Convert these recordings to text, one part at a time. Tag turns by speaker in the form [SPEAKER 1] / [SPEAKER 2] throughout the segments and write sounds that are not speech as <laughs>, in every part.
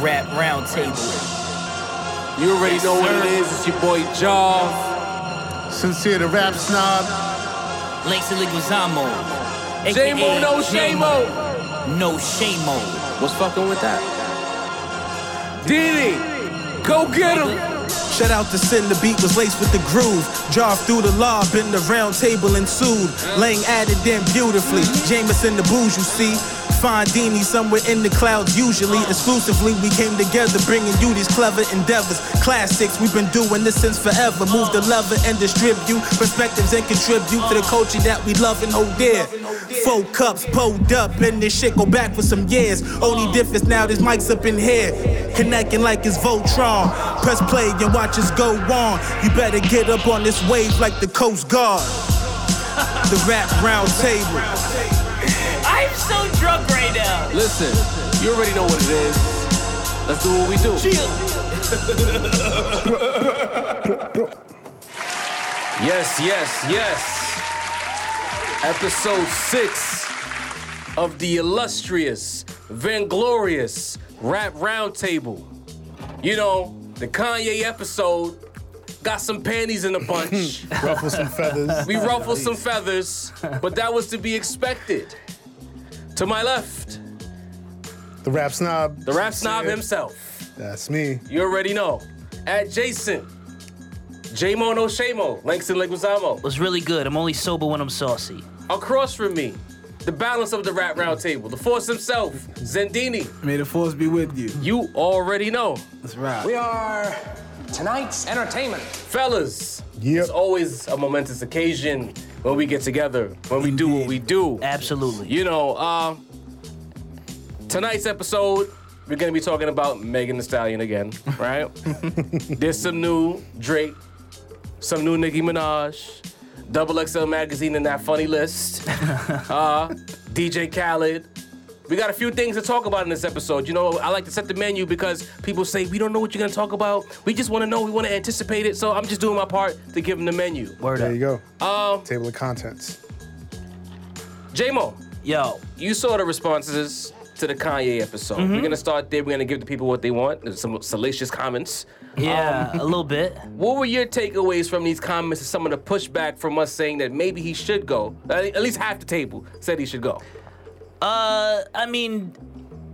[SPEAKER 1] Rap Roundtable.
[SPEAKER 2] You already know what it is. It's your boy Jaw.
[SPEAKER 3] Sincere the rap snob.
[SPEAKER 1] Lacey Leguizamo. aka
[SPEAKER 2] J-Mo, no J-Mo.
[SPEAKER 1] No shame-o.
[SPEAKER 2] What's fucking with that? Diddy, go get him.
[SPEAKER 4] Shout out to Sin, the beat was laced with the groove. Drive through the law, been the round table ensued. Lang added them beautifully. Jameson the booze, you see. Fondini somewhere in the clouds, usually. Exclusively, we came together, bringing you these clever endeavors. Classics, we've been doing this since forever. Move the lever and distribute perspectives and contribute to the culture that we love and hold dear. Four cups pulled up, and this shit go back for some years. Only difference now, this mic's up in here. Connecting like it's Voltron. Press play and watch us go on. You better get up on this wave like the Coast Guard. The rap round table.
[SPEAKER 1] I'm so drunk right now.
[SPEAKER 2] Listen, you already know what it is. Let's do what we do. Yes, yes, yes. Episode six of the illustrious, vainglorious Rap Roundtable. You know, the Kanye episode got some panties in a bunch.
[SPEAKER 3] Ruffle some feathers.
[SPEAKER 2] We ruffled some feathers, but that was to be expected. To my left,
[SPEAKER 3] <laughs> The rap snob.
[SPEAKER 2] the rap snob
[SPEAKER 3] Sincere.
[SPEAKER 2] himself.
[SPEAKER 3] That's me.
[SPEAKER 2] You already know. At Jason, J-Mo no Shamo, Langston Leguizamo.
[SPEAKER 1] Was really good. I'm only sober when I'm saucy.
[SPEAKER 2] Across from me, the balance of the rap round table, the force himself, Zendini.
[SPEAKER 5] May the force be with you.
[SPEAKER 2] You already know.
[SPEAKER 5] That's right.
[SPEAKER 6] We are tonight's entertainment.
[SPEAKER 2] Fellas,
[SPEAKER 3] Yep.
[SPEAKER 2] it's always a momentous occasion when we get together, when we do what we do.
[SPEAKER 1] Absolutely.
[SPEAKER 2] You know, uh, tonight's episode, we're gonna be talking about Megan Thee Stallion again, right? There's some new Drake, some new Nicki Minaj, Double XL magazine in that funny list, uh, DJ Khaled. We got a few things to talk about in this episode. You know, I like to set the menu because people say we don't know what you're gonna talk about. We just want to know. We want to anticipate it. So I'm just doing my part to give them the menu.
[SPEAKER 1] Word
[SPEAKER 3] There
[SPEAKER 1] up.
[SPEAKER 3] you go. Um, Table of contents.
[SPEAKER 2] J-Mo,
[SPEAKER 1] Yo,
[SPEAKER 2] you saw the responses to the Kanye episode. We're gonna start there. We're gonna give the people what they want. There's some salacious comments.
[SPEAKER 1] yeah,
[SPEAKER 2] Um,
[SPEAKER 1] a little bit.
[SPEAKER 2] What were your takeaways from these comments and some of the pushback from us saying that maybe he should go? At at least half the table said he should go.
[SPEAKER 1] Uh, I mean,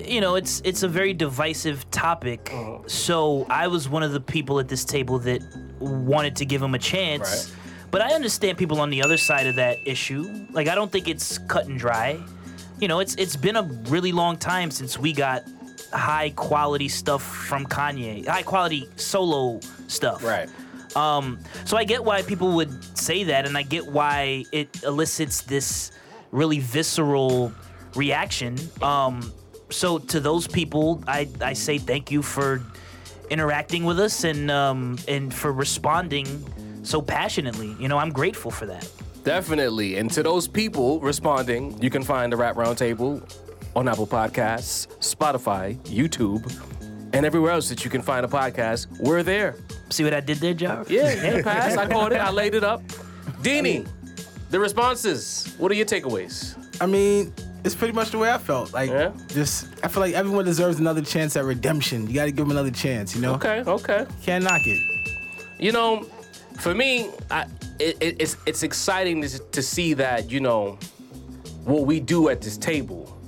[SPEAKER 1] you know, it's it's a very divisive topic. So I was one of the people at this table that wanted to give him a chance. But I understand people on the other side of that issue. Like I don't think it's cut and dry. You know, it's it's been a really long time since we got high quality stuff from Kanye. High quality solo stuff. Um, so I get why people would say that, and I get why it elicits this really visceral reaction. Um, so to those people, I, I say thank you for interacting with us and um, and for responding so passionately. You know, I'm grateful for that.
[SPEAKER 2] Definitely. And to those people responding, you can find the Rap Roundtable on Apple Podcasts, Spotify, YouTube, and everywhere else that you can find a podcast. We're there.
[SPEAKER 1] See what I did there, Jar?
[SPEAKER 2] Yeah, yeah, pass. I caught it. I laid it up. Dini, the responses. What are your takeaways?
[SPEAKER 5] I mean, it's pretty much the way I felt. Like,
[SPEAKER 2] Yeah?
[SPEAKER 5] just I feel like everyone deserves another chance at redemption. You got to give them another chance. You know,
[SPEAKER 2] Okay, okay.
[SPEAKER 5] can't knock it.
[SPEAKER 2] You know, for me, I, it, it, it's it's exciting to, to see that you know what we do at this table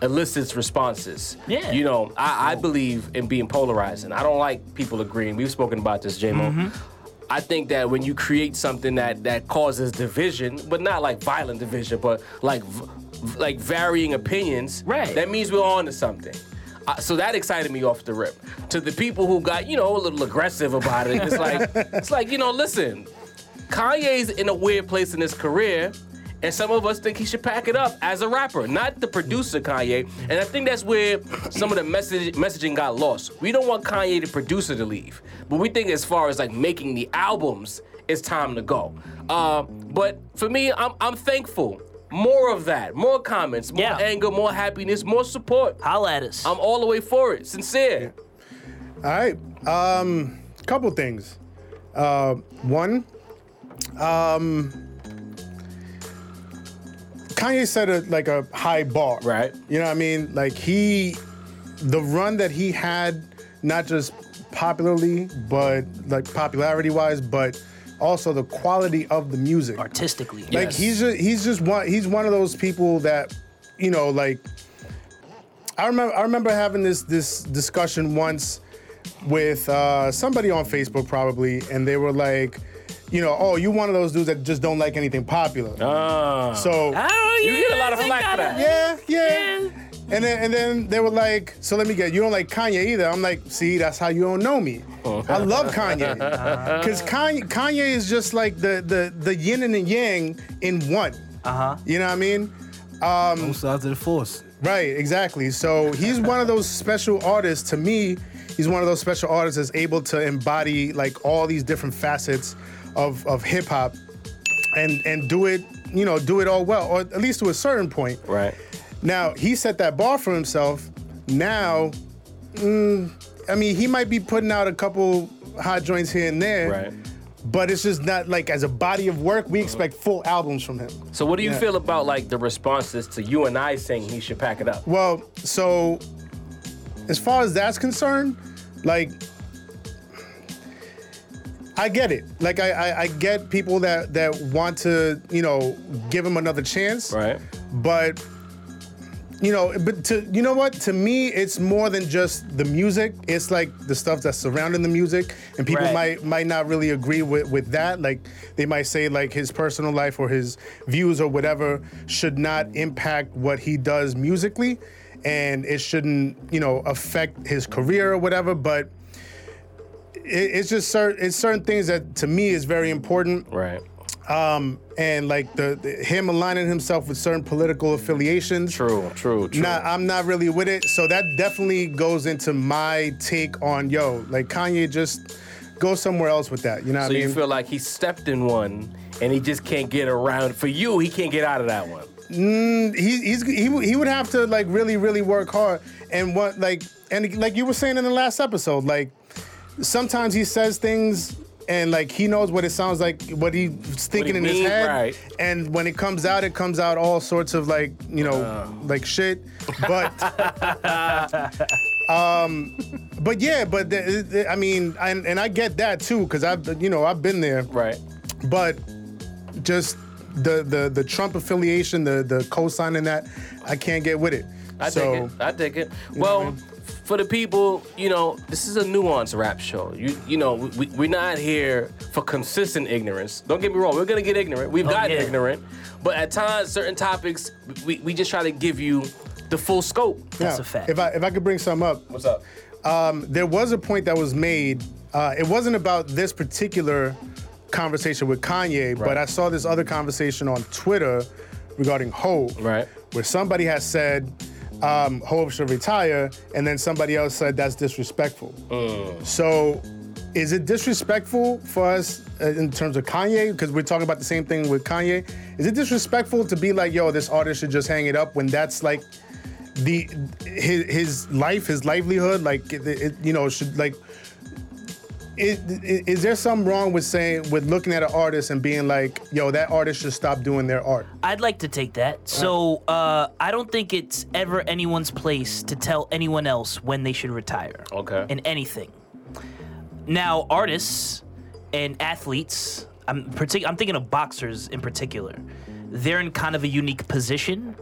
[SPEAKER 2] elicits responses.
[SPEAKER 1] Yeah.
[SPEAKER 2] You know, I, I believe in being polarizing. I don't like people agreeing. We've spoken about this, J-Mo. I think that when you create something that that causes division, but not like violent division, but like v- v- like varying opinions,
[SPEAKER 1] Right.
[SPEAKER 2] That means we're on to something. Uh, so that excited me off the rip. To the people who got you know a little aggressive about it, it's like it's like you know listen, Kanye's in a weird place in his career. And some of us think he should pack it up as a rapper, not the producer Kanye. And I think that's where some of the message, messaging got lost. We don't want Kanye the producer to leave, but we think as far as like making the albums, it's time to go. Uh, but for me, I'm, I'm thankful. More of that, more comments, more
[SPEAKER 1] Yeah.
[SPEAKER 2] anger, more happiness, more support.
[SPEAKER 1] Holla at us.
[SPEAKER 2] I'm all the way for it. Sincere.
[SPEAKER 3] All right. Um, couple things. Uh, one, um, Kanye set a like a high bar.
[SPEAKER 2] Right.
[SPEAKER 3] You know what I mean? Like he the run that he had, not just popularly, but like popularity wise, but also the quality of the music.
[SPEAKER 1] artistically.
[SPEAKER 3] Like he's just, he's just one he's one of those people that you know like I remember I remember having this this discussion once with uh, somebody on Facebook probably and they were like you know oh you one of those dudes that just don't like anything popular so
[SPEAKER 1] Oh,
[SPEAKER 2] You get a lot of
[SPEAKER 1] think
[SPEAKER 2] flack for
[SPEAKER 1] I-
[SPEAKER 2] that.
[SPEAKER 3] yeah yeah
[SPEAKER 1] Yeah.
[SPEAKER 3] and then and then they were like so let me get you don't like Kanye either I'm like see that's how you don't know me I love Kanye because Kanye Kanye is just like the the the yin and the yang in one uh huh you know what I mean.
[SPEAKER 5] Both sides of the force.
[SPEAKER 3] Right, exactly. So he's one of those special artists. To me, he's one of those special artists that's able to embody like all these different facets of, of hip hop and and do it, you know, do it all well, or at least to a certain point.
[SPEAKER 2] Right.
[SPEAKER 3] Now he set that bar for himself. Now, mm, I mean, he might be putting out a couple hot joints here and there,
[SPEAKER 2] Right.
[SPEAKER 3] but it's just not like as a body of work we expect full albums from him.
[SPEAKER 2] So what do you feel about like the responses to you and I saying he should pack it up?
[SPEAKER 3] Well, so as far as that's concerned, like I get it. Like I, I, I get people that that want to, you know, give him another chance.
[SPEAKER 2] Right.
[SPEAKER 3] But you know, but to you know what? To me, it's more than just the music. It's like the stuff that's surrounding the music, and people
[SPEAKER 1] Right.
[SPEAKER 3] might might not really agree with with that. Like they might say like his personal life or his views or whatever should not impact what he does musically, and it shouldn't you know affect his career or whatever. But it, it's just certain it's certain things that to me is very important
[SPEAKER 2] Right.
[SPEAKER 3] and like the, the him aligning himself with certain political affiliations.
[SPEAKER 2] True. True. True.
[SPEAKER 3] Nah, I'm not really with it. So that definitely goes into my take on yo, like Kanye just go somewhere else with that. You know what
[SPEAKER 2] so
[SPEAKER 3] I mean?
[SPEAKER 2] you feel like he stepped in one and he just can't get around. For you, he can't get out of that one.
[SPEAKER 3] he, he's he, would- he would have to like really really work hard and what like and like you were saying in the last episode like sometimes he says things and like he knows what it sounds like what he's thinking in his
[SPEAKER 2] means,
[SPEAKER 3] head
[SPEAKER 2] right.
[SPEAKER 3] and when it comes out it comes out all sorts of like you know like shit but um but yeah but the, the- i mean and, and i get that too because i've you know i've been there
[SPEAKER 2] Right.
[SPEAKER 3] but just the the the Trump affiliation, the the co-signing that, I can't get with it.
[SPEAKER 2] I dig
[SPEAKER 3] so
[SPEAKER 2] it. I dig it. Well, for the people, you know, this is a nuanced rap show. You you know, we, we're not here for consistent ignorance. Don't get me wrong. We're gonna get ignorant.
[SPEAKER 3] Oh,
[SPEAKER 2] We've gotten
[SPEAKER 1] yeah.
[SPEAKER 2] ignorant, but at times, certain topics, we, we just try to give you the full scope.
[SPEAKER 1] That's
[SPEAKER 3] now,
[SPEAKER 1] a fact.
[SPEAKER 3] If I if I could bring some up,
[SPEAKER 2] What's up?
[SPEAKER 3] um, there was a point that was made. Uh, it wasn't about this particular conversation with Kanye, but I saw this other conversation on Twitter regarding Hope,
[SPEAKER 2] Right.
[SPEAKER 3] where somebody has said um, Hope should retire, and then somebody else said that's disrespectful. So, is it disrespectful for us uh, in terms of Kanye? Because we're talking about the same thing with Kanye. Is it disrespectful to be like, yo, this artist should just hang it up when that's like the his, his life, his livelihood, like it, it, you know, should like. Is, is there something wrong with saying with looking at an artist and being like, yo, that artist should stop doing their art?
[SPEAKER 1] I'd like to take that. So uh, I don't think it's ever anyone's place to tell anyone else when they should retire.
[SPEAKER 2] Okay.
[SPEAKER 1] In anything. Now, artists and athletes, I'm partic- I'm thinking of boxers in particular. They're in kind of a unique position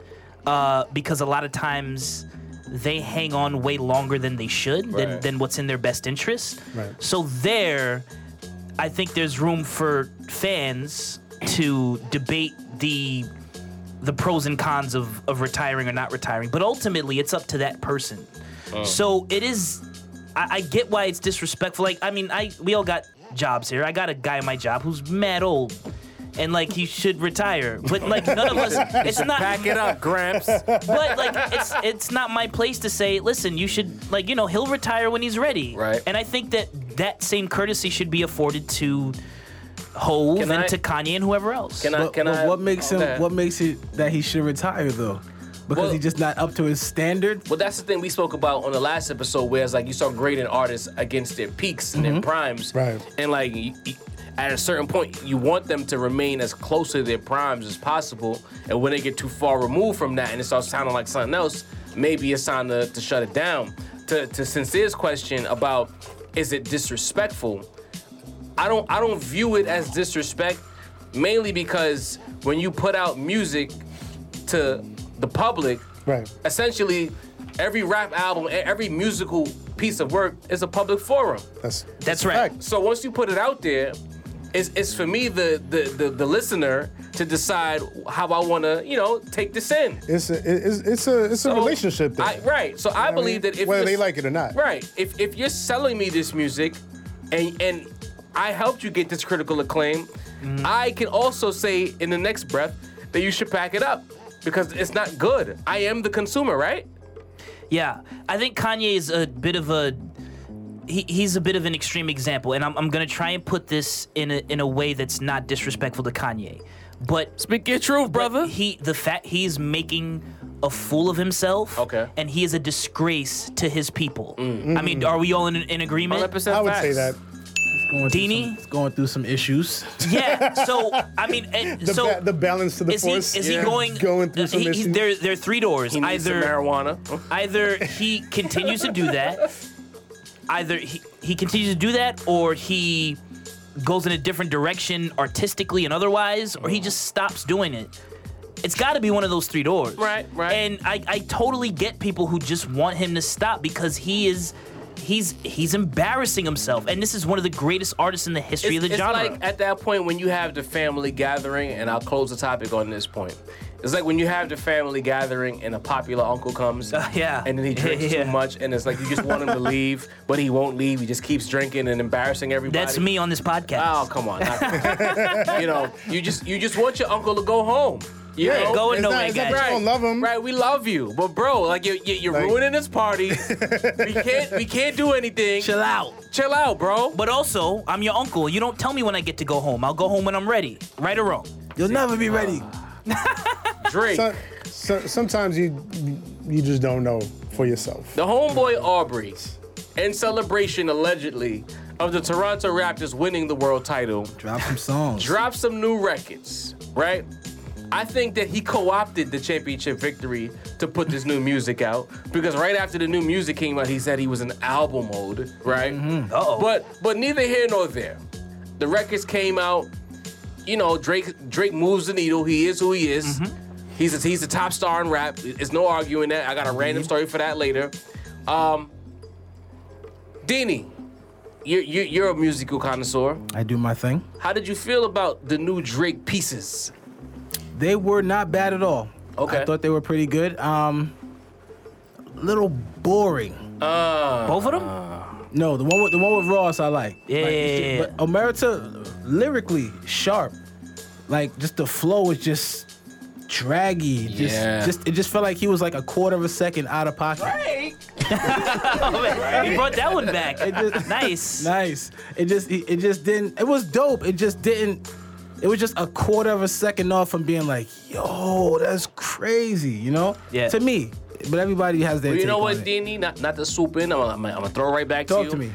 [SPEAKER 1] uh, because a lot of times they hang on way longer than they should than,
[SPEAKER 2] Right.
[SPEAKER 1] than what's in their best interest.
[SPEAKER 3] Right.
[SPEAKER 1] So there, I think there's room for fans to debate the the pros and cons of, of retiring or not retiring. But ultimately, it's up to that person. So it is. I, I get why it's disrespectful. Like, I mean, I we all got jobs here. I got a guy in my job who's mad old. And like he should retire, but like none of us. It's not.
[SPEAKER 2] Pack it up,
[SPEAKER 5] <laughs>
[SPEAKER 2] Gramps.
[SPEAKER 1] But like it's it's not my place to say. Listen, you should like you know he'll retire when he's ready.
[SPEAKER 2] Right.
[SPEAKER 1] And I think that that same courtesy should be afforded to Hove
[SPEAKER 2] Can
[SPEAKER 1] and
[SPEAKER 2] I-
[SPEAKER 1] to Kanye and whoever else.
[SPEAKER 2] Can I?
[SPEAKER 5] But,
[SPEAKER 2] Can
[SPEAKER 5] but
[SPEAKER 2] I?
[SPEAKER 5] what makes him?
[SPEAKER 2] Okay.
[SPEAKER 5] What makes it that he should retire though? Because
[SPEAKER 2] Well-
[SPEAKER 5] he's just not up to his standard.
[SPEAKER 2] Well, that's the thing we spoke about on the last episode, where it's like you saw grading artists against their peaks and their primes,
[SPEAKER 3] Right.
[SPEAKER 2] And like y- y- at a certain point, you want them to remain as close to their primes as possible. And when they get too far removed from that, and it starts sounding like something else, maybe it's time to, to shut it down. to, to Sincere's question about is it disrespectful, I don't I don't view it as disrespect, mainly because when you put out music to the public,
[SPEAKER 3] Right.
[SPEAKER 2] essentially every rap album, e- every musical piece of work is a public forum.
[SPEAKER 3] That's
[SPEAKER 1] That's right.
[SPEAKER 3] fact.
[SPEAKER 2] So once you put it out there, it's, it's for me the, the the the listener to decide how I want to you know take this in.
[SPEAKER 3] It's a it's, it's a it's a
[SPEAKER 2] So,
[SPEAKER 3] relationship thing.
[SPEAKER 2] I, right. So I
[SPEAKER 3] what I
[SPEAKER 2] believe
[SPEAKER 3] mean?
[SPEAKER 2] that if
[SPEAKER 3] Whether
[SPEAKER 2] you're-
[SPEAKER 3] they like it or not.
[SPEAKER 2] Right. If if you're selling me this music, and and I helped you get this critical acclaim,
[SPEAKER 3] Mm.
[SPEAKER 2] I can also say in the next breath that you should pack it up because it's not good. I am the consumer, right?
[SPEAKER 1] Yeah, I think Kanye is a bit of a he, he's a bit of an extreme example, and I'm, I'm gonna try and put this in a in a way that's not disrespectful to Kanye, but
[SPEAKER 2] Speak your truth,
[SPEAKER 1] but he the fact he's making a fool of himself,
[SPEAKER 2] Okay. Mm.
[SPEAKER 1] and he is a disgrace to his people. I mean, are we all in, in agreement?
[SPEAKER 2] 100%
[SPEAKER 3] I would say
[SPEAKER 2] facts.
[SPEAKER 3] that
[SPEAKER 5] Going through
[SPEAKER 1] Dini?
[SPEAKER 5] some- it's going through some issues.
[SPEAKER 1] <laughs> Yeah. So I mean, and,
[SPEAKER 3] the,
[SPEAKER 1] so
[SPEAKER 3] ba- the balance to the
[SPEAKER 1] is he
[SPEAKER 3] force.
[SPEAKER 1] is he going
[SPEAKER 3] going through
[SPEAKER 1] uh,
[SPEAKER 3] some
[SPEAKER 1] he- he's-
[SPEAKER 3] issues?
[SPEAKER 1] There there are three doors.
[SPEAKER 2] He needs some
[SPEAKER 1] Either
[SPEAKER 2] marijuana.
[SPEAKER 1] either he continues to do that either he, he continues to do that or he goes in a different direction artistically and otherwise or he just stops doing it it's got to be one of those three doors
[SPEAKER 2] Right, right.
[SPEAKER 1] and I, I totally get people who just want him to stop because he is he's he's embarrassing himself and this is one of the greatest artists in the history of the genre
[SPEAKER 2] like at that point when you have the family gathering, and I'll close the topic on this point. It's like when you have the family gathering and a popular uncle comes,
[SPEAKER 1] Uh, yeah.
[SPEAKER 2] and
[SPEAKER 1] <laughs>
[SPEAKER 2] then he drinks
[SPEAKER 1] Yeah.
[SPEAKER 2] too much, and it's like you just want
[SPEAKER 1] <laughs>
[SPEAKER 2] him to leave, but he won't leave. He just keeps drinking and embarrassing everybody.
[SPEAKER 1] that's me on this podcast
[SPEAKER 2] Oh come on!
[SPEAKER 1] <laughs>
[SPEAKER 2] not- you know, you just you just want your uncle to go home. You
[SPEAKER 3] Yeah,
[SPEAKER 2] know?
[SPEAKER 1] go
[SPEAKER 3] It's
[SPEAKER 1] no
[SPEAKER 3] not-
[SPEAKER 1] way,
[SPEAKER 3] it's not
[SPEAKER 1] guys.
[SPEAKER 3] that you don't love him.
[SPEAKER 2] Right, we love you, but bro, like you're, you're
[SPEAKER 3] Like-
[SPEAKER 2] ruining this
[SPEAKER 3] <laughs>
[SPEAKER 2] party. we can't we can't do anything.
[SPEAKER 5] Chill out.
[SPEAKER 2] Chill out, bro.
[SPEAKER 1] but also i'm your uncle you don't tell me when i get to go home i'll go home when i'm ready right or wrong
[SPEAKER 5] You'll never be ready.
[SPEAKER 2] Drake.
[SPEAKER 3] So- so- sometimes you you just don't know for yourself.
[SPEAKER 2] The homeboy Aubrey, in celebration allegedly of the Toronto Raptors winning the world title,
[SPEAKER 5] Drop some songs.
[SPEAKER 2] dropped some new records, right? I think that he co opted the championship victory to put this new music out because right after the new music came out, he said he was in album mode, right?
[SPEAKER 1] uh-oh
[SPEAKER 2] But but neither here nor there. The records came out. You know, Drake Drake moves the needle. He is who he is. He's a, he's a top star in rap. There's no arguing that. I got a random story for that later. Um, Dini, you're, you're you're a musical connoisseur.
[SPEAKER 5] I do my thing.
[SPEAKER 2] How did you feel about the new Drake pieces?
[SPEAKER 5] They were not bad at all.
[SPEAKER 2] Okay.
[SPEAKER 5] I thought they were pretty good. Um, little boring.
[SPEAKER 1] both of them
[SPEAKER 5] No, the one with the one with Ross I like.
[SPEAKER 1] Yeah,
[SPEAKER 5] Like,
[SPEAKER 1] yeah,
[SPEAKER 5] it's
[SPEAKER 1] yeah,
[SPEAKER 5] just- But Omerita lyrically sharp. Like just the flow is just draggy. Just,
[SPEAKER 2] Yeah.
[SPEAKER 5] just it just felt like he was like a quarter of a second out of pocket.
[SPEAKER 1] Oh, man, You brought that one back. <laughs> nice.
[SPEAKER 3] <laughs>
[SPEAKER 5] Nice. It just it it just didn't. It was dope. It just didn't. It was just a quarter of a second off from being like, yo, that's crazy. You know.
[SPEAKER 1] Yeah.
[SPEAKER 5] To me, but everybody has their.
[SPEAKER 2] Well, you
[SPEAKER 5] take
[SPEAKER 2] know
[SPEAKER 5] on
[SPEAKER 2] what,
[SPEAKER 5] it.
[SPEAKER 2] Dini? Not not to swoop in. I'm, I'm, I'm gonna throw it right back to
[SPEAKER 5] Talk
[SPEAKER 2] you.
[SPEAKER 5] to me.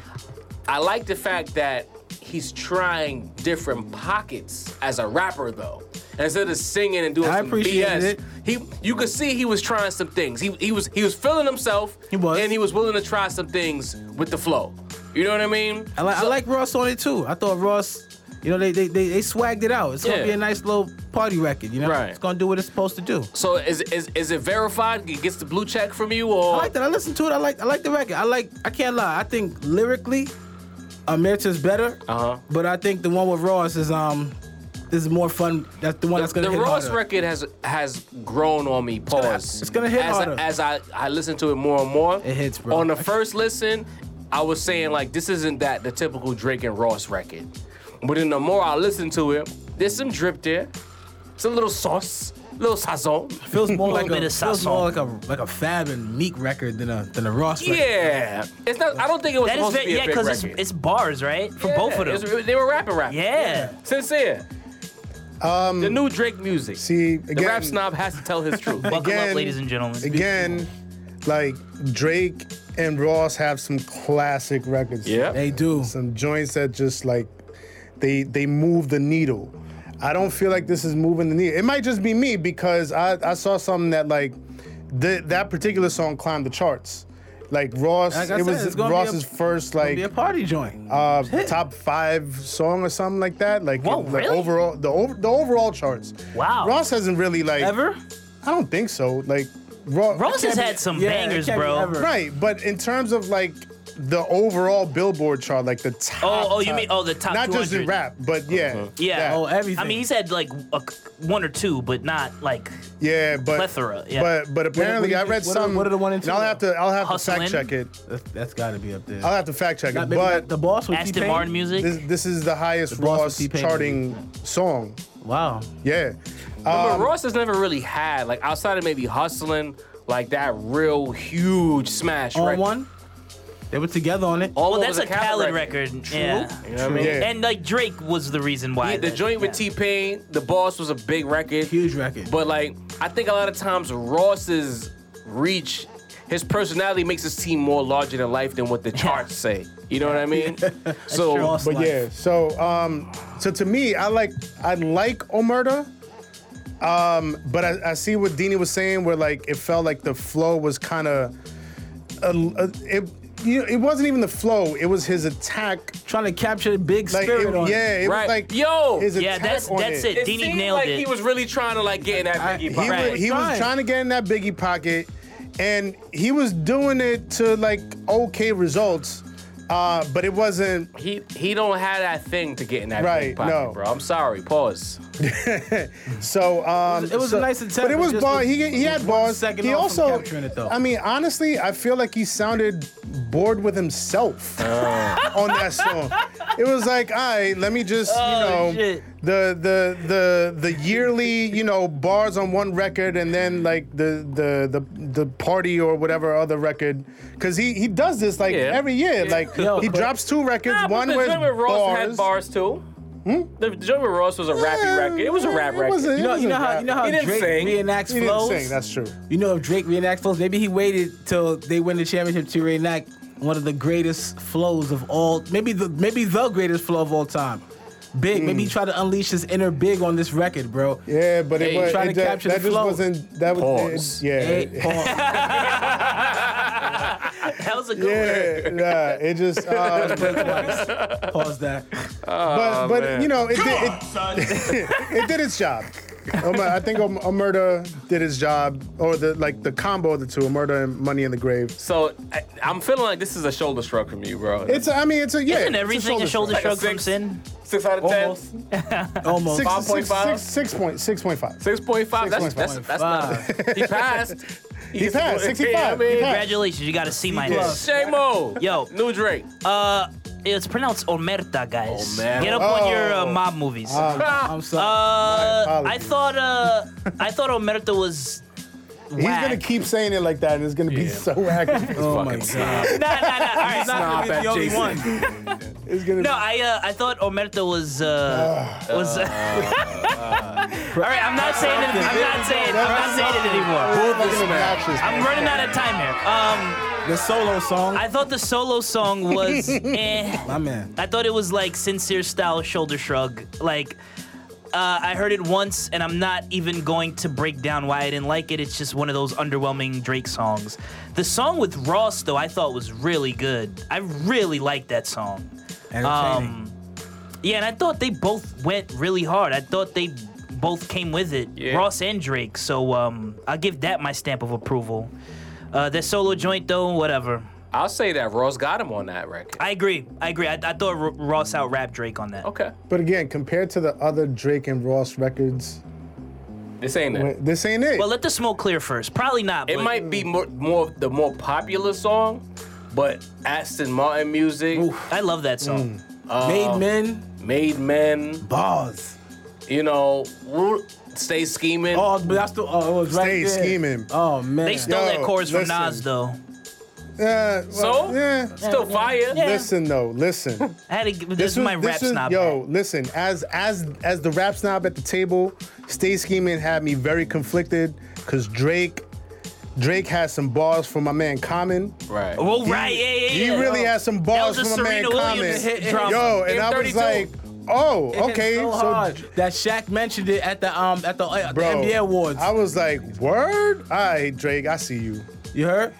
[SPEAKER 2] I like the fact that he's trying different pockets as a rapper, though. Instead of singing and doing
[SPEAKER 5] I
[SPEAKER 2] some
[SPEAKER 5] appreciate
[SPEAKER 2] BS,
[SPEAKER 5] it.
[SPEAKER 2] he you could see he was trying some things. He, he was he was feeling himself.
[SPEAKER 5] He was.
[SPEAKER 2] and he was willing to try some things with the flow. You know what I mean?
[SPEAKER 5] I like I like Ross on it too. I thought Ross, you know, they they they, they swagged it out. It's gonna
[SPEAKER 2] Yeah.
[SPEAKER 5] be a nice little party record. You know,
[SPEAKER 2] Right.
[SPEAKER 5] it's gonna do what it's supposed to do.
[SPEAKER 2] So is is is it verified? He gets the blue check from you, or
[SPEAKER 5] I like that. I listened to it. I like I like the record. I like I can't lie. I think lyrically, Amirta's better.
[SPEAKER 2] Uh-huh.
[SPEAKER 5] But I think the one with Ross is um is more fun. That's the one that's gonna
[SPEAKER 2] the
[SPEAKER 5] hit
[SPEAKER 2] Ross
[SPEAKER 5] harder.
[SPEAKER 2] record has has grown on me. Pause.
[SPEAKER 5] it's gonna hit
[SPEAKER 2] as,
[SPEAKER 5] harder.
[SPEAKER 2] as I I listen to it more and more.
[SPEAKER 5] It hits, bro.
[SPEAKER 2] On the first listen, I was saying like this isn't that the typical Drake and Ross record, but then the more I listen to it, there's some drip there, it's a little sauce, little sazon. <laughs>
[SPEAKER 5] feels more like
[SPEAKER 1] little
[SPEAKER 5] a
[SPEAKER 1] bit of
[SPEAKER 5] feels
[SPEAKER 1] sazon.
[SPEAKER 5] more like a like a Fab and Meek record than a than a Ross record.
[SPEAKER 2] Yeah, it's not. I don't think it was
[SPEAKER 1] That is
[SPEAKER 2] supposed to
[SPEAKER 1] very,
[SPEAKER 2] be
[SPEAKER 1] yeah,
[SPEAKER 2] a big
[SPEAKER 1] because
[SPEAKER 2] record.
[SPEAKER 1] it's, it's bars, right? For
[SPEAKER 2] Yeah,
[SPEAKER 1] both of them.
[SPEAKER 2] it's- they were rapping, rapping.
[SPEAKER 1] yeah.
[SPEAKER 2] sincere. Um, the new Drake music.
[SPEAKER 3] See
[SPEAKER 2] the rap
[SPEAKER 3] again,
[SPEAKER 2] snob has to tell his truth.
[SPEAKER 1] Welcome
[SPEAKER 3] Again-
[SPEAKER 1] up, ladies and gentlemen.
[SPEAKER 3] again, like Drake and Ross have some classic records.
[SPEAKER 2] yeah.
[SPEAKER 5] They do.
[SPEAKER 3] some joints that just like they they move the needle. I don't feel like this is moving the needle. It might just be me because I, I saw something that like th- that particular song climbed the charts. Like Ross,
[SPEAKER 5] Like I
[SPEAKER 3] it
[SPEAKER 5] said,
[SPEAKER 3] was
[SPEAKER 5] it's gonna be
[SPEAKER 3] Ross's
[SPEAKER 5] a-
[SPEAKER 3] first
[SPEAKER 5] It'll
[SPEAKER 3] like
[SPEAKER 5] be a party joint.
[SPEAKER 3] uh, top five song or something like that. Like,
[SPEAKER 1] Whoa,
[SPEAKER 3] like
[SPEAKER 1] really?
[SPEAKER 3] overall the over, the overall charts.
[SPEAKER 1] Wow.
[SPEAKER 3] Ross hasn't really like
[SPEAKER 5] Ever?
[SPEAKER 3] I don't think so. Like Ross,
[SPEAKER 1] Ross has had some
[SPEAKER 5] yeah, it
[SPEAKER 1] bangers,
[SPEAKER 5] can't be
[SPEAKER 1] bro.
[SPEAKER 5] ever.
[SPEAKER 3] right, but in terms of like the overall Billboard chart, like the top.
[SPEAKER 1] Oh, oh, you
[SPEAKER 3] top-
[SPEAKER 1] mean oh the top
[SPEAKER 3] not just in
[SPEAKER 1] 200.
[SPEAKER 3] rap, but yeah,
[SPEAKER 1] Yeah.
[SPEAKER 3] that.
[SPEAKER 5] Oh, everything.
[SPEAKER 1] I mean, he's had like a, one or two, but not like
[SPEAKER 3] yeah, but
[SPEAKER 1] Plethora, yeah.
[SPEAKER 3] But but apparently
[SPEAKER 5] what
[SPEAKER 3] I
[SPEAKER 5] do you-
[SPEAKER 3] read
[SPEAKER 5] what are-
[SPEAKER 3] some.
[SPEAKER 5] what are the one and two
[SPEAKER 3] I'll have to I'll have
[SPEAKER 1] Hustlin'?
[SPEAKER 3] to fact check it.
[SPEAKER 5] That's, that's got to be up there.
[SPEAKER 3] I'll have to fact check
[SPEAKER 5] Not-
[SPEAKER 3] it.
[SPEAKER 5] maybe
[SPEAKER 3] But
[SPEAKER 5] not the boss with
[SPEAKER 1] Aston
[SPEAKER 5] T-Pain?
[SPEAKER 1] Martin music.
[SPEAKER 3] This, this is the highest
[SPEAKER 5] The boss with
[SPEAKER 3] Ross
[SPEAKER 5] T-Pain.
[SPEAKER 3] charting song.
[SPEAKER 5] Wow.
[SPEAKER 3] Yeah.
[SPEAKER 2] But
[SPEAKER 3] Um,
[SPEAKER 2] Ross has never really had like outside of maybe hustling like that real huge smash
[SPEAKER 5] On
[SPEAKER 2] record.
[SPEAKER 5] one? They were together on it.
[SPEAKER 2] All
[SPEAKER 1] well,
[SPEAKER 2] over
[SPEAKER 1] that's
[SPEAKER 2] the
[SPEAKER 1] a Khaled record. Yeah.
[SPEAKER 2] You know what I mean?
[SPEAKER 3] Yeah.
[SPEAKER 1] And like Drake was the reason why.
[SPEAKER 2] Yeah, the
[SPEAKER 1] that-
[SPEAKER 2] joint with
[SPEAKER 1] yeah.
[SPEAKER 2] T Pain, the boss was a big record.
[SPEAKER 5] Huge record.
[SPEAKER 2] But like, I think a lot of times Ross's reach, his personality makes us seem more larger than life than what the charts say. You know what I mean? so
[SPEAKER 5] Ross
[SPEAKER 3] but
[SPEAKER 5] life.
[SPEAKER 3] yeah, so um, so to me, I like I like Omerta. Um, but I, I see what Dini was saying, where like it felt like the flow was kind of, uh, uh, it you know, it wasn't even the flow, it was his attack.
[SPEAKER 5] Trying to capture the big
[SPEAKER 3] Like
[SPEAKER 5] spirit
[SPEAKER 3] it-
[SPEAKER 5] on
[SPEAKER 3] yeah,
[SPEAKER 5] it.
[SPEAKER 3] it
[SPEAKER 2] Right.
[SPEAKER 3] was like
[SPEAKER 2] Yo!
[SPEAKER 3] his
[SPEAKER 1] Yeah,
[SPEAKER 3] attack
[SPEAKER 1] that's-
[SPEAKER 3] on
[SPEAKER 1] that's it.
[SPEAKER 2] it
[SPEAKER 1] Diddy
[SPEAKER 2] seemed
[SPEAKER 1] nailed
[SPEAKER 2] like
[SPEAKER 1] it.
[SPEAKER 2] he was really trying to like get in that Biggie
[SPEAKER 3] He,
[SPEAKER 2] pocket.
[SPEAKER 1] Right.
[SPEAKER 3] was, he was
[SPEAKER 5] Right.
[SPEAKER 3] trying to get in that biggie pocket, and he was doing it to like okay results, uh, but it wasn't
[SPEAKER 2] He he don't have that thing to get in that
[SPEAKER 3] Right,
[SPEAKER 2] big pocket,
[SPEAKER 3] no.
[SPEAKER 2] bro. I'm sorry. Pause.
[SPEAKER 3] So um,
[SPEAKER 5] It was- it was
[SPEAKER 3] so-
[SPEAKER 5] a nice attempt,
[SPEAKER 3] but it
[SPEAKER 5] it
[SPEAKER 3] was
[SPEAKER 5] just
[SPEAKER 3] ball.
[SPEAKER 5] was-
[SPEAKER 3] He, he had
[SPEAKER 5] was one
[SPEAKER 3] balls.
[SPEAKER 5] second
[SPEAKER 3] He
[SPEAKER 5] off from
[SPEAKER 3] also,
[SPEAKER 5] capturing it, though.
[SPEAKER 3] I mean, honestly, I feel like he sounded bored
[SPEAKER 2] <laughs>
[SPEAKER 3] with himself
[SPEAKER 2] Oh.
[SPEAKER 3] on that song. It was like, all right, let me just,
[SPEAKER 1] Oh,
[SPEAKER 3] you know,
[SPEAKER 1] shit.
[SPEAKER 3] the the the the yearly, you know, bars on one record, and then like the the the the party or whatever other record, because he he does this like
[SPEAKER 2] Yeah.
[SPEAKER 3] every year. Like
[SPEAKER 5] Yo,
[SPEAKER 3] he
[SPEAKER 5] but-
[SPEAKER 3] drops two records.
[SPEAKER 2] Nah, but
[SPEAKER 3] one
[SPEAKER 2] the
[SPEAKER 3] was
[SPEAKER 2] joint with Ross
[SPEAKER 3] bars. Hmm?
[SPEAKER 2] had bars too. The joint with Ross was a rappy record. It was a rap
[SPEAKER 3] It
[SPEAKER 2] record.
[SPEAKER 3] wasn't-
[SPEAKER 5] You know,
[SPEAKER 3] it
[SPEAKER 5] you know
[SPEAKER 3] wasn't
[SPEAKER 5] how
[SPEAKER 3] rap.
[SPEAKER 5] you know how
[SPEAKER 2] He didn't
[SPEAKER 5] Drake
[SPEAKER 2] sing.
[SPEAKER 5] reenacts
[SPEAKER 3] He didn't
[SPEAKER 5] flows.
[SPEAKER 3] sing. That's true.
[SPEAKER 5] You know, if Drake reenacts flows, maybe he waited till they win the championship to reenact one of the greatest flows of all, maybe the maybe the greatest flow of all time. Big, maybe he tried to unleash his inner big on this record, bro.
[SPEAKER 3] Hmm. Yeah, but
[SPEAKER 2] Hey,
[SPEAKER 3] it was
[SPEAKER 5] trying
[SPEAKER 3] it,
[SPEAKER 5] to
[SPEAKER 3] that,
[SPEAKER 5] capture
[SPEAKER 3] that
[SPEAKER 5] the
[SPEAKER 3] just
[SPEAKER 5] flow.
[SPEAKER 3] wasn't that was
[SPEAKER 2] Pause.
[SPEAKER 3] it- yeah
[SPEAKER 5] Hey,
[SPEAKER 3] <laughs> it-
[SPEAKER 5] Paul,
[SPEAKER 1] <laughs> That was a good one.
[SPEAKER 3] yeah yeah it
[SPEAKER 2] <laughs>
[SPEAKER 3] just um,
[SPEAKER 5] pause that.
[SPEAKER 3] but but you know it did it, <laughs> it did its job. Omer, I think Om- Omerta did his job, or the like the combo of the two, Omerta and Money in the Grave.
[SPEAKER 2] So I, I'm feeling like this is a shoulder shrug from you, bro.
[SPEAKER 3] It's I mean it's a yeah.
[SPEAKER 1] Isn't everything a shoulder
[SPEAKER 2] shrug.
[SPEAKER 1] shrug from
[SPEAKER 2] Six.
[SPEAKER 1] Sin?
[SPEAKER 2] six out of ten.
[SPEAKER 5] Almost. Almost.
[SPEAKER 3] Six,
[SPEAKER 2] Five point
[SPEAKER 3] six-
[SPEAKER 2] five?
[SPEAKER 3] six- six point- six point five.
[SPEAKER 2] Six point five. That's that's,
[SPEAKER 3] 6.5.
[SPEAKER 2] that's not. He passed. <laughs>
[SPEAKER 3] He passed,
[SPEAKER 2] Yeah,
[SPEAKER 3] 65.
[SPEAKER 2] I mean,
[SPEAKER 3] He passed.
[SPEAKER 1] Congratulations, you got a C minus.
[SPEAKER 2] Shame-o.
[SPEAKER 1] Yo.
[SPEAKER 2] New Drake.
[SPEAKER 1] Uh, it's pronounced Omerta, guys.
[SPEAKER 2] Omerta.
[SPEAKER 1] Get up on your uh,
[SPEAKER 3] Oh.
[SPEAKER 1] mob movies.
[SPEAKER 2] Ah.
[SPEAKER 5] I'm sorry.
[SPEAKER 1] Uh,
[SPEAKER 3] My
[SPEAKER 1] I
[SPEAKER 3] apologies.
[SPEAKER 1] thought uh, I thought Omerta was.
[SPEAKER 3] He's
[SPEAKER 1] <laughs>
[SPEAKER 3] gonna keep saying it like that, and it's gonna be so accurate.
[SPEAKER 5] oh my god.
[SPEAKER 1] Nah, nah, nah. All right.
[SPEAKER 5] Not gonna be the only
[SPEAKER 2] Jason.
[SPEAKER 5] one.
[SPEAKER 3] It's gonna
[SPEAKER 1] No, I uh, I thought Omerta was uh, was. <laughs> all right, I'm not saying it. I'm not saying. I'm not saying it anymore.
[SPEAKER 3] be fucking obnoxious.
[SPEAKER 1] I'm running out of time here. Um,
[SPEAKER 5] The solo song.
[SPEAKER 1] I thought the solo song
[SPEAKER 3] <laughs>
[SPEAKER 1] was. eh.
[SPEAKER 5] my man.
[SPEAKER 1] I thought it was like sincere style shoulder shrug. Like uh, I heard it once, and I'm not even going to break down why I didn't like it. It's just one of those underwhelming Drake songs. The song with Ross, though, I thought was really good. I really liked that song.
[SPEAKER 5] Entertaining.
[SPEAKER 1] Um, yeah, and I thought they both went really hard. I thought they both came with it,
[SPEAKER 2] Yeah.
[SPEAKER 1] Ross and Drake. So um, I'll give that my stamp of approval. Uh, that solo joint, though, whatever.
[SPEAKER 2] I'll say that Ross got him on that record.
[SPEAKER 1] I agree. I agree. I, I thought R- Ross out rapped Drake on that.
[SPEAKER 2] okay.
[SPEAKER 3] But again, compared to the other Drake and Ross records,
[SPEAKER 2] This ain't it.
[SPEAKER 3] this ain't it. Uh,
[SPEAKER 1] Well, let the smoke clear first. Probably not.
[SPEAKER 2] It
[SPEAKER 1] but
[SPEAKER 2] might be more, more the more popular song, but Aston Martin music,
[SPEAKER 1] I love that song.
[SPEAKER 3] Mm. uh,
[SPEAKER 5] Made Men.
[SPEAKER 2] Made Men,
[SPEAKER 5] Bars.
[SPEAKER 2] you know, woo- Stay Scheming.
[SPEAKER 5] Oh, but that's the. Oh, it was right
[SPEAKER 3] Stay
[SPEAKER 5] there.
[SPEAKER 3] scheming.
[SPEAKER 5] Oh man.
[SPEAKER 1] They stole that
[SPEAKER 3] Yo,
[SPEAKER 1] chorus from Nas
[SPEAKER 3] listen.
[SPEAKER 1] though.
[SPEAKER 3] Yeah,
[SPEAKER 2] So?
[SPEAKER 3] well, yeah.
[SPEAKER 2] Still fire.
[SPEAKER 1] Yeah.
[SPEAKER 3] Listen though, listen.
[SPEAKER 1] I had to. This, this is my
[SPEAKER 3] was-
[SPEAKER 1] rap
[SPEAKER 3] was-
[SPEAKER 1] snob.
[SPEAKER 3] Yo,
[SPEAKER 1] hat.
[SPEAKER 3] listen. As as as the rap snob at the table, Stay Scheming had me very conflicted because Drake, Drake has some bars for my man Common.
[SPEAKER 2] Right.
[SPEAKER 1] Oh right, yeah, yeah,
[SPEAKER 3] He
[SPEAKER 1] yeah.
[SPEAKER 3] really has some bars
[SPEAKER 1] That was
[SPEAKER 3] for
[SPEAKER 1] a
[SPEAKER 3] my man
[SPEAKER 1] Serena Williams
[SPEAKER 3] Common.
[SPEAKER 1] hit- drama.
[SPEAKER 3] Yo, and
[SPEAKER 2] Game
[SPEAKER 3] I was
[SPEAKER 2] 32.
[SPEAKER 3] like, oh,
[SPEAKER 5] It hit
[SPEAKER 3] okay.
[SPEAKER 5] so, hard that Shaq mentioned it at the um at the, uh, the
[SPEAKER 3] bro,
[SPEAKER 5] NBA awards.
[SPEAKER 3] I was like, word. All right, Drake, I see you.
[SPEAKER 5] you heard?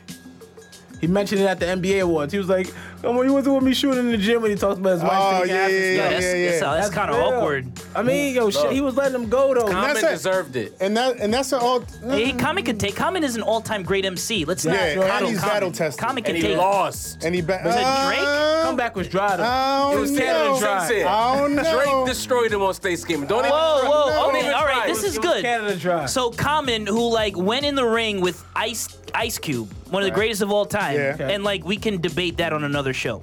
[SPEAKER 5] He mentioned it at the NBA awards. He was like, "Come on, you wasn't with me shooting in the gym when he talks about his wife."
[SPEAKER 3] Oh,
[SPEAKER 5] taking
[SPEAKER 3] yeah,
[SPEAKER 5] half his
[SPEAKER 3] yeah,
[SPEAKER 5] stuff."
[SPEAKER 1] Yo, that's,
[SPEAKER 3] yeah, yeah.
[SPEAKER 1] that's, that's,
[SPEAKER 5] That's
[SPEAKER 1] kind of
[SPEAKER 5] real.
[SPEAKER 1] awkward.
[SPEAKER 5] I mean, yo, shit, he was letting him go though.
[SPEAKER 2] Common
[SPEAKER 3] That's it.
[SPEAKER 2] deserved it.
[SPEAKER 3] And that and that's an all.
[SPEAKER 1] Hey, Common can take. Common is an all-time great MC. Let's not.
[SPEAKER 3] Yeah,
[SPEAKER 1] battle
[SPEAKER 3] Connie's
[SPEAKER 1] Common.
[SPEAKER 3] battle-tested.
[SPEAKER 1] Common can
[SPEAKER 2] And he
[SPEAKER 1] take.
[SPEAKER 2] lost.
[SPEAKER 3] And he Ah. back.
[SPEAKER 1] Was it Drake?
[SPEAKER 5] Come back was dry though.
[SPEAKER 3] I
[SPEAKER 2] It
[SPEAKER 3] don't
[SPEAKER 2] was Taylor
[SPEAKER 3] know.
[SPEAKER 2] and Drake.
[SPEAKER 3] I don't know.
[SPEAKER 2] Drake destroyed him on state scheming. Don't even.
[SPEAKER 1] Whoa,
[SPEAKER 2] try-
[SPEAKER 1] whoa,
[SPEAKER 2] don't
[SPEAKER 1] okay,
[SPEAKER 2] even
[SPEAKER 1] all
[SPEAKER 2] try.
[SPEAKER 1] right, this is good.
[SPEAKER 5] Canada dry.
[SPEAKER 1] So Common, who like went in the ring with Ice Ice Cube, one of the greatest of all time,
[SPEAKER 3] Yeah. Okay.
[SPEAKER 1] and like we can debate that on another show.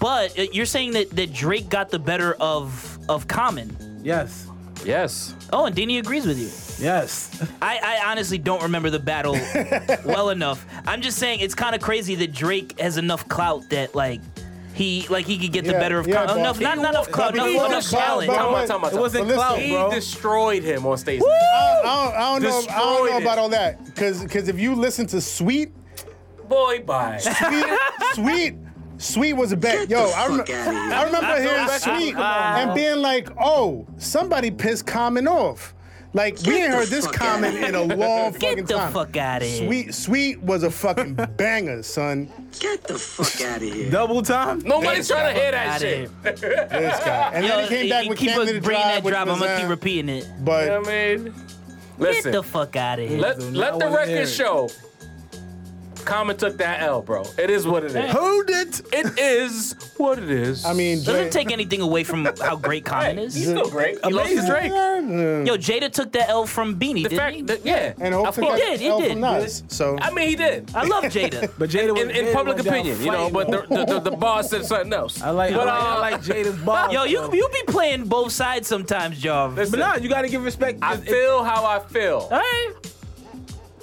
[SPEAKER 1] But uh, you're saying that, that Drake got the better of of Common.
[SPEAKER 5] yes,
[SPEAKER 2] Yes.
[SPEAKER 1] Oh, and Dini agrees with you.
[SPEAKER 5] yes. <laughs>
[SPEAKER 1] I, I honestly don't remember the
[SPEAKER 3] <laughs>
[SPEAKER 1] battle well enough. I'm just saying it's kind of crazy that Drake has enough clout that like he like he could get the
[SPEAKER 3] Yeah,
[SPEAKER 1] better of
[SPEAKER 3] yeah,
[SPEAKER 1] clout.
[SPEAKER 3] but-
[SPEAKER 1] Enough, not not enough clout, enough,
[SPEAKER 3] But before
[SPEAKER 1] enough
[SPEAKER 3] the clout,
[SPEAKER 1] talent.
[SPEAKER 3] but-
[SPEAKER 2] Time out,
[SPEAKER 3] wait,
[SPEAKER 2] time out,
[SPEAKER 5] it
[SPEAKER 2] time
[SPEAKER 5] wasn't
[SPEAKER 2] out.
[SPEAKER 1] Oh,
[SPEAKER 3] clout,
[SPEAKER 2] He
[SPEAKER 5] bro.
[SPEAKER 2] destroyed him on stage.
[SPEAKER 3] I don't, I don't know. I don't
[SPEAKER 2] Destroyed
[SPEAKER 3] know
[SPEAKER 2] it.
[SPEAKER 3] about all that because because if you listen to Sweet,
[SPEAKER 2] Boy, bye.
[SPEAKER 3] Sweet,
[SPEAKER 1] <laughs>
[SPEAKER 3] Sweet, Sweet was a bet. Yo, I, rem- I remember hearing Sweet and being like, oh, somebody pissed Common off. Like we ain't heard this comment in a long fucking
[SPEAKER 1] Get the
[SPEAKER 3] time.
[SPEAKER 1] fuck out of here.
[SPEAKER 3] Sweet, Sweet was a fucking banger, son.
[SPEAKER 5] Double time.
[SPEAKER 2] Nobody's trying to hear that
[SPEAKER 1] Outta
[SPEAKER 2] shit.
[SPEAKER 1] here.
[SPEAKER 3] This guy, and then he came back with
[SPEAKER 1] keep
[SPEAKER 3] Canada to
[SPEAKER 1] bringing
[SPEAKER 3] Drive,
[SPEAKER 1] that
[SPEAKER 3] which
[SPEAKER 1] drop. I'm
[SPEAKER 3] was,
[SPEAKER 1] gonna keep
[SPEAKER 3] uh,
[SPEAKER 1] repeating it.
[SPEAKER 2] I
[SPEAKER 3] but
[SPEAKER 2] mean,
[SPEAKER 1] Get
[SPEAKER 2] listen.
[SPEAKER 1] the fuck out of here.
[SPEAKER 2] let
[SPEAKER 5] Do
[SPEAKER 2] let
[SPEAKER 5] not
[SPEAKER 2] the
[SPEAKER 5] wanna hear
[SPEAKER 2] record
[SPEAKER 5] it.
[SPEAKER 2] show. Common took that L, bro. It is what it is.
[SPEAKER 5] Hold it.
[SPEAKER 2] It is what it is.
[SPEAKER 3] I mean,
[SPEAKER 1] Doesn't
[SPEAKER 3] Drake,
[SPEAKER 1] take anything away from how great
[SPEAKER 3] <laughs>
[SPEAKER 1] Common
[SPEAKER 2] he's
[SPEAKER 1] is.
[SPEAKER 2] still great. He loves
[SPEAKER 5] Amazing.
[SPEAKER 2] Drake.
[SPEAKER 1] Yo, Jada took that L from Beanie,
[SPEAKER 2] The
[SPEAKER 1] didn't he?
[SPEAKER 2] fact that yeah,
[SPEAKER 3] and
[SPEAKER 2] of
[SPEAKER 3] hopefully
[SPEAKER 2] course.
[SPEAKER 1] He did, he
[SPEAKER 3] L
[SPEAKER 1] did.
[SPEAKER 3] from Nas. So
[SPEAKER 2] I mean, he did.
[SPEAKER 1] I love
[SPEAKER 3] <laughs>
[SPEAKER 1] Jada.
[SPEAKER 5] But Jada was
[SPEAKER 2] In, in
[SPEAKER 5] Jada
[SPEAKER 2] public
[SPEAKER 5] went down
[SPEAKER 2] opinion, you know,
[SPEAKER 5] fighting.
[SPEAKER 2] but the, the, the, the boss said something else.
[SPEAKER 5] I like,
[SPEAKER 2] but,
[SPEAKER 5] I like, I
[SPEAKER 2] uh, <laughs>
[SPEAKER 5] like Jada's ball.
[SPEAKER 1] Yo, you you be playing both sides sometimes, Jarv.
[SPEAKER 5] But nah, you gotta give respect.
[SPEAKER 2] I
[SPEAKER 5] It's- it's-
[SPEAKER 2] feel how I feel.
[SPEAKER 1] All right.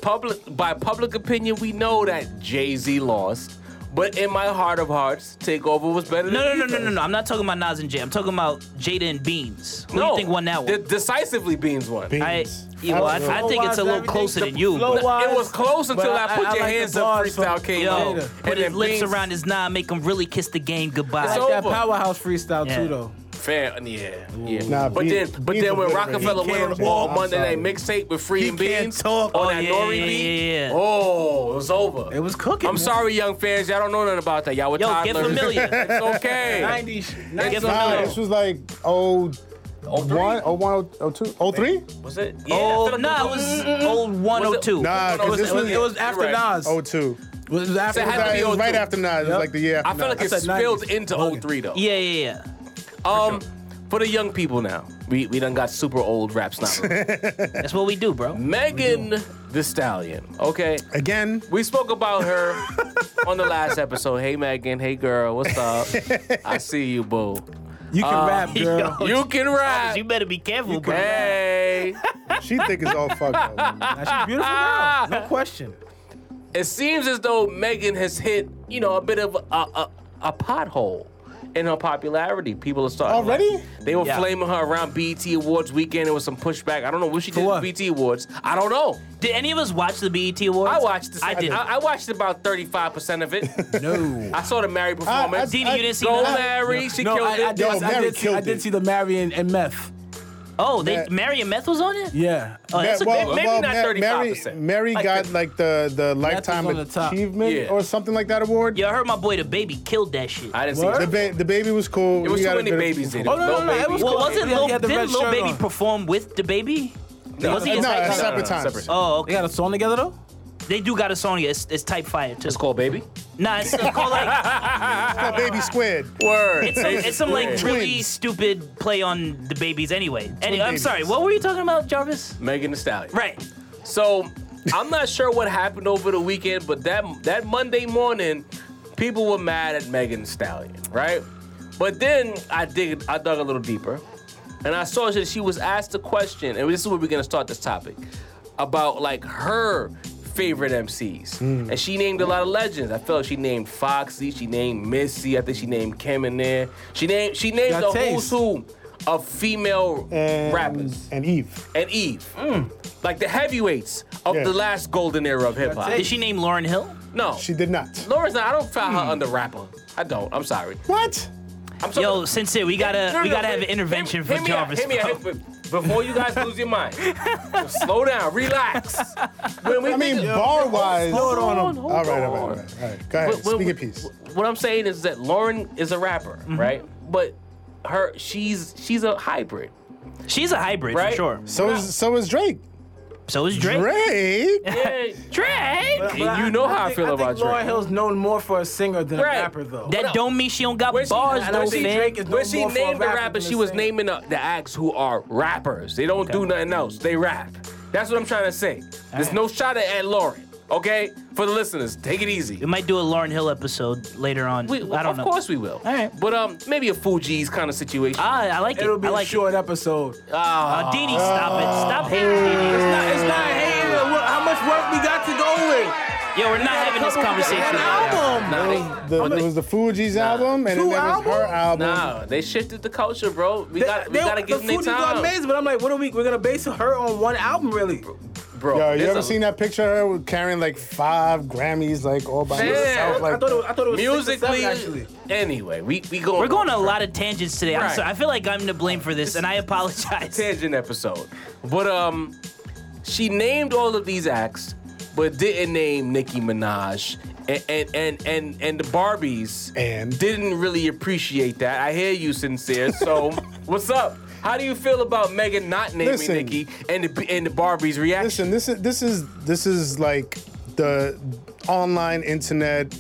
[SPEAKER 2] Public by public opinion, we know that Jay Z lost, but in my heart of hearts, Takeover was better.
[SPEAKER 1] No, no,
[SPEAKER 2] than
[SPEAKER 1] no, no,
[SPEAKER 2] either.
[SPEAKER 1] no, no. I'm not talking about Nas and Jay. I'm talking about Jada and Beans. Who do you think won that
[SPEAKER 2] de-
[SPEAKER 1] one?
[SPEAKER 2] decisively, Beans won.
[SPEAKER 1] I,
[SPEAKER 3] Beans.
[SPEAKER 1] yeah, well, I,
[SPEAKER 3] don't know.
[SPEAKER 1] I think it's a little
[SPEAKER 5] Everything,
[SPEAKER 1] closer
[SPEAKER 5] the
[SPEAKER 1] than you.
[SPEAKER 5] flow
[SPEAKER 1] but-
[SPEAKER 5] wise,
[SPEAKER 2] It was close until
[SPEAKER 5] <laughs> but
[SPEAKER 2] I, put your
[SPEAKER 5] like the
[SPEAKER 2] hands up.
[SPEAKER 5] bars
[SPEAKER 2] Freestyle
[SPEAKER 5] from-
[SPEAKER 2] came
[SPEAKER 1] yo,
[SPEAKER 2] out,
[SPEAKER 5] Jada.
[SPEAKER 1] put
[SPEAKER 2] and
[SPEAKER 1] his
[SPEAKER 2] then
[SPEAKER 1] lips
[SPEAKER 2] Beans,
[SPEAKER 1] around his nine, make him really kiss the game goodbye.
[SPEAKER 2] It's
[SPEAKER 5] Like that
[SPEAKER 2] over.
[SPEAKER 5] powerhouse freestyle
[SPEAKER 1] Yeah.
[SPEAKER 5] too though.
[SPEAKER 2] Fan, yeah, yeah.
[SPEAKER 3] Nah,
[SPEAKER 2] but
[SPEAKER 3] Beans-
[SPEAKER 2] then, but
[SPEAKER 3] Beans
[SPEAKER 2] then when
[SPEAKER 3] obliterated.
[SPEAKER 2] Rockefeller
[SPEAKER 5] He
[SPEAKER 2] went
[SPEAKER 5] can't
[SPEAKER 2] on all
[SPEAKER 5] talk.
[SPEAKER 2] Monday
[SPEAKER 5] I'm
[SPEAKER 2] night mixtape with Free
[SPEAKER 5] He
[SPEAKER 2] and
[SPEAKER 5] can't
[SPEAKER 2] Beans
[SPEAKER 5] talk.
[SPEAKER 2] on
[SPEAKER 5] Oh,
[SPEAKER 2] that
[SPEAKER 1] yeah,
[SPEAKER 2] Nori
[SPEAKER 1] yeah,
[SPEAKER 2] beat.
[SPEAKER 1] yeah, yeah.
[SPEAKER 2] Oh, it was over.
[SPEAKER 5] It was cooking.
[SPEAKER 2] I'm
[SPEAKER 5] man.
[SPEAKER 2] sorry, young fans. Y'all don't know nothing about that. Y'all were
[SPEAKER 1] Yo, get
[SPEAKER 2] toddlers.
[SPEAKER 1] familiar.
[SPEAKER 2] <laughs> it's okay.
[SPEAKER 5] 90s.
[SPEAKER 2] It's
[SPEAKER 5] 90s.
[SPEAKER 3] Nah,
[SPEAKER 2] okay.
[SPEAKER 3] this was like oh one, oh one, oh two, oh three.
[SPEAKER 2] Was it? Yeah,
[SPEAKER 1] Oh, no,
[SPEAKER 2] I feel
[SPEAKER 1] nah,
[SPEAKER 2] like
[SPEAKER 1] it was oh old
[SPEAKER 2] Was
[SPEAKER 1] 102.
[SPEAKER 2] it-
[SPEAKER 3] Nah,
[SPEAKER 2] no, no,
[SPEAKER 3] because this
[SPEAKER 5] It was,
[SPEAKER 3] was
[SPEAKER 5] it was after
[SPEAKER 2] You're right.
[SPEAKER 5] Nas.
[SPEAKER 3] oh two.
[SPEAKER 5] It was after
[SPEAKER 2] So it had
[SPEAKER 5] Nas.
[SPEAKER 2] to be
[SPEAKER 3] It was right
[SPEAKER 2] 02.
[SPEAKER 3] after Nas. It was
[SPEAKER 5] Yep.
[SPEAKER 3] like the year after.
[SPEAKER 2] I feel like
[SPEAKER 5] I
[SPEAKER 2] it
[SPEAKER 5] said
[SPEAKER 2] spilled
[SPEAKER 5] 90s.
[SPEAKER 2] into
[SPEAKER 5] Bugging.
[SPEAKER 2] 03 though.
[SPEAKER 1] Yeah, yeah, yeah.
[SPEAKER 2] Um, for the young people now, we we done got super old raps
[SPEAKER 5] <laughs>
[SPEAKER 2] now.
[SPEAKER 1] That's what we do, bro.
[SPEAKER 2] Megan the Stallion. Okay,
[SPEAKER 3] again.
[SPEAKER 2] we spoke about her on the last episode. Hey Megan, hey girl, what's up? I see you, boo.
[SPEAKER 5] You can
[SPEAKER 2] Uh, <laughs>
[SPEAKER 5] rap, girl.
[SPEAKER 1] Yo,
[SPEAKER 2] You can
[SPEAKER 1] you
[SPEAKER 2] rap.
[SPEAKER 1] better be careful, bro.
[SPEAKER 2] Hey,
[SPEAKER 3] She think it's all fucked up.
[SPEAKER 5] Now, she's beautiful
[SPEAKER 2] <laughs>
[SPEAKER 5] girl. No question.
[SPEAKER 2] it seems as though Megan has hit you know a bit of a a, a pothole. In her popularity, people are starting. to like-
[SPEAKER 3] Already?
[SPEAKER 2] they were
[SPEAKER 1] Yeah.
[SPEAKER 2] flaming her around BET Awards weekend. It was some pushback. I don't know what she did
[SPEAKER 5] what?
[SPEAKER 2] with BET Awards. I don't know.
[SPEAKER 1] Did any of us watch the BET Awards?
[SPEAKER 2] I watched the
[SPEAKER 1] I did.
[SPEAKER 2] I, I watched about 35% of it.
[SPEAKER 5] No.
[SPEAKER 2] I saw the Mary performance.
[SPEAKER 3] I-
[SPEAKER 1] Dini, you didn't see
[SPEAKER 2] Go
[SPEAKER 1] that?
[SPEAKER 2] Mary, she
[SPEAKER 5] no,
[SPEAKER 2] killed
[SPEAKER 5] I,
[SPEAKER 2] it.
[SPEAKER 5] I, did,
[SPEAKER 3] Yo,
[SPEAKER 5] I,
[SPEAKER 3] Mary
[SPEAKER 5] did see, I
[SPEAKER 3] killed
[SPEAKER 5] did
[SPEAKER 3] it.
[SPEAKER 5] see the Marion and Meth.
[SPEAKER 1] Oh, they
[SPEAKER 3] Matt-
[SPEAKER 1] Mary and Meth was on it.
[SPEAKER 5] Yeah.
[SPEAKER 2] Uh,
[SPEAKER 1] Oh, that's a
[SPEAKER 2] well,
[SPEAKER 1] great.
[SPEAKER 2] maybe not
[SPEAKER 3] Ma- Mary,
[SPEAKER 2] 35%.
[SPEAKER 3] Mary
[SPEAKER 2] Like
[SPEAKER 3] got
[SPEAKER 2] the-
[SPEAKER 3] like the the lifetime
[SPEAKER 5] on the top.
[SPEAKER 3] achievement
[SPEAKER 2] Yeah.
[SPEAKER 3] or something like that award.
[SPEAKER 1] Yo, I heard my boy the baby killed that shit.
[SPEAKER 2] I didn't see
[SPEAKER 5] What?
[SPEAKER 2] it.
[SPEAKER 3] The, ba- the baby was cool.
[SPEAKER 2] It was too
[SPEAKER 3] We got a
[SPEAKER 2] many
[SPEAKER 3] good-
[SPEAKER 2] babies in it.
[SPEAKER 5] Oh, no, no, no, it
[SPEAKER 2] baby.
[SPEAKER 5] was
[SPEAKER 1] well,
[SPEAKER 5] cool.
[SPEAKER 1] wasn't
[SPEAKER 5] He had-
[SPEAKER 1] Lil,
[SPEAKER 5] he had the
[SPEAKER 1] didn't
[SPEAKER 5] red
[SPEAKER 1] Lil
[SPEAKER 5] shirt
[SPEAKER 1] Baby
[SPEAKER 5] on.
[SPEAKER 1] perform with the baby?
[SPEAKER 2] No,
[SPEAKER 1] was he
[SPEAKER 2] no,
[SPEAKER 1] his
[SPEAKER 2] no,
[SPEAKER 1] type
[SPEAKER 2] no,
[SPEAKER 1] fighter?
[SPEAKER 3] separate times.
[SPEAKER 1] Oh,
[SPEAKER 5] They
[SPEAKER 1] okay.
[SPEAKER 5] got a song together though?
[SPEAKER 1] They do got a song. yeah, It's, it's type fire too.
[SPEAKER 2] It's called Baby.
[SPEAKER 1] Nah, it's called like
[SPEAKER 3] That baby squid.
[SPEAKER 2] Word.
[SPEAKER 1] it's some, it's some like really
[SPEAKER 3] Twins.
[SPEAKER 1] stupid play on the babies. Anyway, Any, I'm
[SPEAKER 3] babies.
[SPEAKER 1] sorry. What were you talking about, Jarvis?
[SPEAKER 2] Megan Thee Stallion.
[SPEAKER 1] Right.
[SPEAKER 2] So I'm not sure what happened over the weekend, but that that Monday morning, people were mad at Megan Thee Stallion, right? But then I dig I dug a little deeper, and I saw that she was asked a question, and this is where we're gonna start this topic about like her favorite MCs,
[SPEAKER 5] Hmm.
[SPEAKER 2] and she named a lot of legends. I felt she named Foxy, she named Missy, I think she named Kim in there. She named she named
[SPEAKER 5] Got
[SPEAKER 2] the who's
[SPEAKER 5] taste.
[SPEAKER 2] who of female
[SPEAKER 3] And,
[SPEAKER 2] rappers
[SPEAKER 3] and Eve.
[SPEAKER 2] and Eve. Like the heavyweights of
[SPEAKER 3] Mm. Yeah.
[SPEAKER 2] the last golden era of hip hop.
[SPEAKER 1] Did she name Lauren Hill?
[SPEAKER 2] No.
[SPEAKER 3] She did Mm. not.
[SPEAKER 2] Lauren's not, I don't find her under rapper. I don't. I'm sorry.
[SPEAKER 3] What?
[SPEAKER 2] I'm sorry.
[SPEAKER 1] Yo, Sensei, we gotta
[SPEAKER 2] No, no,
[SPEAKER 1] we
[SPEAKER 2] no,
[SPEAKER 1] gotta have
[SPEAKER 2] wait.
[SPEAKER 1] an intervention
[SPEAKER 2] Hear-
[SPEAKER 1] for
[SPEAKER 2] hear me out,
[SPEAKER 1] Jarvis. Oh,
[SPEAKER 2] hear me
[SPEAKER 1] bro.
[SPEAKER 2] out, hear me- before you guys lose
[SPEAKER 1] <laughs>
[SPEAKER 2] your mind. Slow down, relax. When we
[SPEAKER 3] I mean,
[SPEAKER 2] think-
[SPEAKER 3] bar wise.
[SPEAKER 2] Hold on, hold
[SPEAKER 3] All right, all right,
[SPEAKER 2] on.
[SPEAKER 3] all right, all right. Go ahead.
[SPEAKER 2] What- what-
[SPEAKER 3] Speak in peace.
[SPEAKER 2] What I'm saying is that Lauren is a rapper,
[SPEAKER 1] Mm-hmm.
[SPEAKER 2] right? But her, she's she's a hybrid,
[SPEAKER 1] She's a hybrid
[SPEAKER 2] Right?
[SPEAKER 1] for sure.
[SPEAKER 3] So is so is Drake.
[SPEAKER 1] So is Drake.
[SPEAKER 3] Drake.
[SPEAKER 2] yeah, <laughs>
[SPEAKER 1] Drake.
[SPEAKER 2] And you know how I
[SPEAKER 5] think-
[SPEAKER 2] feel
[SPEAKER 5] I
[SPEAKER 2] about
[SPEAKER 5] think Lauryn
[SPEAKER 2] Drake.
[SPEAKER 5] Hill's known more for a singer than
[SPEAKER 2] Right.
[SPEAKER 5] a rapper, though.
[SPEAKER 1] That don't mean she don't got
[SPEAKER 2] Where she-
[SPEAKER 1] bars
[SPEAKER 2] I
[SPEAKER 1] though,
[SPEAKER 2] don't think
[SPEAKER 1] fam.
[SPEAKER 5] Drake is
[SPEAKER 2] When
[SPEAKER 5] known
[SPEAKER 2] she
[SPEAKER 5] more for a
[SPEAKER 2] named the
[SPEAKER 5] rapper
[SPEAKER 2] rapper,
[SPEAKER 5] than
[SPEAKER 2] she
[SPEAKER 5] a
[SPEAKER 2] was
[SPEAKER 5] singer.
[SPEAKER 2] naming the, the acts who are rappers. They don't do nothing else. They rap. That's what I'm trying to say. There's no shot at, at Lauren. Okay, for the listeners, take it easy.
[SPEAKER 1] We might do a Lauren Hill episode later on.
[SPEAKER 2] We,
[SPEAKER 1] I don't
[SPEAKER 2] of
[SPEAKER 1] know.
[SPEAKER 2] course we will.
[SPEAKER 1] All right.
[SPEAKER 2] But um, maybe a Fuji's kind of situation.
[SPEAKER 1] Ah, I like it.
[SPEAKER 5] It'll be
[SPEAKER 1] I
[SPEAKER 5] a
[SPEAKER 1] like
[SPEAKER 5] short episode.
[SPEAKER 2] Uh,
[SPEAKER 1] it. Uh, Didi, stop it. Stop hating Didi.
[SPEAKER 5] It's not, it's not hating. Look How much work we got to go with?
[SPEAKER 1] Yo, we're not having this conversation.
[SPEAKER 5] An
[SPEAKER 1] right now.
[SPEAKER 5] album.
[SPEAKER 2] nah, they,
[SPEAKER 3] The, it was the Fuji's album, and
[SPEAKER 5] Two
[SPEAKER 3] then there was her album.
[SPEAKER 2] nah, they shifted the culture, bro. We
[SPEAKER 5] They-
[SPEAKER 2] got we
[SPEAKER 5] they-
[SPEAKER 2] gotta
[SPEAKER 5] the
[SPEAKER 2] give them their
[SPEAKER 5] Fugees are
[SPEAKER 2] time,
[SPEAKER 5] amazing, but I'm like, what are we? We're gonna base her on one album, really?
[SPEAKER 2] bro.
[SPEAKER 3] Yo, you
[SPEAKER 2] it's
[SPEAKER 3] ever
[SPEAKER 2] a-
[SPEAKER 3] seen that picture of her with carrying like five Grammys, like all by
[SPEAKER 2] Yeah.
[SPEAKER 3] herself? Like,
[SPEAKER 5] I thought it was, I thought it was six or
[SPEAKER 2] Musically,
[SPEAKER 5] seven, actually.
[SPEAKER 2] anyway, we we go.
[SPEAKER 1] We're going on a lot of tangents today. I'm
[SPEAKER 2] Right.
[SPEAKER 1] sorry. I feel like I'm to blame for this, and I
[SPEAKER 2] <laughs>
[SPEAKER 1] apologize.
[SPEAKER 2] tangent episode. But um, she named all of these acts, but didn't name Nicki Minaj. And and and and, and the Barbies
[SPEAKER 3] And?
[SPEAKER 2] didn't really appreciate that. I hear you, sincere.
[SPEAKER 3] <laughs>
[SPEAKER 2] So what's up? How do you feel about Megan not naming
[SPEAKER 3] Listen.
[SPEAKER 2] Nicki and the and the Barbies' reaction?
[SPEAKER 3] Listen, this is this is this is like the online internet,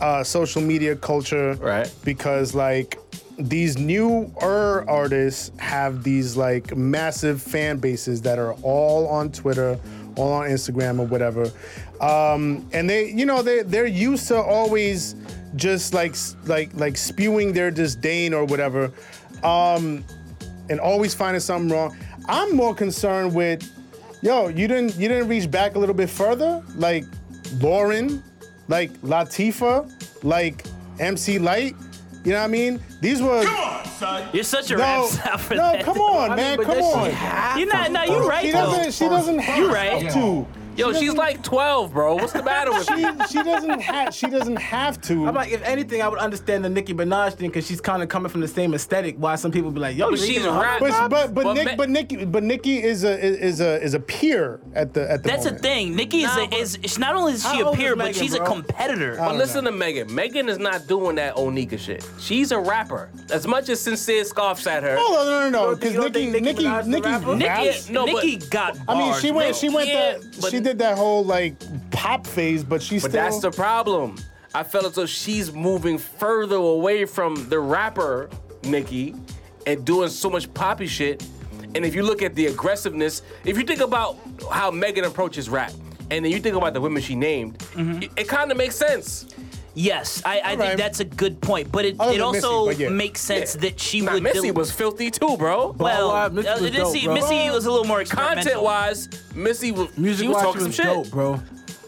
[SPEAKER 3] uh, social media culture,
[SPEAKER 2] Right.
[SPEAKER 3] Because like these newer artists have these like massive fan bases that are all on Twitter, all on Instagram or whatever, um, and they you know they they're used to always just like s- like like spewing their disdain or whatever. Um, and always finding something wrong. I'm more concerned with, yo, you didn't you didn't reach back a little bit further, like Lauren, like Latifa, like MC Light. You know what I mean? These were
[SPEAKER 1] You're such a rap <laughs>
[SPEAKER 3] no,
[SPEAKER 1] star for
[SPEAKER 3] no,
[SPEAKER 1] that.
[SPEAKER 3] come on,
[SPEAKER 5] I mean,
[SPEAKER 3] man,
[SPEAKER 5] but
[SPEAKER 3] come
[SPEAKER 5] that
[SPEAKER 3] on.
[SPEAKER 5] shit happened.
[SPEAKER 1] You're not. No, you're right
[SPEAKER 3] She
[SPEAKER 1] though.
[SPEAKER 3] doesn't. She doesn't have
[SPEAKER 1] You right.
[SPEAKER 3] to.
[SPEAKER 2] Yo, she's like 12, bro. What's the matter with
[SPEAKER 3] <laughs> She,
[SPEAKER 2] you?
[SPEAKER 3] she doesn't have. She doesn't have to.
[SPEAKER 5] I'm like, if anything, I would understand the Nicki Minaj thing because she's kind of coming from the same aesthetic. Why some people be like, yo,
[SPEAKER 2] But
[SPEAKER 5] you
[SPEAKER 2] she's
[SPEAKER 5] making a
[SPEAKER 2] rap.
[SPEAKER 3] but but but
[SPEAKER 2] But
[SPEAKER 3] Nick
[SPEAKER 2] ma-
[SPEAKER 3] but Nikki but Nikki is a is a is a peer at the at the.
[SPEAKER 1] That's the
[SPEAKER 3] moment.
[SPEAKER 1] thing. Nikki is,
[SPEAKER 2] Nah,
[SPEAKER 1] a,
[SPEAKER 2] but-
[SPEAKER 1] is is not only is she
[SPEAKER 5] How
[SPEAKER 1] a
[SPEAKER 5] old
[SPEAKER 1] peer,
[SPEAKER 5] is
[SPEAKER 1] but
[SPEAKER 5] Megan,
[SPEAKER 1] she's a
[SPEAKER 5] bro?
[SPEAKER 1] competitor.
[SPEAKER 2] But listen to Megan. Megan is not doing that Onika shit. She's a rapper. As much as Sincere scoffs at her.
[SPEAKER 3] No, no, no, no,
[SPEAKER 5] don't think-
[SPEAKER 3] because
[SPEAKER 5] you don't
[SPEAKER 3] Nikki,
[SPEAKER 5] think Nicki
[SPEAKER 3] Nikki,
[SPEAKER 5] Minaj's the
[SPEAKER 3] Nikki's
[SPEAKER 5] rapper?
[SPEAKER 3] rap-
[SPEAKER 1] Nikki,
[SPEAKER 2] no, but-
[SPEAKER 1] Nikki got.
[SPEAKER 3] I mean, she
[SPEAKER 1] bars,
[SPEAKER 3] went,
[SPEAKER 1] man.
[SPEAKER 3] she went
[SPEAKER 2] Yeah,
[SPEAKER 3] that,
[SPEAKER 2] but-
[SPEAKER 3] she did that whole like pop phase, but she
[SPEAKER 2] But
[SPEAKER 3] still.
[SPEAKER 2] that's the problem. I felt as though she's moving further away from the rapper Nikki and doing so much poppy shit. And if you look at the aggressiveness, if you think about how Megan approaches rap, and then you think about the women she named,
[SPEAKER 1] Mm-hmm.
[SPEAKER 2] it, it kind of makes sense.
[SPEAKER 1] Yes, I, I think
[SPEAKER 3] Alright.
[SPEAKER 1] that's a good point, but it,
[SPEAKER 3] Other
[SPEAKER 1] it
[SPEAKER 3] than
[SPEAKER 1] also
[SPEAKER 3] Missy, but yeah.
[SPEAKER 1] makes sense
[SPEAKER 2] Yeah.
[SPEAKER 1] that she
[SPEAKER 2] Now,
[SPEAKER 1] would.
[SPEAKER 2] Missy
[SPEAKER 1] del-
[SPEAKER 2] was filthy too, bro.
[SPEAKER 1] well.
[SPEAKER 5] Wow, Missy
[SPEAKER 1] uh,
[SPEAKER 5] was dope,
[SPEAKER 1] Missy,
[SPEAKER 5] bro.
[SPEAKER 1] Missy was a little more experimental.
[SPEAKER 2] Content wise, Missy was,
[SPEAKER 5] Music
[SPEAKER 2] she was
[SPEAKER 5] wise,
[SPEAKER 2] talking
[SPEAKER 5] was
[SPEAKER 2] some
[SPEAKER 5] dope,
[SPEAKER 2] shit.
[SPEAKER 5] bro.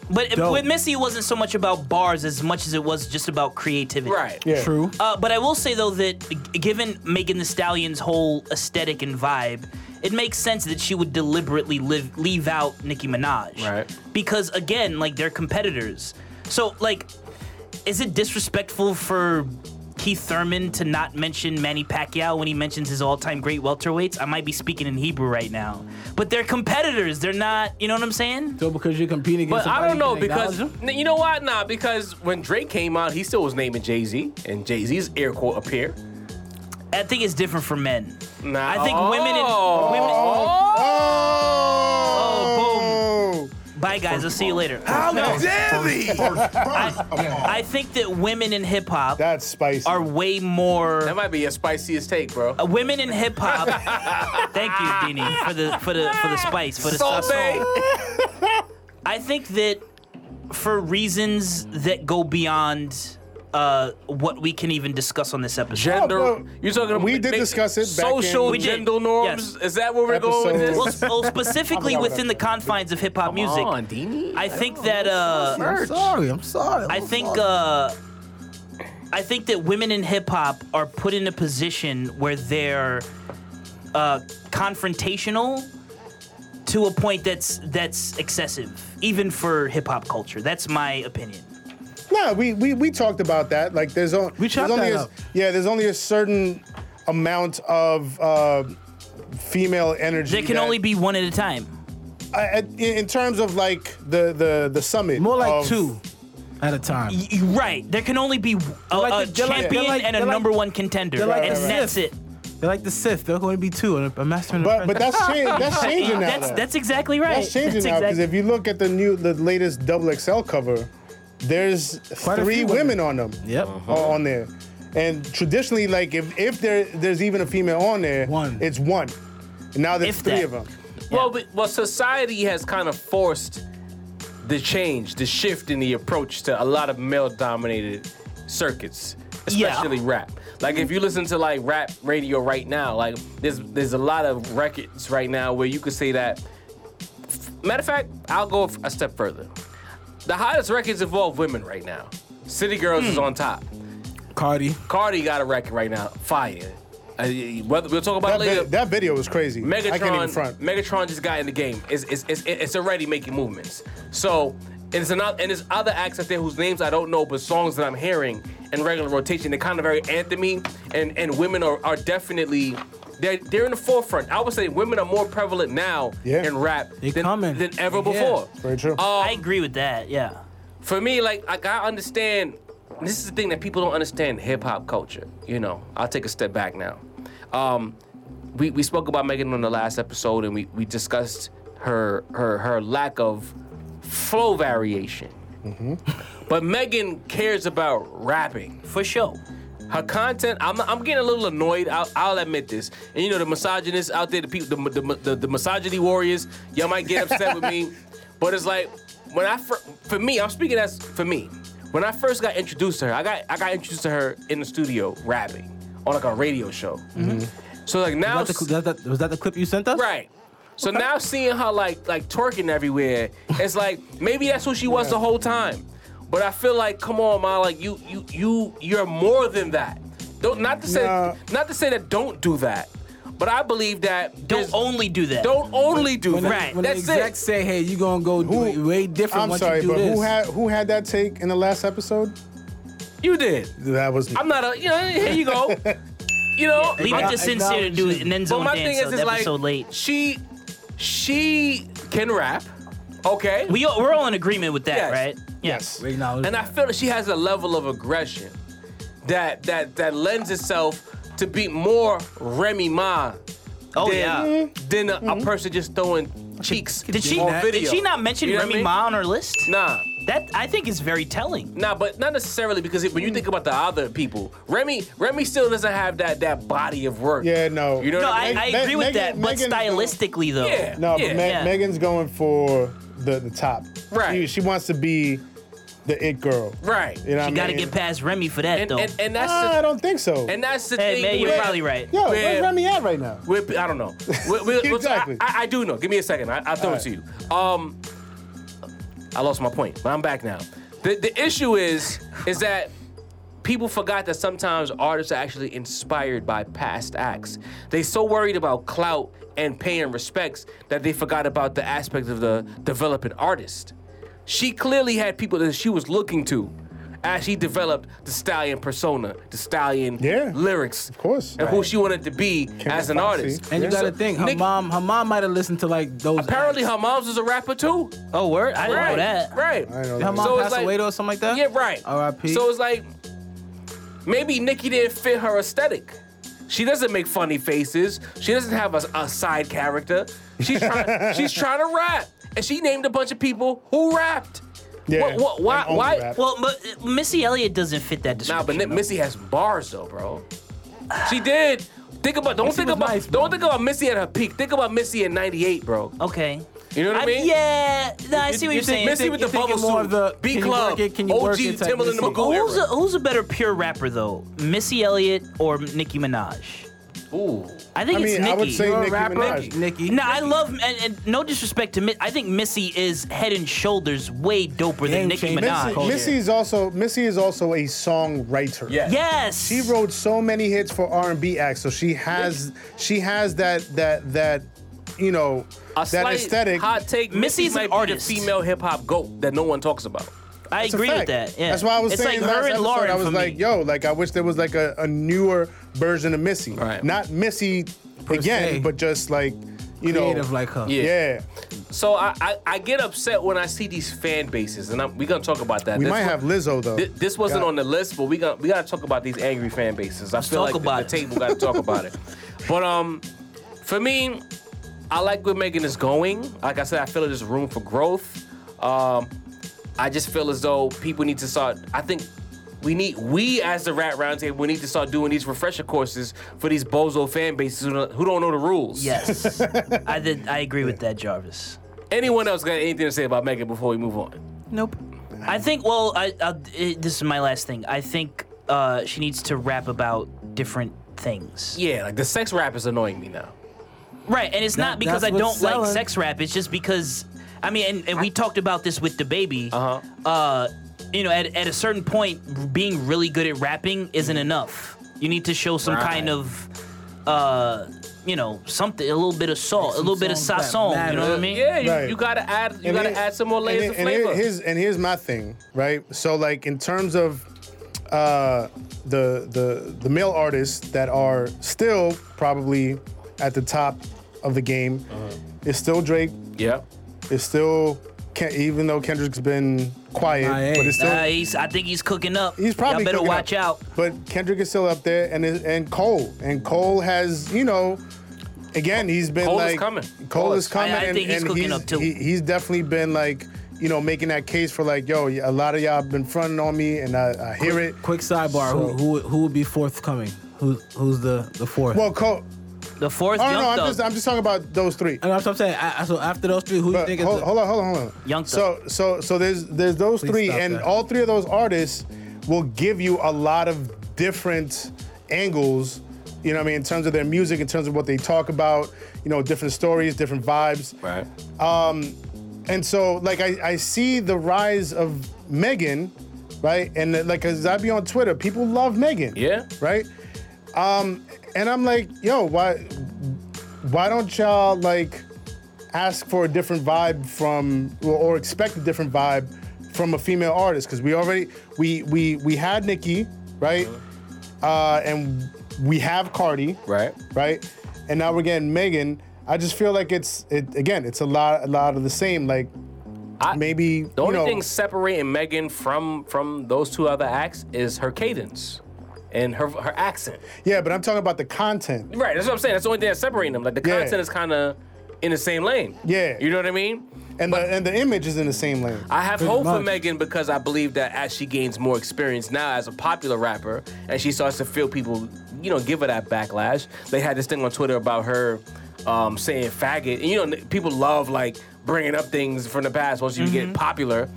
[SPEAKER 1] But
[SPEAKER 5] Dope.
[SPEAKER 1] with Missy, it wasn't so much about bars as much as it was just about creativity.
[SPEAKER 2] Right.
[SPEAKER 3] yeah.
[SPEAKER 5] True.
[SPEAKER 1] Uh, but I will say though that g- given Megan the Stallion's whole aesthetic and vibe, it makes sense that she would deliberately live, leave out Nicki Minaj.
[SPEAKER 2] Right.
[SPEAKER 1] Because again, like they're competitors. So like, is it disrespectful for Keith Thurman to not mention Manny Pacquiao when he mentions his all-time great welterweights? I might be speaking in Hebrew right now, but they're competitors. They're not. You know what I'm saying?
[SPEAKER 5] So because you're competing against
[SPEAKER 2] But I don't know
[SPEAKER 5] somebody, you can
[SPEAKER 2] because
[SPEAKER 5] acknowledge
[SPEAKER 2] n- you know why not? Because when Drake came out, he still was naming Jay Z, and Jay Z's air quote appear.
[SPEAKER 1] I think it's different for men.
[SPEAKER 2] Nah.
[SPEAKER 1] I think women and
[SPEAKER 2] Oh.
[SPEAKER 1] women.
[SPEAKER 3] Oh,
[SPEAKER 1] Bye guys. I'll see you later.
[SPEAKER 5] them.
[SPEAKER 1] I think that women in hip hop
[SPEAKER 3] That's spicy.
[SPEAKER 1] are way more.
[SPEAKER 2] <laughs> That might be your spiciest take, bro.
[SPEAKER 1] Uh, women in hip hop. thank you, Dini, for the for the for the spice for the
[SPEAKER 2] Salt Bae.
[SPEAKER 1] sazon. I think that for reasons that go beyond uh, what we can even discuss on this episode.
[SPEAKER 2] gender.
[SPEAKER 3] Oh, bro.
[SPEAKER 2] You're talking about
[SPEAKER 3] We did discuss it back in-
[SPEAKER 2] social
[SPEAKER 1] We did,
[SPEAKER 2] gender norms.
[SPEAKER 1] yes.
[SPEAKER 2] Is that where we're going with
[SPEAKER 3] Episode-
[SPEAKER 1] well,
[SPEAKER 2] this?
[SPEAKER 1] s- well, specifically
[SPEAKER 3] I'm about
[SPEAKER 1] within the
[SPEAKER 3] that.
[SPEAKER 1] confines of hip hop music.
[SPEAKER 2] on, Dini.
[SPEAKER 1] I think that uh,
[SPEAKER 5] I'm sorry. I'm sorry.
[SPEAKER 1] I
[SPEAKER 5] I'm
[SPEAKER 1] think
[SPEAKER 5] sorry.
[SPEAKER 1] uh, I think that women in hip hop are put in a position where they're uh, confrontational to a point that's that's excessive, even for hip hop culture. That's my opinion.
[SPEAKER 3] No, we, we we talked about that. Like, there's, on,
[SPEAKER 5] We
[SPEAKER 3] there's
[SPEAKER 5] chopped
[SPEAKER 3] only
[SPEAKER 5] that
[SPEAKER 3] a,
[SPEAKER 5] up.
[SPEAKER 3] yeah, there's only a certain amount of uh, female energy.
[SPEAKER 1] There can
[SPEAKER 3] that-
[SPEAKER 1] only be one at a time.
[SPEAKER 3] I- I- in in terms of like the the the summit.
[SPEAKER 5] More like
[SPEAKER 3] of-
[SPEAKER 5] two at a time.
[SPEAKER 1] Y- y- Right. There can only be a,
[SPEAKER 5] like
[SPEAKER 1] a
[SPEAKER 5] the- they're like-
[SPEAKER 1] champion
[SPEAKER 5] they're like-
[SPEAKER 1] and a
[SPEAKER 5] they're like-
[SPEAKER 1] number one contender,
[SPEAKER 5] they're like
[SPEAKER 1] and
[SPEAKER 5] the
[SPEAKER 1] that's it.
[SPEAKER 5] They're like the Sith. They're going to be two, and a, a master and a
[SPEAKER 3] But but
[SPEAKER 5] apprentice.
[SPEAKER 3] that's changing. That's
[SPEAKER 1] <laughs>
[SPEAKER 3] changing now.
[SPEAKER 1] That's
[SPEAKER 3] though.
[SPEAKER 1] that's exactly right.
[SPEAKER 3] That's changing now because
[SPEAKER 1] exact-
[SPEAKER 3] if you look at the new the latest double XL cover, there's
[SPEAKER 5] Quite a
[SPEAKER 3] three
[SPEAKER 5] few
[SPEAKER 3] women
[SPEAKER 5] women.
[SPEAKER 3] on them.
[SPEAKER 5] Yep.
[SPEAKER 3] o- on there. And traditionally, like if if there there's even a female on there,
[SPEAKER 5] One.
[SPEAKER 3] it's one. And now there's
[SPEAKER 1] If
[SPEAKER 3] three
[SPEAKER 1] that.
[SPEAKER 3] of them.
[SPEAKER 2] Well, but, well, society has kind of forced the change, the shift in the approach to a lot of male-dominated circuits,
[SPEAKER 1] Yeah.
[SPEAKER 2] especially rap. Like if you listen to like rap radio right now, like there's there's a lot of records right now where you could say that. Matter of fact, I'll go a step further. The hottest records involve women right now. City Girls is on top.
[SPEAKER 5] Cardi.
[SPEAKER 2] Cardi got a record right now, fire. Uh, whether we'll talk about
[SPEAKER 3] That,
[SPEAKER 2] it later.
[SPEAKER 3] vid- that video was crazy. I can't even
[SPEAKER 2] Megatron,
[SPEAKER 3] front.
[SPEAKER 2] Megatron just got in the game. It's, it's, it's, it's already making movements. So, and it's another, and there's other acts out there whose names I don't know, but songs that I'm hearing in regular rotation, they're kind of very anthemy, and, and women are, are definitely, they're, they're in the forefront. I would say women are more prevalent now
[SPEAKER 3] Yeah.
[SPEAKER 2] in rap
[SPEAKER 5] They
[SPEAKER 2] than,
[SPEAKER 5] coming.
[SPEAKER 2] than ever
[SPEAKER 5] Yeah.
[SPEAKER 2] before.
[SPEAKER 3] Very true.
[SPEAKER 1] I agree with that. Yeah.
[SPEAKER 2] For me, like, like I understand, this is the thing that people don't understand hip hop culture. You know, I'll take a step back now. Um, we, we spoke about Megan on the last episode and we, we discussed her her her lack of flow variation. But Megan cares about rapping.
[SPEAKER 1] For sure.
[SPEAKER 2] Her content, I'm, I'm getting a little annoyed. I'll, I'll admit this. And you know, the misogynists out there, the people, the, the, the, the misogyny warriors, y'all might get upset with
[SPEAKER 5] <laughs>
[SPEAKER 2] me. But it's like, when I, fir- for me, I'm speaking as for me. When I first got introduced to her, I got, I got introduced to her in the studio rapping on like a radio show. So like now,
[SPEAKER 5] Was that, Mm-hmm. the, that, that, was that the clip you sent us?
[SPEAKER 2] Right. So now seeing her like like twerking everywhere, it's like maybe that's who she was the whole time. But I feel like, come on, ma, like you you you you're more than that. Don't not to say
[SPEAKER 3] Nah.
[SPEAKER 2] not to say that don't do that, but I believe that
[SPEAKER 1] Don't
[SPEAKER 2] there's-
[SPEAKER 1] only do that.
[SPEAKER 2] don't only do that.
[SPEAKER 1] right.
[SPEAKER 5] When the
[SPEAKER 2] that's
[SPEAKER 5] execs
[SPEAKER 2] it.
[SPEAKER 5] say, "Hey, you gonna go do it way different
[SPEAKER 3] I'm
[SPEAKER 5] once
[SPEAKER 3] sorry,
[SPEAKER 5] you do
[SPEAKER 3] but
[SPEAKER 5] this."
[SPEAKER 3] who had who had that take in the last episode?
[SPEAKER 2] You did.
[SPEAKER 3] That was
[SPEAKER 2] I'm not a you know. Here
[SPEAKER 1] <laughs>
[SPEAKER 2] you go. You know.
[SPEAKER 1] Leave it
[SPEAKER 5] Acknowledge-
[SPEAKER 1] to sincere to do it and then
[SPEAKER 2] But
[SPEAKER 1] zone
[SPEAKER 2] my
[SPEAKER 1] dance.
[SPEAKER 2] thing is,
[SPEAKER 1] so
[SPEAKER 2] is
[SPEAKER 1] the
[SPEAKER 2] like
[SPEAKER 1] episode late.
[SPEAKER 2] she she can rap. Okay.
[SPEAKER 1] We all, we're all in agreement with that,
[SPEAKER 2] Yes.
[SPEAKER 1] right?
[SPEAKER 3] Yes.
[SPEAKER 5] Wait, no,
[SPEAKER 2] and I feel that she has a level of aggression that that that lends itself to be more Remy Ma
[SPEAKER 1] Oh
[SPEAKER 2] than,
[SPEAKER 1] yeah.
[SPEAKER 2] than a, a person just throwing cheeks.
[SPEAKER 1] Did Mm-hmm. she
[SPEAKER 2] on video.
[SPEAKER 1] did she not mention
[SPEAKER 2] You know what I
[SPEAKER 1] Remy
[SPEAKER 2] mean?
[SPEAKER 1] Ma on her list?
[SPEAKER 2] Nah.
[SPEAKER 1] That I think is very telling.
[SPEAKER 2] Nah, but not necessarily because it, when you think about the other people, Remy Remy still doesn't have that that body of work.
[SPEAKER 3] Yeah, no.
[SPEAKER 2] You know
[SPEAKER 1] No,
[SPEAKER 2] what
[SPEAKER 1] I,
[SPEAKER 2] mean?
[SPEAKER 1] I
[SPEAKER 3] Me-
[SPEAKER 1] agree with that,
[SPEAKER 3] Megan-
[SPEAKER 1] but
[SPEAKER 3] Megan-
[SPEAKER 1] stylistically though.
[SPEAKER 2] yeah.
[SPEAKER 3] No,
[SPEAKER 2] yeah.
[SPEAKER 3] but Me-
[SPEAKER 1] Yeah.
[SPEAKER 3] Megan's going for the the top.
[SPEAKER 2] Right.
[SPEAKER 3] She, she wants to be the it girl.
[SPEAKER 2] right.
[SPEAKER 3] You know
[SPEAKER 1] You
[SPEAKER 3] what I
[SPEAKER 1] gotta
[SPEAKER 3] mean?
[SPEAKER 1] get past Remy for that
[SPEAKER 2] And,
[SPEAKER 1] though.
[SPEAKER 2] and and that's
[SPEAKER 3] Ah, I
[SPEAKER 2] the,
[SPEAKER 3] don't think so.
[SPEAKER 2] and that's the
[SPEAKER 1] hey
[SPEAKER 2] thing.
[SPEAKER 1] man, you're
[SPEAKER 2] where-
[SPEAKER 1] probably right.
[SPEAKER 3] Yo,
[SPEAKER 2] Man.
[SPEAKER 3] where's Remy at right now?
[SPEAKER 2] We're, I don't know. We're,
[SPEAKER 3] <laughs>
[SPEAKER 2] we're,
[SPEAKER 3] Exactly.
[SPEAKER 2] I, I, I do know. Give me a second. I, I'll throw it to you. Um, I lost my point, but I'm back now. The, the issue is is that people forgot that sometimes artists are actually inspired by past acts. They so worried about clout and pay and respects that they forgot about the aspect of the developing artist. She clearly had people that she was looking to as she developed the stallion persona, the stallion
[SPEAKER 3] Yeah.
[SPEAKER 2] lyrics, of
[SPEAKER 3] course.
[SPEAKER 2] and who she wanted to be as an
[SPEAKER 3] Foxy.
[SPEAKER 2] artist.
[SPEAKER 5] And you
[SPEAKER 2] So
[SPEAKER 5] gotta think, her
[SPEAKER 2] Nick-
[SPEAKER 5] mom, her mom might have listened to like those.
[SPEAKER 2] Apparently,
[SPEAKER 5] acts.
[SPEAKER 2] her mom's is a rapper too.
[SPEAKER 1] Oh word? I didn't
[SPEAKER 2] right.
[SPEAKER 1] know that.
[SPEAKER 2] Right.
[SPEAKER 3] I know
[SPEAKER 5] Did her
[SPEAKER 3] that.
[SPEAKER 5] mom
[SPEAKER 2] So it's
[SPEAKER 5] passed
[SPEAKER 2] like-
[SPEAKER 5] away or something like that.
[SPEAKER 2] Yeah, right.
[SPEAKER 5] R.I.P.
[SPEAKER 2] So it's like maybe Nikki didn't fit her aesthetic. She doesn't make funny faces. She doesn't have a, a side character. She's
[SPEAKER 3] <laughs>
[SPEAKER 2] trying. she's trying to rap, and she named a bunch of people who rapped.
[SPEAKER 3] Yeah,
[SPEAKER 2] What, what, why?
[SPEAKER 3] and only
[SPEAKER 2] Why?
[SPEAKER 3] rap.
[SPEAKER 1] Well, but uh, Missy Elliott doesn't fit that
[SPEAKER 2] Nah, but
[SPEAKER 1] description.
[SPEAKER 2] Ni- Missy has bars though, bro. She did. Think about. Don't
[SPEAKER 5] Missy
[SPEAKER 2] think
[SPEAKER 5] was
[SPEAKER 2] about.
[SPEAKER 5] nice, bro.
[SPEAKER 2] don't think about Missy at her peak. Think about Missy in '98, bro.
[SPEAKER 1] okay.
[SPEAKER 2] You know what I, mean?
[SPEAKER 1] Yeah, no, I see what
[SPEAKER 5] you
[SPEAKER 1] you're
[SPEAKER 5] think
[SPEAKER 1] saying.
[SPEAKER 2] Missy
[SPEAKER 5] think-
[SPEAKER 2] with
[SPEAKER 5] you
[SPEAKER 2] the
[SPEAKER 5] thinking
[SPEAKER 2] bubble
[SPEAKER 5] more
[SPEAKER 2] suit,
[SPEAKER 5] of the,
[SPEAKER 2] B
[SPEAKER 5] can you
[SPEAKER 2] Club,
[SPEAKER 5] work it, can you work
[SPEAKER 2] OG
[SPEAKER 5] it type
[SPEAKER 2] Timbaland
[SPEAKER 5] of
[SPEAKER 2] and
[SPEAKER 5] thing.
[SPEAKER 2] Magoo.
[SPEAKER 1] Who's a, who's a better pure rapper though, Missy Elliott or Nicki Minaj?
[SPEAKER 2] Ooh.
[SPEAKER 1] I think
[SPEAKER 3] I
[SPEAKER 1] it's
[SPEAKER 3] mean,
[SPEAKER 1] Nicki.
[SPEAKER 3] I would say
[SPEAKER 5] You're
[SPEAKER 3] Nicki
[SPEAKER 5] a rapper,
[SPEAKER 3] Minaj.
[SPEAKER 5] Nicki.
[SPEAKER 1] No, I love and, and no disrespect to Missy. I think Missy is head and shoulders way doper than
[SPEAKER 5] Game
[SPEAKER 1] Nicki
[SPEAKER 5] changer.
[SPEAKER 1] Minaj.
[SPEAKER 3] Missy, Missy is also Missy is also a songwriter.
[SPEAKER 2] Yeah.
[SPEAKER 1] Yes.
[SPEAKER 3] She wrote so many hits for R and B acts, so she has she has that that that you know
[SPEAKER 2] a
[SPEAKER 3] that
[SPEAKER 2] slight
[SPEAKER 3] aesthetic.
[SPEAKER 2] hot take.
[SPEAKER 1] Missy's
[SPEAKER 2] Missy's
[SPEAKER 1] an
[SPEAKER 2] might
[SPEAKER 1] artist.
[SPEAKER 2] be the female hip hop goat that no one talks about.
[SPEAKER 1] I
[SPEAKER 3] It's a
[SPEAKER 1] agree with
[SPEAKER 3] fact.
[SPEAKER 1] that. Yeah.
[SPEAKER 3] That's why I was
[SPEAKER 1] it's
[SPEAKER 3] saying
[SPEAKER 1] like
[SPEAKER 3] last
[SPEAKER 1] her and
[SPEAKER 3] episode,
[SPEAKER 1] Lauren
[SPEAKER 3] I was
[SPEAKER 1] for
[SPEAKER 3] like,
[SPEAKER 1] me.
[SPEAKER 3] yo, like I wish there was like a, a newer version of Missy.
[SPEAKER 2] Right.
[SPEAKER 3] Not Missy again,
[SPEAKER 5] se.
[SPEAKER 3] but just like, you
[SPEAKER 5] Creative
[SPEAKER 3] know.
[SPEAKER 5] like her.
[SPEAKER 2] Yeah.
[SPEAKER 3] yeah.
[SPEAKER 2] So I, I, I get upset when I see these fan bases, and I'm, we're gonna talk about that.
[SPEAKER 3] We
[SPEAKER 2] This
[SPEAKER 3] might
[SPEAKER 2] wa-
[SPEAKER 3] have Lizzo though.
[SPEAKER 2] thi- this wasn't
[SPEAKER 3] God.
[SPEAKER 2] on the list, but we got we gotta talk about these angry fan bases. I feel
[SPEAKER 1] talk
[SPEAKER 2] like the-
[SPEAKER 1] about
[SPEAKER 2] the
[SPEAKER 1] it.
[SPEAKER 2] table gotta
[SPEAKER 1] <laughs>
[SPEAKER 2] talk about it. But um, for me, I like where Megan is going. Like I said, I feel there's room for growth. Um, I just feel as though people need to start. I think we need we as the Rat Roundtable we need to start doing these refresher courses for these bozo fan bases who don't, who don't know the rules.
[SPEAKER 3] <laughs>
[SPEAKER 1] Yes, I did. I agree with that, Jarvis.
[SPEAKER 2] Anyone else got anything to say about Megan before we move on?
[SPEAKER 5] Nope.
[SPEAKER 1] I think. Well, I, I it, this is my last thing. I think uh, she needs to rap about different things.
[SPEAKER 2] Yeah, like the sex rap is annoying me now.
[SPEAKER 1] Right, and it's not because I
[SPEAKER 5] that's what's
[SPEAKER 1] don't like
[SPEAKER 5] selling.
[SPEAKER 1] sex rap. It's just because I mean, and, and we talked about this with the baby. Uh-huh. You know, at at a certain point, being really good at rapping isn't enough. You need to show some kind
[SPEAKER 2] Right.
[SPEAKER 1] of. Uh, you know, something, a little bit of salt, a little bit of
[SPEAKER 5] songs that
[SPEAKER 1] sazon. You know what I
[SPEAKER 5] matter.
[SPEAKER 1] mean?
[SPEAKER 2] Yeah, you,
[SPEAKER 3] Right.
[SPEAKER 2] you gotta add you
[SPEAKER 3] And
[SPEAKER 2] gotta
[SPEAKER 3] here-
[SPEAKER 2] add some more
[SPEAKER 3] and
[SPEAKER 2] layers
[SPEAKER 3] here-
[SPEAKER 2] of
[SPEAKER 3] and here-
[SPEAKER 2] flavor.
[SPEAKER 3] here's and here's my thing, right? So like in terms of uh, the the the male artists that are still probably at the top of the game,
[SPEAKER 5] Uh-huh.
[SPEAKER 3] it's still Drake,
[SPEAKER 2] yeah.
[SPEAKER 3] it's still Ken, even though Kendrick's been quiet,
[SPEAKER 5] Nah, he
[SPEAKER 3] but
[SPEAKER 5] ain't.
[SPEAKER 3] it's still
[SPEAKER 1] Nah, Uh, he's, I think he's cooking up.
[SPEAKER 3] He's probably
[SPEAKER 1] Y'all better
[SPEAKER 3] cooking
[SPEAKER 1] watch
[SPEAKER 3] up.
[SPEAKER 1] out.
[SPEAKER 3] But Kendrick is still up there, and is- and Cole and Cole has you know, again he's been
[SPEAKER 2] Cole is
[SPEAKER 3] like
[SPEAKER 2] coming.
[SPEAKER 3] Cole is coming.
[SPEAKER 1] I- I
[SPEAKER 3] and,
[SPEAKER 1] think he's
[SPEAKER 3] and
[SPEAKER 1] cooking up, too.
[SPEAKER 3] He, he's definitely been like you know making that case for like yo a lot of y'all been fronting on me, and I, I hear it.
[SPEAKER 5] Quick sidebar.
[SPEAKER 3] So-
[SPEAKER 5] who, who who would be forthcoming? Who who's the the fourth?
[SPEAKER 3] Well, Cole.
[SPEAKER 1] The fourth
[SPEAKER 3] Oh no,
[SPEAKER 1] young
[SPEAKER 3] no, I'm
[SPEAKER 1] thug.
[SPEAKER 3] just I'm just talking about those three.
[SPEAKER 5] and that's what I'm saying. I, I- so after those three, who you
[SPEAKER 3] But
[SPEAKER 5] think
[SPEAKER 3] hold,
[SPEAKER 5] is the,
[SPEAKER 3] hold on, hold on, hold on.
[SPEAKER 1] Young
[SPEAKER 3] so so so there's there's those
[SPEAKER 5] Please
[SPEAKER 3] three,
[SPEAKER 5] stop
[SPEAKER 3] and
[SPEAKER 5] that.
[SPEAKER 3] all three of those artists will give you a lot of different angles. You know what I mean? In terms of their music, in terms of what they talk about, you know, different stories, different vibes.
[SPEAKER 2] Right.
[SPEAKER 3] And so, like, I, I see the rise of Megan, right? And like, cause I be on Twitter, people love Megan.
[SPEAKER 2] Yeah.
[SPEAKER 3] Right. Um, and I'm like, yo, why, why don't y'all like ask for a different vibe from, or, or expect a different vibe from a female artist? Cause we already we we we had Nicki, right? Uh, and we have Cardi,
[SPEAKER 2] Right.
[SPEAKER 3] right? And now we're getting Megan. I just feel like it's it again. It's a lot, a lot of the same. Like
[SPEAKER 2] I,
[SPEAKER 3] maybe
[SPEAKER 2] the only
[SPEAKER 3] you know,
[SPEAKER 2] thing separating Megan from from those two other acts is her cadence and her her accent.
[SPEAKER 3] yeah. But I'm talking about the content.
[SPEAKER 2] Right. That's what I'm saying. That's the only thing that's separating them. Like the
[SPEAKER 3] Yeah.
[SPEAKER 2] content is kind of in the same lane.
[SPEAKER 3] Yeah.
[SPEAKER 2] You know what I mean?
[SPEAKER 3] And the and the image is in the same lane.
[SPEAKER 2] I have hope for
[SPEAKER 5] much.
[SPEAKER 2] Megan because I believe that as she gains more experience now as a popular rapper and she starts to feel people, you know, give her that backlash. They had this thing on Twitter about her um, saying faggot. And, you know, n- people love like bringing up things from the past once you get popular.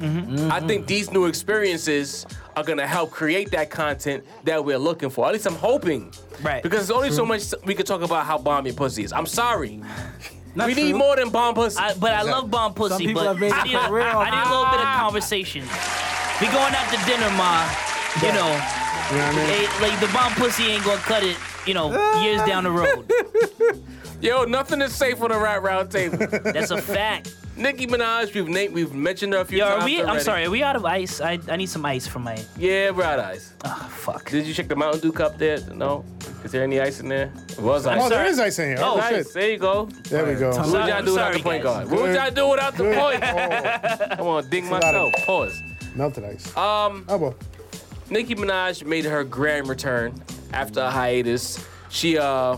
[SPEAKER 2] I think these new experiences are going to help create that content that we're looking for. At least I'm hoping.
[SPEAKER 1] Right.
[SPEAKER 2] Because there's only so much we could talk about how bomb your pussy is. I'm sorry. we need
[SPEAKER 5] true.
[SPEAKER 2] more than bomb pussy.
[SPEAKER 1] I, but I love bomb pussy.
[SPEAKER 5] people
[SPEAKER 1] But
[SPEAKER 5] have made
[SPEAKER 1] I
[SPEAKER 5] it
[SPEAKER 1] need, a,
[SPEAKER 5] real.
[SPEAKER 1] I need a little bit of conversation. We going out to dinner, ma. You know,
[SPEAKER 3] You know what I mean?
[SPEAKER 1] eh, like the bomb pussy ain't gonna cut it. You know, years down the
[SPEAKER 5] <laughs>
[SPEAKER 1] road.
[SPEAKER 2] Yo, nothing is safe on the Rat Round Table.
[SPEAKER 1] That's a fact.
[SPEAKER 2] Nicki Minaj, we've named, we've mentioned her a few
[SPEAKER 1] Yo,
[SPEAKER 2] times.
[SPEAKER 1] are we? I'm
[SPEAKER 2] already.
[SPEAKER 1] sorry. Are we out of ice? I, I need some ice for my.
[SPEAKER 2] Yeah, we're out of ice.
[SPEAKER 1] Oh, fuck.
[SPEAKER 2] Did you check the Mountain Dew cup there? No. Is there any ice in there? It was ice.
[SPEAKER 3] Oh, there
[SPEAKER 1] sorry.
[SPEAKER 3] is ice in here. Oh,
[SPEAKER 2] Nice.
[SPEAKER 3] shit.
[SPEAKER 2] There you go.
[SPEAKER 3] There we go.
[SPEAKER 2] What would
[SPEAKER 1] Sorry,
[SPEAKER 2] y'all
[SPEAKER 1] I'm
[SPEAKER 2] do without
[SPEAKER 1] sorry,
[SPEAKER 2] the point
[SPEAKER 1] guys.
[SPEAKER 2] guard? What would
[SPEAKER 3] Good.
[SPEAKER 2] y'all do without the
[SPEAKER 3] Good.
[SPEAKER 2] point?
[SPEAKER 3] Oh,
[SPEAKER 2] Come on, ding
[SPEAKER 3] a lot of-
[SPEAKER 2] myself. Pause.
[SPEAKER 3] <laughs> melted ice. Um. Oh well.
[SPEAKER 2] Nicki Minaj made her grand return after a hiatus. She uh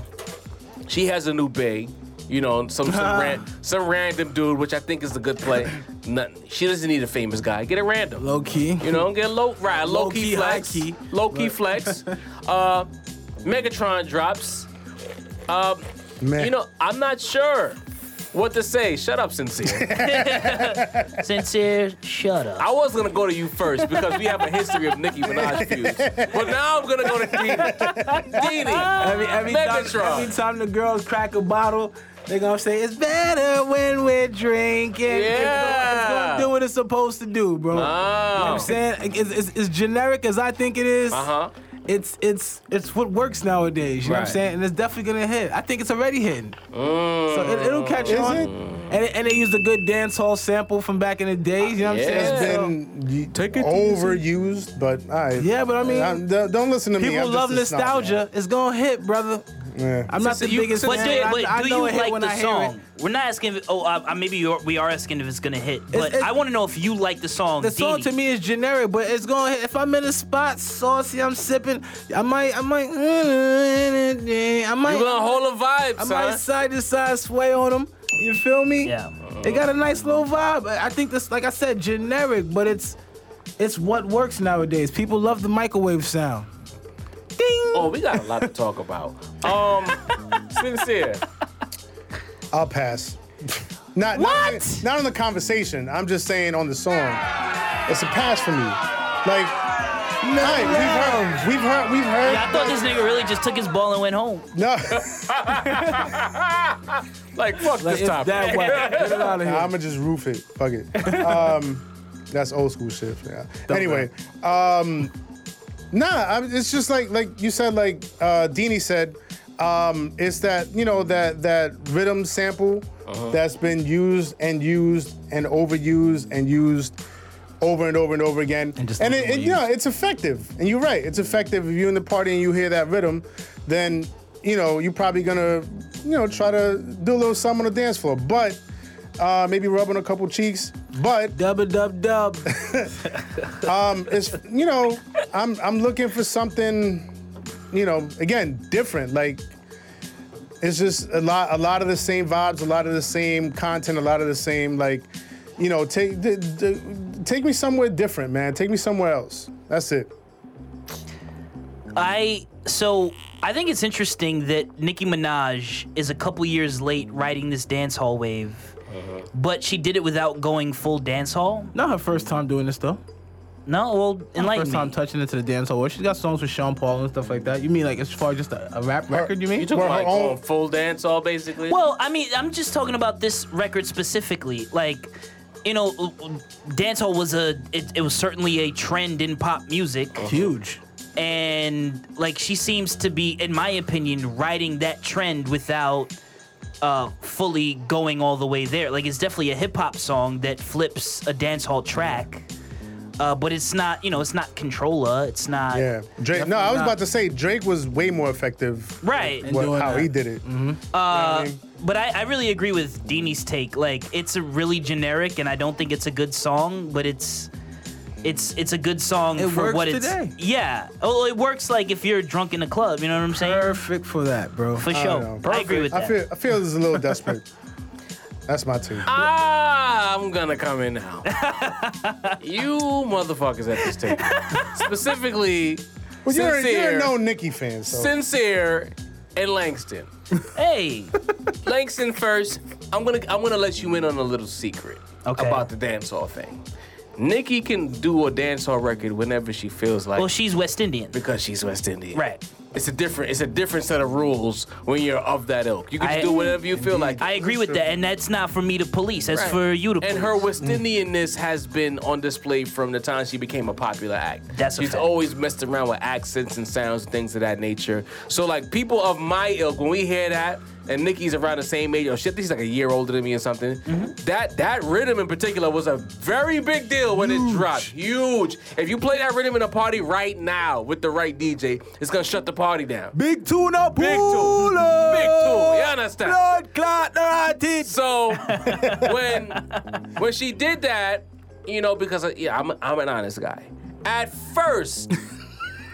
[SPEAKER 2] she has a new bae, you know, some some,
[SPEAKER 3] <laughs>
[SPEAKER 2] ran, some random dude, which I think is a good play. Nothing. She doesn't need a famous guy. Get a random.
[SPEAKER 5] low key?
[SPEAKER 2] You know, get low right, low, key,
[SPEAKER 5] Low-key,
[SPEAKER 2] flex,
[SPEAKER 5] high-key.
[SPEAKER 2] low key
[SPEAKER 5] <laughs>
[SPEAKER 2] flex. Uh, Megatron drops. Um,
[SPEAKER 5] Eh.
[SPEAKER 3] Man.
[SPEAKER 2] you know, I'm not sure what to say. Shut up,
[SPEAKER 5] <laughs>
[SPEAKER 2] sincere.
[SPEAKER 1] Sincere, shut up.
[SPEAKER 2] I was gonna go to you first because we have a history of Nicki
[SPEAKER 5] <laughs>
[SPEAKER 2] Minaj feuds, but now I'm gonna go to Dini. Dini,
[SPEAKER 5] Every, every, time,
[SPEAKER 2] Megatron.
[SPEAKER 5] every time the girls crack a bottle, they're gonna say it's better when we're drinking. It's gonna- It's
[SPEAKER 2] Yeah. Uh-huh.
[SPEAKER 5] gonna do what it's supposed to do, bro. You know what I'm saying it's, it's, it's generic as I think it is.
[SPEAKER 2] Oh, Uh-huh.
[SPEAKER 5] It's it's it's what works nowadays. You know what
[SPEAKER 2] Right.
[SPEAKER 5] I'm saying? And it's definitely gonna hit. I think it's already hitting. So it, it'll catch
[SPEAKER 3] Is
[SPEAKER 5] on.
[SPEAKER 3] it?
[SPEAKER 5] And, and they used a good dance hall sample from back in the days. You know what
[SPEAKER 2] Yeah.
[SPEAKER 5] I'm
[SPEAKER 3] It's
[SPEAKER 5] saying? So-
[SPEAKER 3] been y-
[SPEAKER 5] Take it
[SPEAKER 3] overused, but all right.
[SPEAKER 5] Yeah, but I mean,
[SPEAKER 3] I'm- don't don't listen to me.
[SPEAKER 5] People
[SPEAKER 3] I'm
[SPEAKER 5] love
[SPEAKER 3] just a snob,
[SPEAKER 5] nostalgia. It's gonna hit, brother.
[SPEAKER 3] man. Yeah.
[SPEAKER 5] I'm not the
[SPEAKER 2] you-
[SPEAKER 5] biggest
[SPEAKER 2] since
[SPEAKER 5] fan.
[SPEAKER 1] But do,
[SPEAKER 5] I-
[SPEAKER 1] but
[SPEAKER 5] I,
[SPEAKER 1] do
[SPEAKER 5] know
[SPEAKER 1] you
[SPEAKER 5] it hit
[SPEAKER 1] like
[SPEAKER 5] when
[SPEAKER 1] the
[SPEAKER 5] I hear it.
[SPEAKER 1] song? We're not asking. If, oh, uh, uh, maybe you're, we are asking if it's gonna hit. But
[SPEAKER 5] it's-
[SPEAKER 1] I want to know if you like the song.
[SPEAKER 5] The song
[SPEAKER 1] Dini.
[SPEAKER 5] to me is generic, but it's going. to If I'm in a spot, saucy, I'm sipping. I might, I might, mm, I might,
[SPEAKER 2] You gonna hold a vibe,
[SPEAKER 5] I might
[SPEAKER 2] son?
[SPEAKER 5] side to side sway on them. You feel me?
[SPEAKER 1] Yeah.
[SPEAKER 5] It got a nice little vibe. I I think this, like I said, generic, but it's it's what works nowadays. People love the microwave sound. Ding.
[SPEAKER 2] Oh, we got a lot to talk about.
[SPEAKER 5] <laughs>
[SPEAKER 2] Um, sincere.
[SPEAKER 3] I'll pass. <laughs> not not-
[SPEAKER 1] What?
[SPEAKER 3] Not, on the conversation. I'm just saying on the song. It's a pass for me. Like, no, we've heard, we've heard, we've heard.
[SPEAKER 1] Yeah, I thought this nigga really just took his ball and went home.
[SPEAKER 3] no,
[SPEAKER 2] Like, fuck
[SPEAKER 5] Like,
[SPEAKER 2] this
[SPEAKER 5] it's
[SPEAKER 2] topic.
[SPEAKER 5] that way. Get it out of
[SPEAKER 2] <laughs>
[SPEAKER 5] here.
[SPEAKER 3] I'ma just roof it. Fuck it. Um, <laughs> that's old school shit. Yeah. Anyway, um, nah, I, it's just like like you said, like uh, Deanie said, um, it's that you know that that rhythm sample that's been used and used and overused and used over and over and over again. And,
[SPEAKER 5] just
[SPEAKER 3] it, it, you know, it's effective. And you're right, it's effective. If you're in the party and you hear that rhythm, then you know you're probably gonna you know try to do a little something on the dance floor, but uh, maybe rubbing a couple cheeks. But
[SPEAKER 5] Dub a dub dub.
[SPEAKER 3] it's you know I'm I'm looking for something you know again different like it's just a lot a lot of the same vibes a lot of the same content a lot of the same like you know take d- d- take me somewhere different man take me somewhere else that's it
[SPEAKER 1] I so I think it's interesting that Nicki Minaj is a couple years late riding this dance hall wave, but she did it without going full dance hall.
[SPEAKER 5] Not her first time doing this though.
[SPEAKER 1] No, well, enlighten
[SPEAKER 5] First time
[SPEAKER 1] me.
[SPEAKER 5] touching into the dance hall. She's got songs with Sean Paul and stuff like that. You mean like as far as just a, a rap record? You mean?
[SPEAKER 2] You took
[SPEAKER 3] Well,
[SPEAKER 2] like
[SPEAKER 3] her own-
[SPEAKER 2] on full dance all basically.
[SPEAKER 1] Well, I mean, I'm just talking about this record specifically. Like, you know, dancehall was a it, it was certainly a trend in pop music,
[SPEAKER 5] Huge.
[SPEAKER 1] and like she seems to be, in my opinion, riding that trend without uh, fully going all the way there. Like, it's definitely a hip hop song that flips a dancehall track. Uh, but it's not, you know, it's not Controlla. It's not.
[SPEAKER 3] yeah Drake no I was about to say Drake was way more effective
[SPEAKER 1] Right.
[SPEAKER 3] what,
[SPEAKER 5] doing
[SPEAKER 3] how
[SPEAKER 5] that.
[SPEAKER 3] he did it
[SPEAKER 1] Uh, but I, I really agree with Deanie's take. Like, it's a really generic, and I don't think it's a good song. But it's, it's, it's a good song
[SPEAKER 5] It
[SPEAKER 1] for
[SPEAKER 5] works
[SPEAKER 1] what
[SPEAKER 5] today.
[SPEAKER 1] it's. Yeah. Oh, it works like if you're drunk in a club. You know what I'm saying?
[SPEAKER 5] Perfect for that, bro.
[SPEAKER 1] For Uh,
[SPEAKER 3] know.
[SPEAKER 1] sure. I, agree with
[SPEAKER 3] I
[SPEAKER 1] that.
[SPEAKER 3] feel I feel this is a little desperate that's my two
[SPEAKER 2] Ah, I'm gonna come
[SPEAKER 1] <laughs>
[SPEAKER 2] in now. you motherfuckers at this table. Specifically,
[SPEAKER 3] well you're,
[SPEAKER 2] sincere.
[SPEAKER 3] you're no Nicki fan so
[SPEAKER 2] sincere and Langston.
[SPEAKER 1] hey.
[SPEAKER 2] Langston first. I'm gonna I'm gonna let you in on a little secret
[SPEAKER 1] Okay.
[SPEAKER 2] about the dancehall thing. Nikki can do a dancehall record whenever she feels like
[SPEAKER 1] Well, she's West Indian.
[SPEAKER 2] because she's West Indian.
[SPEAKER 1] Right.
[SPEAKER 2] It's a different it's a different set of rules when you're of that ilk. You can
[SPEAKER 1] I-
[SPEAKER 2] do whatever you feel like.
[SPEAKER 1] I agree with that, and that's not for me to police. That's
[SPEAKER 2] Right.
[SPEAKER 1] for you to.
[SPEAKER 2] And
[SPEAKER 1] police.
[SPEAKER 2] her West Indianness has been on display from the time she became a popular act.
[SPEAKER 1] That's a
[SPEAKER 2] She's
[SPEAKER 1] fact.
[SPEAKER 2] always messed around with accents and sounds and things of that nature. So like people of my ilk, when we hear that, and Nikki's around the same age, or shit, she's like a year older than me or something.
[SPEAKER 1] Mm-hmm.
[SPEAKER 2] That that rhythm in particular was a very big deal when it dropped. Huge. If you play that rhythm in a party right now with the right DJ, it's gonna shut the party down.
[SPEAKER 5] Big tuna
[SPEAKER 2] Big two. Big two. You understand?
[SPEAKER 5] Blood clot, no, I did.
[SPEAKER 2] So when when she did that, you know, because uh, yeah, I'm I'm an honest guy. At
[SPEAKER 5] <laughs>
[SPEAKER 2] first,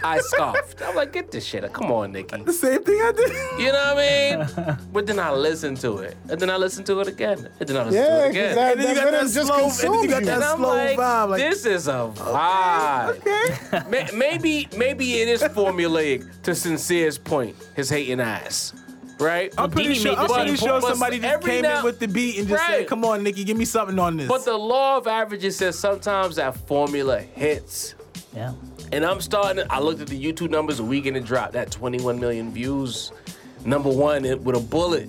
[SPEAKER 2] I scoffed. I'm like, get this shit. out. Come on, Nikki.
[SPEAKER 5] Same thing I did.
[SPEAKER 2] You know what I
[SPEAKER 5] <laughs>
[SPEAKER 2] mean? But then I listened to it, and then I listened to it again, and then I listened to
[SPEAKER 3] yeah
[SPEAKER 2] it
[SPEAKER 3] 'cause
[SPEAKER 2] again.
[SPEAKER 3] that,
[SPEAKER 5] And then you
[SPEAKER 3] that
[SPEAKER 5] got that
[SPEAKER 3] rhythm just
[SPEAKER 5] slow- and then you
[SPEAKER 3] consumes
[SPEAKER 5] got
[SPEAKER 3] you.
[SPEAKER 5] that
[SPEAKER 2] and I'm
[SPEAKER 5] slow
[SPEAKER 2] like,
[SPEAKER 5] vibe, like-
[SPEAKER 2] this is a vibe. <laughs>
[SPEAKER 5] Okay.
[SPEAKER 2] May- maybe maybe it is formulaic to Sincere's point, his hating ass, right?
[SPEAKER 5] I'm pretty
[SPEAKER 1] Diddy
[SPEAKER 5] sure,
[SPEAKER 1] made
[SPEAKER 5] I'm
[SPEAKER 1] the
[SPEAKER 5] pretty
[SPEAKER 1] same
[SPEAKER 5] sure
[SPEAKER 2] point.
[SPEAKER 5] somebody just
[SPEAKER 2] Every
[SPEAKER 5] came
[SPEAKER 2] now-
[SPEAKER 5] in with the beat and just
[SPEAKER 2] Right.
[SPEAKER 5] said, come on, Nikki, give me something on this.
[SPEAKER 2] But the law of averages says sometimes that formula hits.
[SPEAKER 1] Yeah.
[SPEAKER 2] And I'm starting. I looked at the YouTube numbers a week and it dropped that 21 million views. Number one it, with a bullet.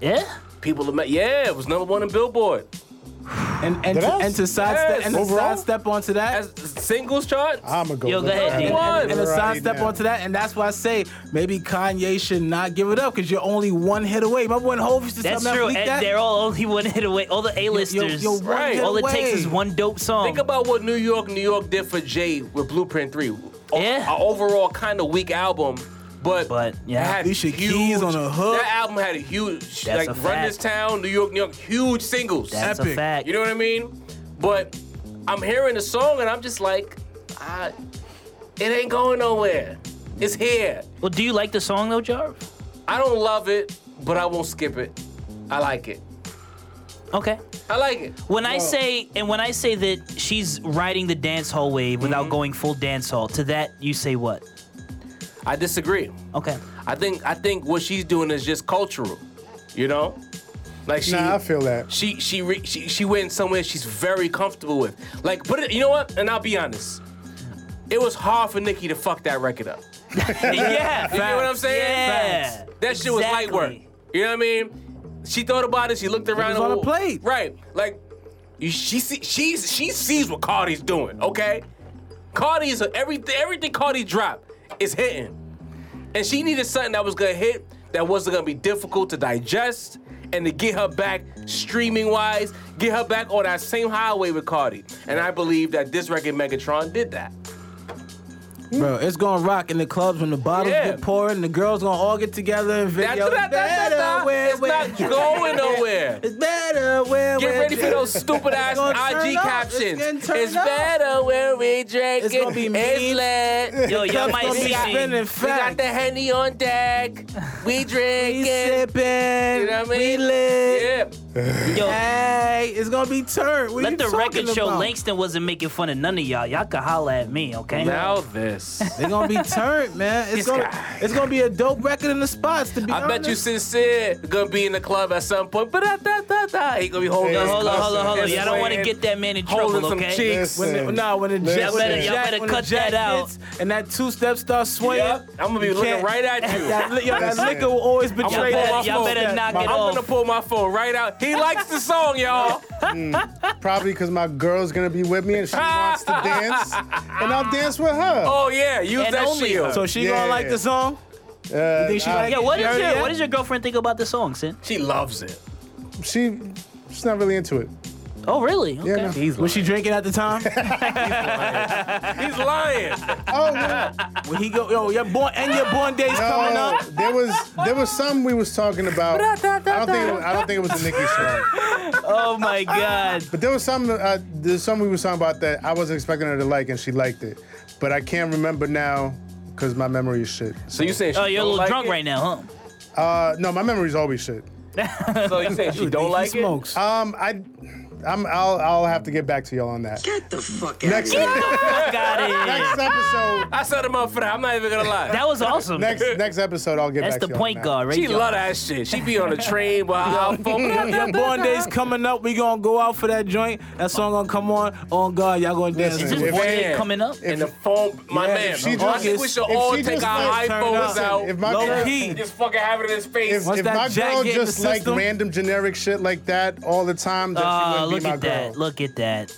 [SPEAKER 1] Yeah.
[SPEAKER 2] People have met. Yeah, it was number one in Billboard.
[SPEAKER 5] And and
[SPEAKER 3] Did
[SPEAKER 5] to,
[SPEAKER 3] I?
[SPEAKER 5] and to sidestep
[SPEAKER 2] Yes.
[SPEAKER 5] and to
[SPEAKER 3] Overall?
[SPEAKER 5] sidestep onto that.
[SPEAKER 2] As singles chart?
[SPEAKER 5] Ah,
[SPEAKER 3] I'm gonna go.
[SPEAKER 1] Yo, go
[SPEAKER 3] look
[SPEAKER 1] ahead,
[SPEAKER 3] at
[SPEAKER 1] D.
[SPEAKER 3] it
[SPEAKER 2] One.
[SPEAKER 5] and a
[SPEAKER 3] right
[SPEAKER 5] sidestep
[SPEAKER 3] now.
[SPEAKER 5] onto that, and that's why I say maybe Kanye should not give it up because you're only one hit away. Remember when Hov used to tell
[SPEAKER 1] That's
[SPEAKER 5] me I
[SPEAKER 1] true.
[SPEAKER 5] leaked
[SPEAKER 1] And
[SPEAKER 5] that?
[SPEAKER 1] they're all only one hit away. All the A-listers.
[SPEAKER 5] yo, one
[SPEAKER 2] Right. hit
[SPEAKER 1] All it takes
[SPEAKER 5] away.
[SPEAKER 1] is one dope song.
[SPEAKER 5] um,
[SPEAKER 2] Think about what New York, New York did for Jay with Blueprint 3.
[SPEAKER 1] Yeah.
[SPEAKER 2] A overall kind of weak album, but,
[SPEAKER 1] But, yeah.
[SPEAKER 2] it had
[SPEAKER 5] Alicia
[SPEAKER 2] huge,
[SPEAKER 5] Keys on a hook.
[SPEAKER 2] That album had a huge,
[SPEAKER 1] That's
[SPEAKER 2] like
[SPEAKER 1] a
[SPEAKER 2] Run This
[SPEAKER 1] fact.
[SPEAKER 2] Town, New York, New York, huge singles.
[SPEAKER 1] That's a
[SPEAKER 5] epic.
[SPEAKER 1] fact.
[SPEAKER 2] You know what I mean? But I'm hearing the song and I'm just like, I, it ain't going nowhere. It's here.
[SPEAKER 1] well, do you like the song though, Jarv?
[SPEAKER 2] I don't love it, but I won't skip it. I like it.
[SPEAKER 1] Okay.
[SPEAKER 2] I like it.
[SPEAKER 1] When I say and when I say that she's riding the dance hall wave without
[SPEAKER 2] Mm-hmm.
[SPEAKER 1] going full dance hall, to that you say what?
[SPEAKER 2] I disagree. <laughs>
[SPEAKER 1] Okay.
[SPEAKER 2] I think I think what she's doing is just cultural, you know. Like she,
[SPEAKER 3] Nah, I feel that.
[SPEAKER 2] she she re, she she went somewhere she's very comfortable with. Like, but it, you know what? And I'll be honest, it was hard for Nicki to fuck that record up.
[SPEAKER 1] yeah.
[SPEAKER 2] You get what I'm saying?
[SPEAKER 1] Yeah.
[SPEAKER 2] That shit was light work.
[SPEAKER 1] Exactly.
[SPEAKER 2] You know what I mean? She thought about it. She looked around.
[SPEAKER 5] was
[SPEAKER 2] and-
[SPEAKER 5] on a plate.
[SPEAKER 2] Right. Like you- she see, she's she sees what Cardi's doing. Okay. Cardi's everything. Everything Cardi dropped is hitting, and she needed something that was gonna hit. That wasn't gonna be difficult to digest, and to get her back streaming wise, get her back on that same highway with Cardi. And I believe that this record Megatron did that.
[SPEAKER 5] Bro, it's gonna rock in the clubs when the bottles
[SPEAKER 2] Yeah.
[SPEAKER 5] get poured and the girls gonna all get together and
[SPEAKER 2] That,
[SPEAKER 5] video.
[SPEAKER 2] that, that, that,
[SPEAKER 5] better where-
[SPEAKER 2] it's
[SPEAKER 5] where-
[SPEAKER 2] not
[SPEAKER 5] <laughs>
[SPEAKER 2] going nowhere.
[SPEAKER 5] It's better where
[SPEAKER 2] Get
[SPEAKER 5] where-
[SPEAKER 2] ready for those stupid ass
[SPEAKER 5] It's gonna turn
[SPEAKER 2] IG
[SPEAKER 5] up.
[SPEAKER 2] captions.
[SPEAKER 5] It's, gonna turn
[SPEAKER 2] It's
[SPEAKER 5] up.
[SPEAKER 2] better when we drink
[SPEAKER 5] It's
[SPEAKER 2] it.
[SPEAKER 5] gonna be mean.
[SPEAKER 2] It's lit.
[SPEAKER 1] Yo, y'all
[SPEAKER 5] Club's
[SPEAKER 1] might
[SPEAKER 5] gonna be
[SPEAKER 1] see me.
[SPEAKER 5] spinning
[SPEAKER 2] We got
[SPEAKER 5] fat.
[SPEAKER 2] the henny on deck. We
[SPEAKER 5] We
[SPEAKER 2] drink it.
[SPEAKER 5] sipping.
[SPEAKER 2] You know what I
[SPEAKER 5] We
[SPEAKER 2] mean?
[SPEAKER 5] lit.
[SPEAKER 2] Yeah.
[SPEAKER 1] Yo,
[SPEAKER 5] Hey, it's gonna be turned. What
[SPEAKER 1] let
[SPEAKER 5] you
[SPEAKER 1] the
[SPEAKER 5] talking
[SPEAKER 1] record show
[SPEAKER 5] about?
[SPEAKER 1] Langston wasn't making fun of none of y'all. Y'all could holla at me, okay?
[SPEAKER 2] Now this.
[SPEAKER 5] They're gonna be turned, man. It's
[SPEAKER 2] This
[SPEAKER 5] gonna,
[SPEAKER 2] guy.
[SPEAKER 5] it's gonna be a dope record in the spots. To be
[SPEAKER 2] I bet you
[SPEAKER 5] honest.
[SPEAKER 2] sincere gonna be in the club at some point. But da, da, da, da. He gonna be holding.
[SPEAKER 3] Hey,
[SPEAKER 2] his
[SPEAKER 1] hold on, hold on, hold on.
[SPEAKER 2] cups
[SPEAKER 1] Y'all don't want to
[SPEAKER 2] and
[SPEAKER 1] get that man in
[SPEAKER 2] holding
[SPEAKER 1] trouble,
[SPEAKER 2] some
[SPEAKER 1] okay?
[SPEAKER 2] cheeks.
[SPEAKER 3] Listen.
[SPEAKER 5] When the, no, when the jet,
[SPEAKER 3] Y'all
[SPEAKER 5] when the
[SPEAKER 3] better- y'all
[SPEAKER 5] jack-
[SPEAKER 1] better
[SPEAKER 5] when the
[SPEAKER 1] cut
[SPEAKER 5] jack
[SPEAKER 1] that out.
[SPEAKER 5] hits and that two step starts swinging.
[SPEAKER 2] Yep. I'm gonna be
[SPEAKER 5] you
[SPEAKER 2] looking
[SPEAKER 5] can't-
[SPEAKER 2] right at you.
[SPEAKER 5] That, li- yo, that
[SPEAKER 3] Listen.
[SPEAKER 5] liquor will always
[SPEAKER 2] I'm
[SPEAKER 5] betray
[SPEAKER 2] gonna pull my
[SPEAKER 5] that.
[SPEAKER 1] better- y'all
[SPEAKER 2] phone.
[SPEAKER 1] better knock
[SPEAKER 2] I'm
[SPEAKER 1] it off.
[SPEAKER 2] gonna pull my phone right out. He likes the song,
[SPEAKER 5] <laughs>
[SPEAKER 2] y'all.
[SPEAKER 3] Probably because my girl's gonna be with me and she wants
[SPEAKER 5] <laughs>
[SPEAKER 3] to dance, and I'll dance with her.
[SPEAKER 2] Oh yeah, use
[SPEAKER 1] And
[SPEAKER 2] that
[SPEAKER 1] only
[SPEAKER 2] shield.
[SPEAKER 1] her.
[SPEAKER 5] So she
[SPEAKER 3] Yeah.
[SPEAKER 5] gonna like the song?
[SPEAKER 3] Uh,
[SPEAKER 5] think she
[SPEAKER 3] I-
[SPEAKER 5] like
[SPEAKER 1] Yeah, what is
[SPEAKER 5] Jerry,
[SPEAKER 1] your
[SPEAKER 5] yeah?
[SPEAKER 1] what does your girlfriend think about the song, Sin?
[SPEAKER 2] She loves it.
[SPEAKER 3] she, she's not really into it.
[SPEAKER 1] Oh, really? Okay.
[SPEAKER 3] no.
[SPEAKER 2] He's
[SPEAKER 5] Was she drinking at
[SPEAKER 2] <laughs>
[SPEAKER 5] the time?
[SPEAKER 2] He's lying.
[SPEAKER 3] Oh no,
[SPEAKER 5] when he go, yo, your born and your born days coming
[SPEAKER 3] no,
[SPEAKER 5] up.
[SPEAKER 3] Oh, there was there was some we was talking about. I don't think it was, I don't think it was a
[SPEAKER 5] <laughs>
[SPEAKER 3] Nicki song,
[SPEAKER 1] Oh my God.
[SPEAKER 3] but there was some uh, there's some we was talking about that I wasn't expecting her to like, and she liked it, but I can't remember now because my memory is shit.
[SPEAKER 2] So you saying she
[SPEAKER 1] Oh, you're a
[SPEAKER 2] don't
[SPEAKER 1] little
[SPEAKER 2] like
[SPEAKER 1] drunk
[SPEAKER 2] it?
[SPEAKER 1] right now, huh?
[SPEAKER 3] Uh, no, my memory's always shit.
[SPEAKER 2] now. So you saying she don't like Uh,
[SPEAKER 5] he smokes.
[SPEAKER 3] Um, I, I'm I'll I'll have to get back to y'all on that.
[SPEAKER 7] Get the fuck out
[SPEAKER 3] Next
[SPEAKER 1] Got
[SPEAKER 3] next
[SPEAKER 1] it.
[SPEAKER 2] it?
[SPEAKER 3] episode.
[SPEAKER 2] I set him up for that. I'm not even gonna lie.
[SPEAKER 1] That was awesome.
[SPEAKER 3] Next
[SPEAKER 2] <laughs>
[SPEAKER 3] next episode, I'll get
[SPEAKER 1] That's
[SPEAKER 3] back
[SPEAKER 1] the
[SPEAKER 3] to y'all
[SPEAKER 1] point
[SPEAKER 3] on that.
[SPEAKER 1] guard, right?
[SPEAKER 2] she
[SPEAKER 1] there.
[SPEAKER 2] love that shit. She be on a train with her
[SPEAKER 1] <laughs>
[SPEAKER 2] phone.
[SPEAKER 5] Your born days coming up. We gonna go out for that joint. That song gonna come on. Oh God, y'all gonna dance.
[SPEAKER 1] Is
[SPEAKER 3] Listen,
[SPEAKER 5] to
[SPEAKER 1] this
[SPEAKER 5] it.
[SPEAKER 2] If
[SPEAKER 1] one
[SPEAKER 2] I
[SPEAKER 1] day
[SPEAKER 2] am-
[SPEAKER 1] coming up?
[SPEAKER 2] And the phone, my
[SPEAKER 5] Yeah,
[SPEAKER 2] man.
[SPEAKER 5] if she
[SPEAKER 2] I
[SPEAKER 5] just-
[SPEAKER 2] think we should
[SPEAKER 3] if she
[SPEAKER 2] all take
[SPEAKER 3] just
[SPEAKER 2] our
[SPEAKER 3] likes-
[SPEAKER 2] iPhones
[SPEAKER 5] Listen,
[SPEAKER 2] out.
[SPEAKER 3] If my
[SPEAKER 5] Low
[SPEAKER 3] girl,
[SPEAKER 5] key.
[SPEAKER 2] just fucking have it in his face.
[SPEAKER 3] if,
[SPEAKER 5] Once
[SPEAKER 3] if
[SPEAKER 5] that
[SPEAKER 3] my
[SPEAKER 5] jack
[SPEAKER 3] girl
[SPEAKER 5] get in the
[SPEAKER 3] just like
[SPEAKER 5] system-
[SPEAKER 3] random generic shit like that all the time, then
[SPEAKER 1] Ah,
[SPEAKER 3] she
[SPEAKER 1] look
[SPEAKER 3] wouldn't
[SPEAKER 1] at
[SPEAKER 3] be my
[SPEAKER 1] that.
[SPEAKER 3] girl.
[SPEAKER 1] Look at that.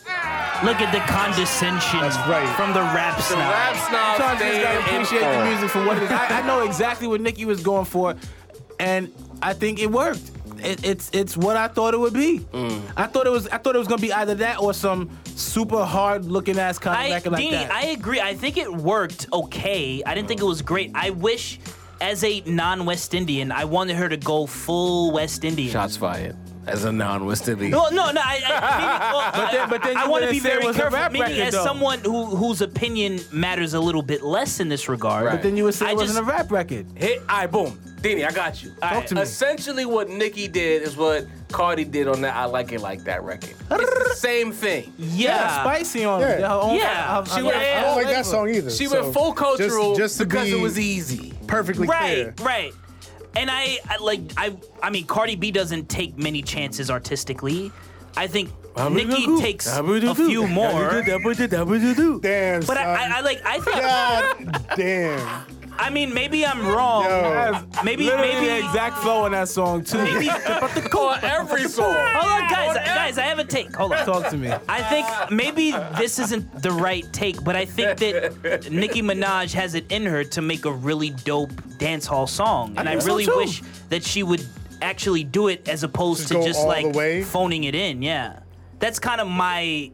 [SPEAKER 1] Look at the condescension
[SPEAKER 3] That's right.
[SPEAKER 1] from the rap
[SPEAKER 2] the
[SPEAKER 1] snob.
[SPEAKER 2] rap snob
[SPEAKER 5] Sometimes you just
[SPEAKER 2] stand
[SPEAKER 5] gotta appreciate the music for what it is. I, I know exactly what Nicki was going for, and I think it worked. It, it's it's what I thought it would be. I thought it was I thought it was gonna be either that or some super hard looking ass kind
[SPEAKER 1] I,
[SPEAKER 5] of record like
[SPEAKER 1] Dini,
[SPEAKER 5] that.
[SPEAKER 1] I agree. I think it worked okay. I didn't think it was great. I wish, as a non-West Indian, I wanted her to go full West Indian.
[SPEAKER 2] Shots fired. As a non-West Indian.
[SPEAKER 1] Well, no, no. I,
[SPEAKER 5] <laughs>
[SPEAKER 1] I, meaning- well,
[SPEAKER 5] But then- but then
[SPEAKER 1] I
[SPEAKER 5] you
[SPEAKER 1] want to
[SPEAKER 5] wouldn't
[SPEAKER 1] be
[SPEAKER 5] say it
[SPEAKER 1] very
[SPEAKER 5] was a
[SPEAKER 1] careful.
[SPEAKER 5] rap
[SPEAKER 1] Meaning,
[SPEAKER 5] record,
[SPEAKER 1] as
[SPEAKER 5] though.
[SPEAKER 1] someone who whose opinion matters a little bit less in this regard.
[SPEAKER 2] Right.
[SPEAKER 5] but then you would say
[SPEAKER 1] I
[SPEAKER 5] it wasn't
[SPEAKER 1] just-
[SPEAKER 5] a rap record.
[SPEAKER 2] Hit, all right, boom. Dini, I got you. All right,
[SPEAKER 5] to me.
[SPEAKER 2] Essentially, what Nicki did is what Cardi did on that I Like It Like That record. It's the same thing.
[SPEAKER 1] Yeah.
[SPEAKER 5] Yeah, spicy on it.
[SPEAKER 3] Yeah.
[SPEAKER 5] Her own-
[SPEAKER 1] Yeah.
[SPEAKER 5] her- her-
[SPEAKER 1] She
[SPEAKER 5] her-
[SPEAKER 1] went
[SPEAKER 5] her
[SPEAKER 1] full
[SPEAKER 3] I don't like
[SPEAKER 5] flavor.
[SPEAKER 3] that song either.
[SPEAKER 2] She
[SPEAKER 3] so
[SPEAKER 2] went full cultural
[SPEAKER 3] just, just to
[SPEAKER 2] because
[SPEAKER 3] be
[SPEAKER 2] it was easy.
[SPEAKER 3] perfectly
[SPEAKER 1] right,
[SPEAKER 3] clear.
[SPEAKER 1] right. And I, I like I I mean Cardi B doesn't take many chances artistically. I think Nicki takes a
[SPEAKER 5] <laughs>
[SPEAKER 1] few more.
[SPEAKER 3] Damn,
[SPEAKER 1] But I, <laughs>
[SPEAKER 3] son.
[SPEAKER 1] I, I like I think
[SPEAKER 3] God damn.
[SPEAKER 1] I mean, maybe I'm wrong.
[SPEAKER 3] Yo.
[SPEAKER 1] Maybe,
[SPEAKER 5] Literally
[SPEAKER 1] maybe.
[SPEAKER 5] the exact flow in that song too.
[SPEAKER 1] maybe
[SPEAKER 2] on every song.
[SPEAKER 1] hold on, guys, guys. I have a take. Hold on.
[SPEAKER 5] Talk to me.
[SPEAKER 1] I think maybe this isn't the right take, but I think that Nicki Minaj has it in her to make a really dope dancehall song, and I,
[SPEAKER 5] think so,
[SPEAKER 1] really
[SPEAKER 5] too.
[SPEAKER 1] wish that she would actually do it as opposed
[SPEAKER 3] Just
[SPEAKER 1] to
[SPEAKER 3] go
[SPEAKER 1] just
[SPEAKER 3] all
[SPEAKER 1] like
[SPEAKER 3] the way?
[SPEAKER 1] phoning it in. Yeah, that's kind of my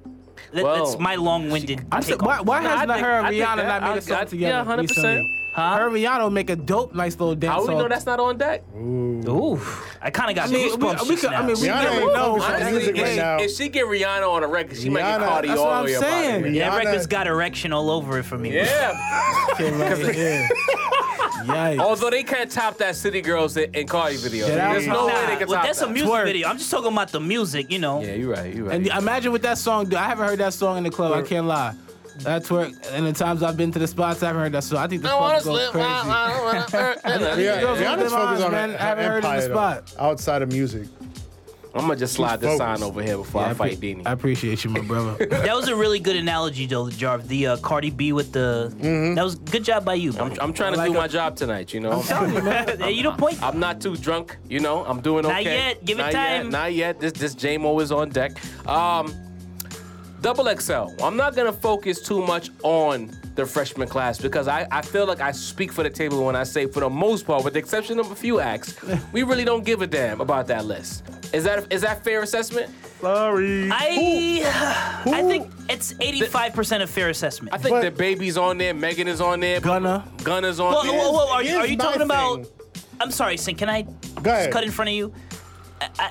[SPEAKER 1] that,
[SPEAKER 2] Well,
[SPEAKER 1] that's my long-winded
[SPEAKER 5] I'm
[SPEAKER 1] take.
[SPEAKER 5] saying,
[SPEAKER 1] on
[SPEAKER 5] why,
[SPEAKER 1] it.
[SPEAKER 5] why
[SPEAKER 2] Nah, I
[SPEAKER 5] hasn't
[SPEAKER 2] think-
[SPEAKER 5] her and
[SPEAKER 2] I think
[SPEAKER 5] Rihanna
[SPEAKER 2] that-
[SPEAKER 5] not made
[SPEAKER 2] I-
[SPEAKER 5] a song
[SPEAKER 2] I-
[SPEAKER 5] together?
[SPEAKER 2] yeah, 100%.
[SPEAKER 5] recently? Her and Rihanna will make a dope, nice little dance
[SPEAKER 2] How
[SPEAKER 5] song.
[SPEAKER 2] we know that's not on deck?
[SPEAKER 1] Ooh, I kind of got
[SPEAKER 5] I mean, we,
[SPEAKER 1] goosebumps
[SPEAKER 5] we
[SPEAKER 1] just
[SPEAKER 5] could, I
[SPEAKER 1] now.
[SPEAKER 5] mean, we
[SPEAKER 3] Rihanna
[SPEAKER 5] never
[SPEAKER 3] ain't
[SPEAKER 5] know.
[SPEAKER 3] focused on
[SPEAKER 5] Honestly,
[SPEAKER 3] music right
[SPEAKER 5] hey,
[SPEAKER 3] now.
[SPEAKER 2] if she get Rihanna on a record, she might get
[SPEAKER 3] Rihanna,
[SPEAKER 2] Cardi
[SPEAKER 5] that's
[SPEAKER 2] all
[SPEAKER 5] what
[SPEAKER 2] the
[SPEAKER 5] I'm
[SPEAKER 2] way up out of
[SPEAKER 5] saying.
[SPEAKER 2] here.
[SPEAKER 1] that
[SPEAKER 3] Rihanna-
[SPEAKER 1] record's got erection all over it for me.
[SPEAKER 2] Yeah.
[SPEAKER 5] <laughs> right here. Yikes.
[SPEAKER 2] Although they can't top that City Girls and and Cardi video.
[SPEAKER 5] Shut
[SPEAKER 2] There's
[SPEAKER 5] up.
[SPEAKER 2] no
[SPEAKER 1] Nah,
[SPEAKER 2] way they can
[SPEAKER 1] well,
[SPEAKER 2] top
[SPEAKER 1] that's
[SPEAKER 2] that.
[SPEAKER 1] a music
[SPEAKER 5] Twerk.
[SPEAKER 1] video. I'm just talking about the music, you know.
[SPEAKER 2] yeah, you're right. You're right.
[SPEAKER 5] And imagine what that song do. I haven't heard that song in the club. I can't lie. That's where, and the times I've been to the spots, I haven't heard that song. I think the
[SPEAKER 2] I want
[SPEAKER 5] club
[SPEAKER 2] to
[SPEAKER 5] goes
[SPEAKER 2] slip.
[SPEAKER 5] crazy.
[SPEAKER 2] I don't want to.
[SPEAKER 3] Yeah,
[SPEAKER 5] Girls with
[SPEAKER 3] Rihanna's
[SPEAKER 5] them
[SPEAKER 3] focused
[SPEAKER 5] eyes,
[SPEAKER 3] on
[SPEAKER 5] man.
[SPEAKER 3] her,
[SPEAKER 5] I haven't
[SPEAKER 3] her
[SPEAKER 5] heard it in the
[SPEAKER 3] empire,
[SPEAKER 5] spot.
[SPEAKER 3] though, outside of music.
[SPEAKER 2] I'm gonna just slide this
[SPEAKER 3] focused.
[SPEAKER 2] sign over here before I
[SPEAKER 5] I,
[SPEAKER 2] fight
[SPEAKER 5] appre-
[SPEAKER 2] Dini.
[SPEAKER 5] I appreciate you,
[SPEAKER 3] <laughs>
[SPEAKER 5] my brother.
[SPEAKER 1] That was a really good analogy, though, Jarv. The uh, Cardi B with the. That was good job by you.
[SPEAKER 2] Mm-hmm. I'm, I'm trying to
[SPEAKER 5] Like
[SPEAKER 2] do
[SPEAKER 5] a-
[SPEAKER 2] my job tonight. You know,
[SPEAKER 1] <laughs> man. you don't point.
[SPEAKER 2] I'm not too drunk. You know, I'm doing okay.
[SPEAKER 1] Not yet. Give it
[SPEAKER 2] Not
[SPEAKER 1] time.
[SPEAKER 2] Yet, not yet. This this JMO is on deck. Um, double XL. I'm not gonna focus too much on the freshman class because I, I feel like I speak for the table when I say for the most part, with the exception of a few acts, we really don't give a damn about that list. Is that is that fair assessment?
[SPEAKER 3] Sorry.
[SPEAKER 1] I, <sighs> I think it's 85% of fair assessment.
[SPEAKER 2] I think
[SPEAKER 3] But-
[SPEAKER 2] the baby's on there, Megan is on there,
[SPEAKER 5] Gunna.
[SPEAKER 2] Gunna's on
[SPEAKER 1] Well,
[SPEAKER 2] there.
[SPEAKER 1] whoa, whoa, are, you-
[SPEAKER 3] Here's
[SPEAKER 1] are you
[SPEAKER 3] my
[SPEAKER 1] talking about.
[SPEAKER 3] thing.
[SPEAKER 1] I'm sorry, Sin. Can I
[SPEAKER 3] Go
[SPEAKER 1] just
[SPEAKER 3] ahead.
[SPEAKER 1] cut in front of you?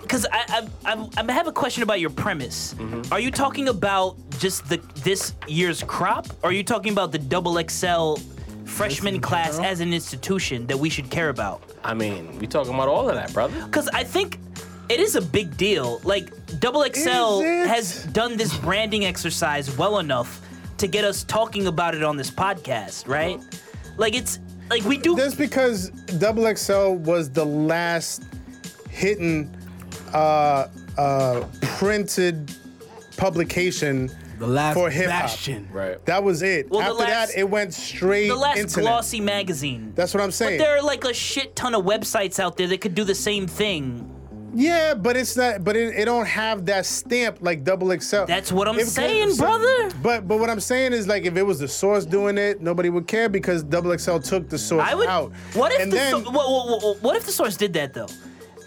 [SPEAKER 1] Because I, I, I, I, I have a question about your premise.
[SPEAKER 2] Mm-hmm.
[SPEAKER 1] Are you talking about just the this year's crop? Or are you talking about the double XL freshman class as an institution that we should care about?
[SPEAKER 2] I mean, we talking about all of that, brother.
[SPEAKER 1] because I think it is a big deal. Like Double XL
[SPEAKER 3] it?
[SPEAKER 1] has done this branding exercise well enough to get us talking about it on this podcast, right? Like it's like we do.
[SPEAKER 3] That's because Double XL was the last hidden uh, uh, printed publication
[SPEAKER 5] The last
[SPEAKER 3] for hip hop.
[SPEAKER 5] bastion.
[SPEAKER 2] Right.
[SPEAKER 3] That was it.
[SPEAKER 1] Well, the
[SPEAKER 3] After
[SPEAKER 1] last-
[SPEAKER 3] that, it went straight
[SPEAKER 1] the last
[SPEAKER 3] internet.
[SPEAKER 1] glossy magazine.
[SPEAKER 3] That's what I'm
[SPEAKER 1] but
[SPEAKER 3] saying.
[SPEAKER 1] there are like a shit ton of websites out there that could do the same thing.
[SPEAKER 3] yeah, but it's not. But it, it don't have that stamp like Double XL.
[SPEAKER 1] That's what I'm
[SPEAKER 3] If-
[SPEAKER 1] saying,
[SPEAKER 3] so-
[SPEAKER 1] brother.
[SPEAKER 3] But but what I'm saying is like if it was the source doing it, nobody would care because Double XL took the source
[SPEAKER 1] I would.
[SPEAKER 3] out.
[SPEAKER 1] What if
[SPEAKER 3] and
[SPEAKER 1] the
[SPEAKER 3] then,
[SPEAKER 1] so, what, what, what, what if the source did that though?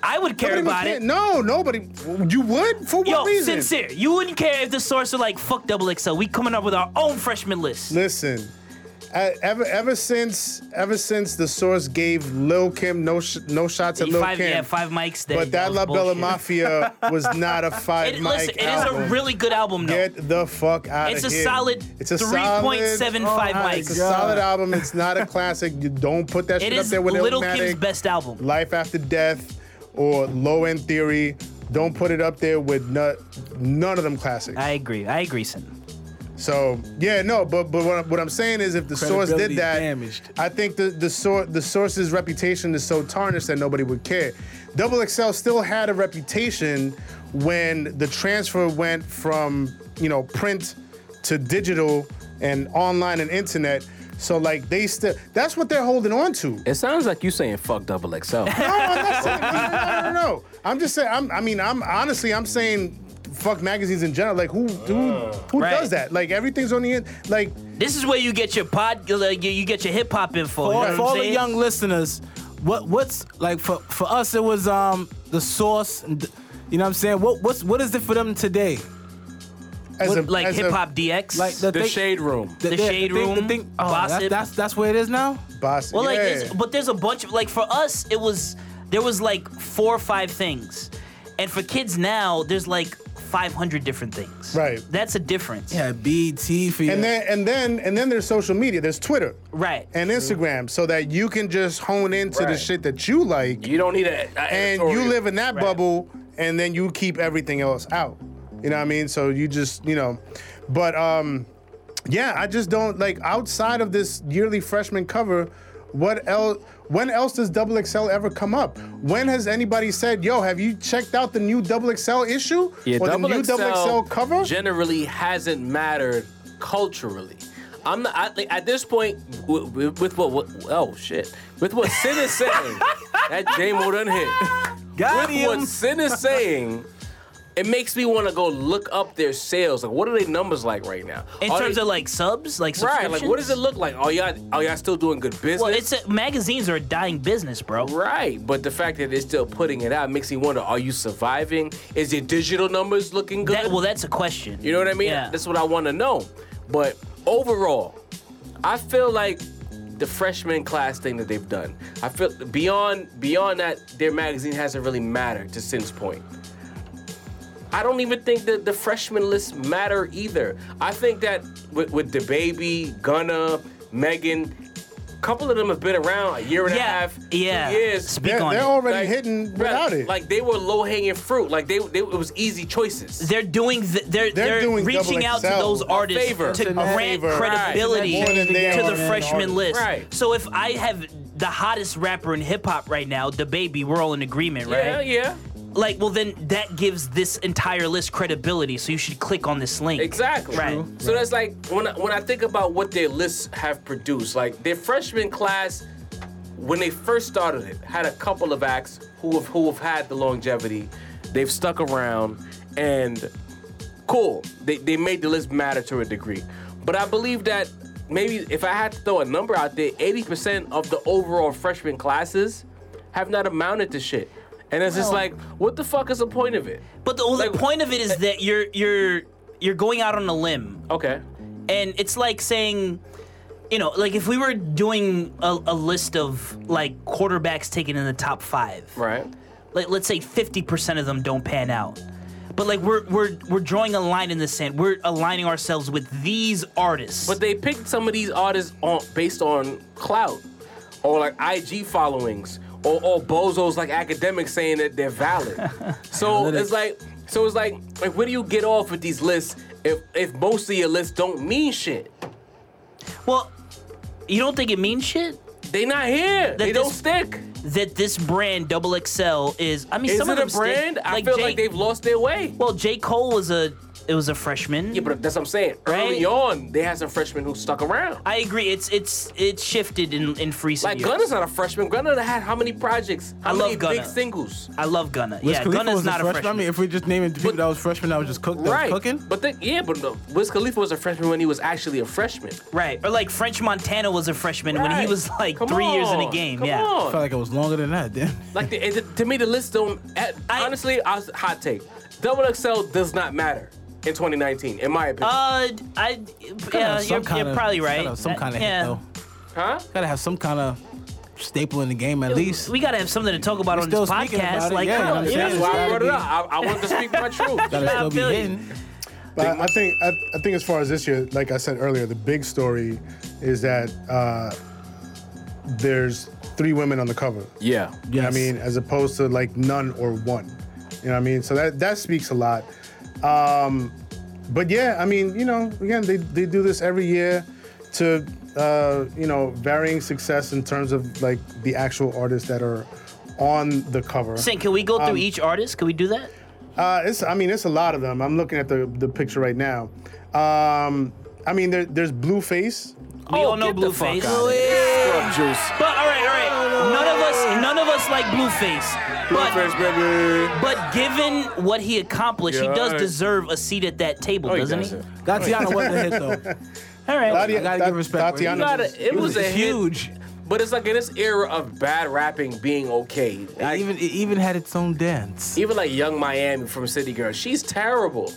[SPEAKER 1] I would care
[SPEAKER 3] nobody would
[SPEAKER 1] about
[SPEAKER 3] care.
[SPEAKER 1] it.
[SPEAKER 3] No, nobody. You would for what
[SPEAKER 1] Yo,
[SPEAKER 3] reason?
[SPEAKER 1] sincere, you wouldn't care if the source were like, fuck Double XL. We coming up with our own freshman list.
[SPEAKER 3] Listen, e- ever ever since ever since the source gave Lil Kim no sh- no shots at Lil
[SPEAKER 1] E five,
[SPEAKER 3] Kim,
[SPEAKER 1] yeah, five mics. There,
[SPEAKER 3] but that
[SPEAKER 1] was
[SPEAKER 3] La Bella
[SPEAKER 1] bullshit. <laughs>
[SPEAKER 3] Mafia was not a five
[SPEAKER 1] It,
[SPEAKER 3] mic
[SPEAKER 1] listen, it is
[SPEAKER 3] album.
[SPEAKER 1] a really good album, though.
[SPEAKER 3] Get the fuck out
[SPEAKER 1] It's
[SPEAKER 3] of
[SPEAKER 1] a
[SPEAKER 3] here.
[SPEAKER 1] solid
[SPEAKER 3] It's a
[SPEAKER 1] 3.75
[SPEAKER 3] solid-
[SPEAKER 1] mics.
[SPEAKER 3] It's a solid album. It's not
[SPEAKER 1] <laughs>
[SPEAKER 3] a classic. You don't put that
[SPEAKER 1] it
[SPEAKER 3] shit up
[SPEAKER 1] is
[SPEAKER 3] there with
[SPEAKER 1] Little
[SPEAKER 3] Illmatic,
[SPEAKER 1] Kim's best album.
[SPEAKER 3] Life After Death, or Low End Theory. Don't put it up there with no, none of them classics.
[SPEAKER 1] I agree. I agree, Sin.
[SPEAKER 3] So yeah, no, but but what, I'm- what I'm saying is, if the source did
[SPEAKER 5] Credibility's
[SPEAKER 3] that,
[SPEAKER 5] damaged.
[SPEAKER 3] I think the the source the source's reputation is so tarnished that nobody would care. Double XL still had a reputation when the transfer went from you know print to digital and online and internet. So like they still that's what they're holding on to.
[SPEAKER 2] It sounds like you saying fuck double XL.
[SPEAKER 3] No, I'm not saying, no, no, no, no, no. I'm just saying. I'm, I mean, I'm honestly, I'm saying, fuck magazines in general. Like, who, who, who
[SPEAKER 1] Right.
[SPEAKER 3] does that? Like, everything's on the end. Like,
[SPEAKER 1] This is where you get your pod, like, you, you get your hip hop info. you know
[SPEAKER 5] For,
[SPEAKER 1] what
[SPEAKER 5] for
[SPEAKER 1] I'm
[SPEAKER 5] all the
[SPEAKER 1] saying?
[SPEAKER 5] young listeners, what what's like for for us? It was um the source. And, th- you know what I'm saying? What what's what is it for them today?
[SPEAKER 3] as a
[SPEAKER 1] like
[SPEAKER 3] as a-
[SPEAKER 1] hip hop DX.
[SPEAKER 5] Like
[SPEAKER 2] <laughs>
[SPEAKER 5] the,
[SPEAKER 2] The
[SPEAKER 5] thing-
[SPEAKER 2] shade room.
[SPEAKER 1] The
[SPEAKER 5] yeah,
[SPEAKER 1] Shade
[SPEAKER 5] thing-
[SPEAKER 1] Room,
[SPEAKER 5] thing- oh, that's-
[SPEAKER 1] Gossip.
[SPEAKER 5] that's that's where it is now.
[SPEAKER 3] boss.
[SPEAKER 1] Well, like,
[SPEAKER 3] yeah.
[SPEAKER 1] there's, but there's a bunch of like for us, it was there was like four or five things, and for kids now, there's like 500 different things.
[SPEAKER 3] Right.
[SPEAKER 1] That's a difference.
[SPEAKER 5] Yeah, BT for you.
[SPEAKER 3] and then and then and then there's social media. There's Twitter,
[SPEAKER 1] Right.
[SPEAKER 3] and Instagram, so that you can just hone into the
[SPEAKER 2] Right.
[SPEAKER 3] shit that you like,
[SPEAKER 2] You don't need a, a
[SPEAKER 3] and
[SPEAKER 2] editorial.
[SPEAKER 3] you live in that
[SPEAKER 2] Right.
[SPEAKER 3] bubble, and then you keep everything else out. You know what I mean? So you just you know, but um, yeah, I just don't like outside of this yearly freshman cover. What else? When else does Double XL ever come up? When has anybody said, "Yo, have you checked out the new Double XL issue
[SPEAKER 2] Yeah,
[SPEAKER 3] or
[SPEAKER 2] double
[SPEAKER 3] the new
[SPEAKER 2] XL
[SPEAKER 3] Double XL cover?"
[SPEAKER 2] generally hasn't mattered culturally. I'm not. I, think at this point, with, with what, what? Oh shit! With what Sin is <laughs> saying, that J Mo done hit.
[SPEAKER 5] Got
[SPEAKER 2] with
[SPEAKER 5] him.
[SPEAKER 2] what Sin is saying, it makes me want to go look up their sales. Like, what are their numbers like right now?
[SPEAKER 1] In
[SPEAKER 2] Are
[SPEAKER 1] terms
[SPEAKER 2] they-
[SPEAKER 1] of like subs, like
[SPEAKER 2] right, like what does it
[SPEAKER 1] subscriptions?
[SPEAKER 2] look like? Are y'all are y'all still doing good business?
[SPEAKER 1] Well, it's a, magazines are a dying business, bro.
[SPEAKER 2] Right, but the fact that they're still putting it out makes me wonder: Are you surviving? Is your digital numbers looking good?
[SPEAKER 1] That, well, that's a question.
[SPEAKER 2] You know what I mean?
[SPEAKER 1] Yeah.
[SPEAKER 2] That's what I want to know. But overall, I feel like the freshman class thing that they've done. I feel beyond beyond that, their magazine hasn't really mattered to Sin's point. I don't even think that the freshman lists matter either. I think that with, with the baby, Gunna, Megan, a couple of them have been around a year and a
[SPEAKER 1] yeah,
[SPEAKER 2] half,
[SPEAKER 1] yeah.
[SPEAKER 2] two years.
[SPEAKER 1] Speak
[SPEAKER 3] They're,
[SPEAKER 1] on
[SPEAKER 3] they're
[SPEAKER 1] it.
[SPEAKER 3] already
[SPEAKER 2] Like,
[SPEAKER 3] hitting
[SPEAKER 2] bruh,
[SPEAKER 3] without it.
[SPEAKER 2] Like they were low hanging fruit. Like they, they, it was easy choices.
[SPEAKER 1] they're doing. Th- they're
[SPEAKER 3] They're
[SPEAKER 1] they're,
[SPEAKER 3] doing
[SPEAKER 1] reaching out to
[SPEAKER 3] XXL.
[SPEAKER 1] those
[SPEAKER 3] A
[SPEAKER 1] artists
[SPEAKER 2] favor.
[SPEAKER 1] to
[SPEAKER 5] A
[SPEAKER 1] grant
[SPEAKER 3] favor.
[SPEAKER 1] credibility
[SPEAKER 3] More than they
[SPEAKER 1] to
[SPEAKER 3] are
[SPEAKER 1] the
[SPEAKER 3] an
[SPEAKER 1] freshman
[SPEAKER 3] artist.
[SPEAKER 1] list.
[SPEAKER 2] Right.
[SPEAKER 1] So if I have the hottest rapper in hip hop right now, the baby, we're all in agreement,
[SPEAKER 2] Yeah,
[SPEAKER 1] right?
[SPEAKER 2] yeah.
[SPEAKER 1] Like, well, then that gives this entire list credibility. So you should click on this link.
[SPEAKER 2] Exactly.
[SPEAKER 1] Right.
[SPEAKER 2] So that's like when I, when I think about what their lists have produced, like their freshman class, when they first started it, had a couple of acts who have who have had the longevity, they've stuck around, and cool, they they made the list matter to a degree. But I believe that maybe if I had to throw a number out there, 80% of the overall freshman classes have not amounted to shit. And it's just like, what the fuck is the point of it?
[SPEAKER 1] But the, well, the
[SPEAKER 2] Like- eh
[SPEAKER 1] point of it is that you're you're you're going out on a limb,
[SPEAKER 2] Okay.
[SPEAKER 1] and it's like saying, you know, like if we were doing a, a list of like quarterbacks taken in the top five,
[SPEAKER 2] Right.
[SPEAKER 1] like let's say fifty percent of them don't pan out. But like we're we're we're drawing a line in the sand. We're aligning ourselves with these artists.
[SPEAKER 2] But they picked some of these artists on based on clout or like IG followings or, or bozos like academics saying that they're valid. so it's like so it's like like where do you get off with these lists if if most of your lists don't mean shit?
[SPEAKER 1] well, you don't think it means shit
[SPEAKER 2] They not here. they don't
[SPEAKER 1] this-
[SPEAKER 2] stick.
[SPEAKER 1] that this brand Double XL is? I mean,
[SPEAKER 2] Is
[SPEAKER 1] some
[SPEAKER 2] it
[SPEAKER 1] of
[SPEAKER 2] a
[SPEAKER 1] them stick.
[SPEAKER 2] brand? I feel
[SPEAKER 1] J-
[SPEAKER 2] like they've lost their way.
[SPEAKER 1] Well, J Cole was a it was a freshman.
[SPEAKER 2] Yeah, but that's what I'm saying. Early
[SPEAKER 1] Right.
[SPEAKER 2] on, they had some freshmen who stuck around.
[SPEAKER 1] I agree. It's it's it's shifted in in free
[SPEAKER 2] Like
[SPEAKER 1] years.
[SPEAKER 2] Gunna's not a freshman. Gunna had how many projects? How
[SPEAKER 1] I love
[SPEAKER 2] many big
[SPEAKER 1] Gunna.
[SPEAKER 2] singles?
[SPEAKER 1] I love Gunna.
[SPEAKER 5] Wiz
[SPEAKER 1] yeah,
[SPEAKER 5] Khalifa
[SPEAKER 1] Gunna's
[SPEAKER 5] was
[SPEAKER 1] not a freshman.
[SPEAKER 5] I mean, if we're just naming people that was freshmen, I was just cook, that was
[SPEAKER 2] right.
[SPEAKER 5] cooking.
[SPEAKER 2] But the, yeah, but no, Wiz Khalifa was a freshman when he was actually a freshman.
[SPEAKER 1] right. Or like French Montana was a freshman when he
[SPEAKER 2] Right.
[SPEAKER 1] was like
[SPEAKER 2] Come
[SPEAKER 1] three years in the
[SPEAKER 2] on,
[SPEAKER 1] game.
[SPEAKER 2] come
[SPEAKER 1] yeah.
[SPEAKER 2] on.
[SPEAKER 5] I felt like it was longer than that. Then
[SPEAKER 2] Like the, it- to me, the list don't. At,
[SPEAKER 1] I-
[SPEAKER 2] honestly, I was, hot take. Double XL does not matter in 2019, in my opinion.
[SPEAKER 1] Uh, I yeah,
[SPEAKER 5] Gotta have some
[SPEAKER 1] you're, you're
[SPEAKER 5] kinda-
[SPEAKER 1] probably right.
[SPEAKER 5] Gotta have some
[SPEAKER 1] Uh,
[SPEAKER 5] kind of
[SPEAKER 1] yeah.
[SPEAKER 5] hit though.
[SPEAKER 2] huh?
[SPEAKER 5] Gotta have some kind of staple in the game at least.
[SPEAKER 1] We gotta have something to talk about
[SPEAKER 5] We're
[SPEAKER 1] on this
[SPEAKER 5] still speaking
[SPEAKER 1] podcast.
[SPEAKER 5] about it,
[SPEAKER 1] Like,
[SPEAKER 5] yeah,
[SPEAKER 1] come
[SPEAKER 5] you know
[SPEAKER 1] on,
[SPEAKER 5] what
[SPEAKER 1] yeah.
[SPEAKER 5] I'm
[SPEAKER 2] That's
[SPEAKER 5] saying?
[SPEAKER 2] why
[SPEAKER 5] gotta
[SPEAKER 2] I brought it
[SPEAKER 5] be-
[SPEAKER 2] up. I, I wanted to speak my truth.
[SPEAKER 5] Gotta
[SPEAKER 1] I
[SPEAKER 5] still be
[SPEAKER 1] feel you.
[SPEAKER 5] hitting.
[SPEAKER 3] But I, I think I, I think as far as this year, like I said earlier, the big story is that uh, there's three women on the cover.
[SPEAKER 2] <laughs> Yeah.
[SPEAKER 3] You know what I
[SPEAKER 5] Yes.
[SPEAKER 3] mean, as opposed to like none or one. You know what I mean? So that that speaks a lot. Um, but yeah, I mean, you know, again, they, they do this every year to uh, you know varying success in terms of like the actual artists that are on the cover.
[SPEAKER 1] Saying, can we go
[SPEAKER 5] Um,
[SPEAKER 1] through each artist? Can we do that?
[SPEAKER 3] Uh, it's I mean it's a lot of them. I'm looking at the, the picture right now. Um, I mean there, there's Blueface.
[SPEAKER 1] We
[SPEAKER 5] Oh,
[SPEAKER 1] all know
[SPEAKER 2] get the fuck
[SPEAKER 1] Blueface.
[SPEAKER 2] outta
[SPEAKER 1] But
[SPEAKER 2] Scrub juice.
[SPEAKER 1] all right, all right. None of us, none of us like Blueface. But
[SPEAKER 2] First, baby.
[SPEAKER 1] But given what he accomplished,
[SPEAKER 2] Yeah,
[SPEAKER 1] he does
[SPEAKER 2] I-
[SPEAKER 1] deserve a seat at that table,
[SPEAKER 2] Oh, he
[SPEAKER 1] doesn't he?
[SPEAKER 2] doesn't.
[SPEAKER 5] Tatiana was a hit though.
[SPEAKER 1] All right.
[SPEAKER 3] Tati-
[SPEAKER 5] Oh, I gotta
[SPEAKER 3] Ta-
[SPEAKER 5] give respect where
[SPEAKER 3] Tatiana.
[SPEAKER 2] Not
[SPEAKER 3] was-
[SPEAKER 2] a, it was, a hit,
[SPEAKER 5] huge.
[SPEAKER 2] but it's like in this era of bad rapping being okay.
[SPEAKER 5] It
[SPEAKER 2] Like,
[SPEAKER 5] even it even had its own dance.
[SPEAKER 2] even like Young Miami from City Girl, she's terrible.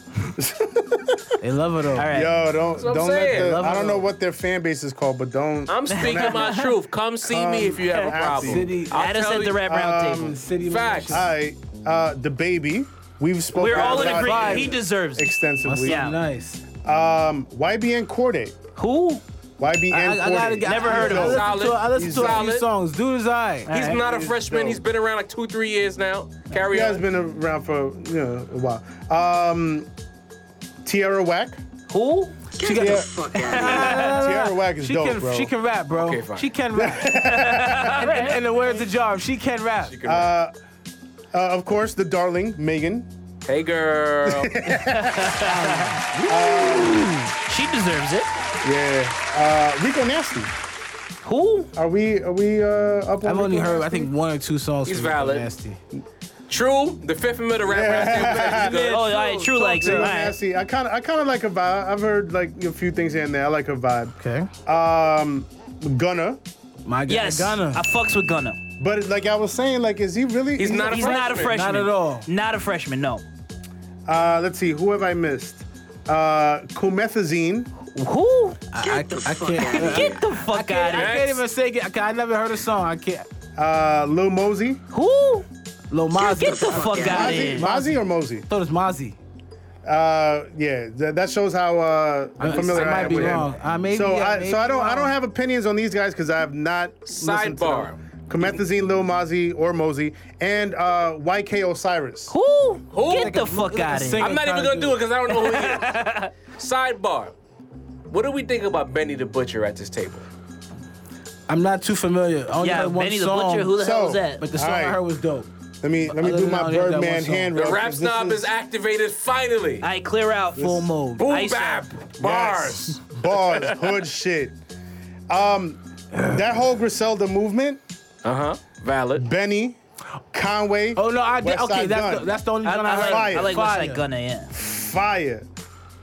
[SPEAKER 5] They love it all.
[SPEAKER 1] All right.
[SPEAKER 3] Yo, don't
[SPEAKER 2] what I'm
[SPEAKER 3] don't
[SPEAKER 2] saying.
[SPEAKER 3] let the,
[SPEAKER 5] Love
[SPEAKER 3] I don't
[SPEAKER 5] it.
[SPEAKER 3] know what their fan base is called, but don't.
[SPEAKER 2] I'm speaking my truth. Come see me if you have a
[SPEAKER 3] at
[SPEAKER 2] problem.
[SPEAKER 5] City-
[SPEAKER 2] I'll
[SPEAKER 1] Add us
[SPEAKER 2] tell
[SPEAKER 1] at the
[SPEAKER 2] you- um,
[SPEAKER 1] rap round table.
[SPEAKER 5] City
[SPEAKER 2] Facts.
[SPEAKER 5] Mansion.
[SPEAKER 3] All right, uh, the baby. We've spoken.
[SPEAKER 1] We're all in
[SPEAKER 3] about
[SPEAKER 1] agreement.
[SPEAKER 3] him
[SPEAKER 1] He deserves it.
[SPEAKER 3] extensively.
[SPEAKER 1] Yeah.
[SPEAKER 5] Nice.
[SPEAKER 3] Um, YBN Corday.
[SPEAKER 1] Who?
[SPEAKER 3] YBN
[SPEAKER 5] I, I, I gotta
[SPEAKER 3] Corday.
[SPEAKER 5] get.
[SPEAKER 1] Never heard of
[SPEAKER 5] I
[SPEAKER 1] him.
[SPEAKER 5] listened to, I listened
[SPEAKER 3] He's
[SPEAKER 5] to a few
[SPEAKER 2] solid.
[SPEAKER 5] songs. Dude is I.
[SPEAKER 2] He's
[SPEAKER 1] Alright.
[SPEAKER 2] not a
[SPEAKER 3] He's
[SPEAKER 2] freshman.
[SPEAKER 3] dope.
[SPEAKER 2] He's been around like two, three years now. Carry
[SPEAKER 3] He has
[SPEAKER 2] on.
[SPEAKER 3] been around for you know a while. Um, Tierra Whack.
[SPEAKER 1] Who?
[SPEAKER 5] She got.
[SPEAKER 1] <laughs>
[SPEAKER 3] Tierra Whack is
[SPEAKER 5] Ah, She
[SPEAKER 3] dope,
[SPEAKER 5] can,
[SPEAKER 3] bro.
[SPEAKER 5] she can rap, bro.
[SPEAKER 2] Okay, fine.
[SPEAKER 5] she can
[SPEAKER 3] <laughs>
[SPEAKER 5] rap. and, and, and the words of Jar, she can rap.
[SPEAKER 2] You can rap.
[SPEAKER 3] Uh, of course, the darling Megan.
[SPEAKER 2] hey, girl.
[SPEAKER 1] She deserves it.
[SPEAKER 3] Yeah. Uh, Rico Nasty.
[SPEAKER 1] Who?
[SPEAKER 3] Are we are we uh, up on
[SPEAKER 5] I've
[SPEAKER 3] Rico
[SPEAKER 5] only heard, I
[SPEAKER 3] Nasty?
[SPEAKER 5] think, one or two songs.
[SPEAKER 2] He's
[SPEAKER 5] from Rico
[SPEAKER 2] valid.
[SPEAKER 5] Nasty.
[SPEAKER 2] True, the fifth member of the rap rap team.
[SPEAKER 1] <laughs> Oh, all right, true legs. All
[SPEAKER 3] Rico
[SPEAKER 1] right.
[SPEAKER 3] Nasty. I kind of I kind of like her vibe. I've heard like a few things here and there. I like her vibe.
[SPEAKER 5] Okay.
[SPEAKER 3] Um, Gunna.
[SPEAKER 5] Uh, My guy,
[SPEAKER 1] Yes,
[SPEAKER 5] Gunna.
[SPEAKER 1] I fucks with Gunna.
[SPEAKER 3] But like I was saying, like is he really?
[SPEAKER 2] He's not a
[SPEAKER 1] He's not a freshman.
[SPEAKER 5] Not at all.
[SPEAKER 1] Not a freshman. No.
[SPEAKER 3] Uh, let's see. Who have I missed? Uh, Comethazine.
[SPEAKER 1] Who?
[SPEAKER 5] I, I can't. I,
[SPEAKER 1] Get the fuck out of
[SPEAKER 5] I
[SPEAKER 1] here.
[SPEAKER 5] can't even say it. I, can't- I never heard a song. I can't.
[SPEAKER 3] Uh, Lil Mosey.
[SPEAKER 1] Who?
[SPEAKER 5] Lil Mozzie.
[SPEAKER 1] Get the fuck out of
[SPEAKER 3] Mozzie,
[SPEAKER 1] here.
[SPEAKER 3] Mozzie or Mosey?
[SPEAKER 5] thought it was Mozzie.
[SPEAKER 3] Uh, yeah, th- that shows how uh, familiar
[SPEAKER 5] I might
[SPEAKER 3] am
[SPEAKER 5] be
[SPEAKER 3] with him.
[SPEAKER 5] wrong. I may
[SPEAKER 3] so
[SPEAKER 5] be- I
[SPEAKER 3] I,
[SPEAKER 5] may
[SPEAKER 3] so I
[SPEAKER 5] be
[SPEAKER 3] don't I
[SPEAKER 5] wrong.
[SPEAKER 3] don't have opinions on these guys because I have not listened to
[SPEAKER 2] Sidebar.
[SPEAKER 3] them. Comethazine, Lil Mozzie, or Mosey, and uh, YK Osiris.
[SPEAKER 1] Who? Get
[SPEAKER 2] Like
[SPEAKER 1] the fuck out of here.
[SPEAKER 5] singer.
[SPEAKER 2] I'm not even gonna do it because I don't know who he is. Sidebar. What do we think about Benny the Butcher at this table?
[SPEAKER 5] I'm not too familiar. I only
[SPEAKER 1] Yeah,
[SPEAKER 5] heard one
[SPEAKER 1] Benny the
[SPEAKER 5] song,
[SPEAKER 1] Butcher. Who the hell is
[SPEAKER 3] So-
[SPEAKER 1] that?
[SPEAKER 5] But the song
[SPEAKER 3] All right.
[SPEAKER 5] I heard was dope.
[SPEAKER 3] Let me let me
[SPEAKER 5] Other
[SPEAKER 3] do
[SPEAKER 5] than that, I
[SPEAKER 3] my
[SPEAKER 5] only heard that
[SPEAKER 3] Birdman
[SPEAKER 5] one song.
[SPEAKER 3] hand
[SPEAKER 5] The
[SPEAKER 2] The
[SPEAKER 3] rub,
[SPEAKER 2] rap
[SPEAKER 3] 'cause this
[SPEAKER 2] snob is activated finally.
[SPEAKER 1] I clear out.
[SPEAKER 5] Full mode.
[SPEAKER 2] Boom
[SPEAKER 1] Ice
[SPEAKER 2] bap
[SPEAKER 3] Yes.
[SPEAKER 2] bars.
[SPEAKER 3] bars, hood shit. Um, that whole Griselda movement,
[SPEAKER 2] Uh huh. Valid.
[SPEAKER 3] Benny, Conway.
[SPEAKER 5] Oh no, I did.
[SPEAKER 3] West
[SPEAKER 5] Okay,
[SPEAKER 3] Side
[SPEAKER 5] that's
[SPEAKER 3] Gun,
[SPEAKER 5] the, that's the only
[SPEAKER 1] I, I
[SPEAKER 5] one I, heard.
[SPEAKER 1] like, I like
[SPEAKER 5] Fire.
[SPEAKER 1] Westside Gunna, yeah.
[SPEAKER 3] fire,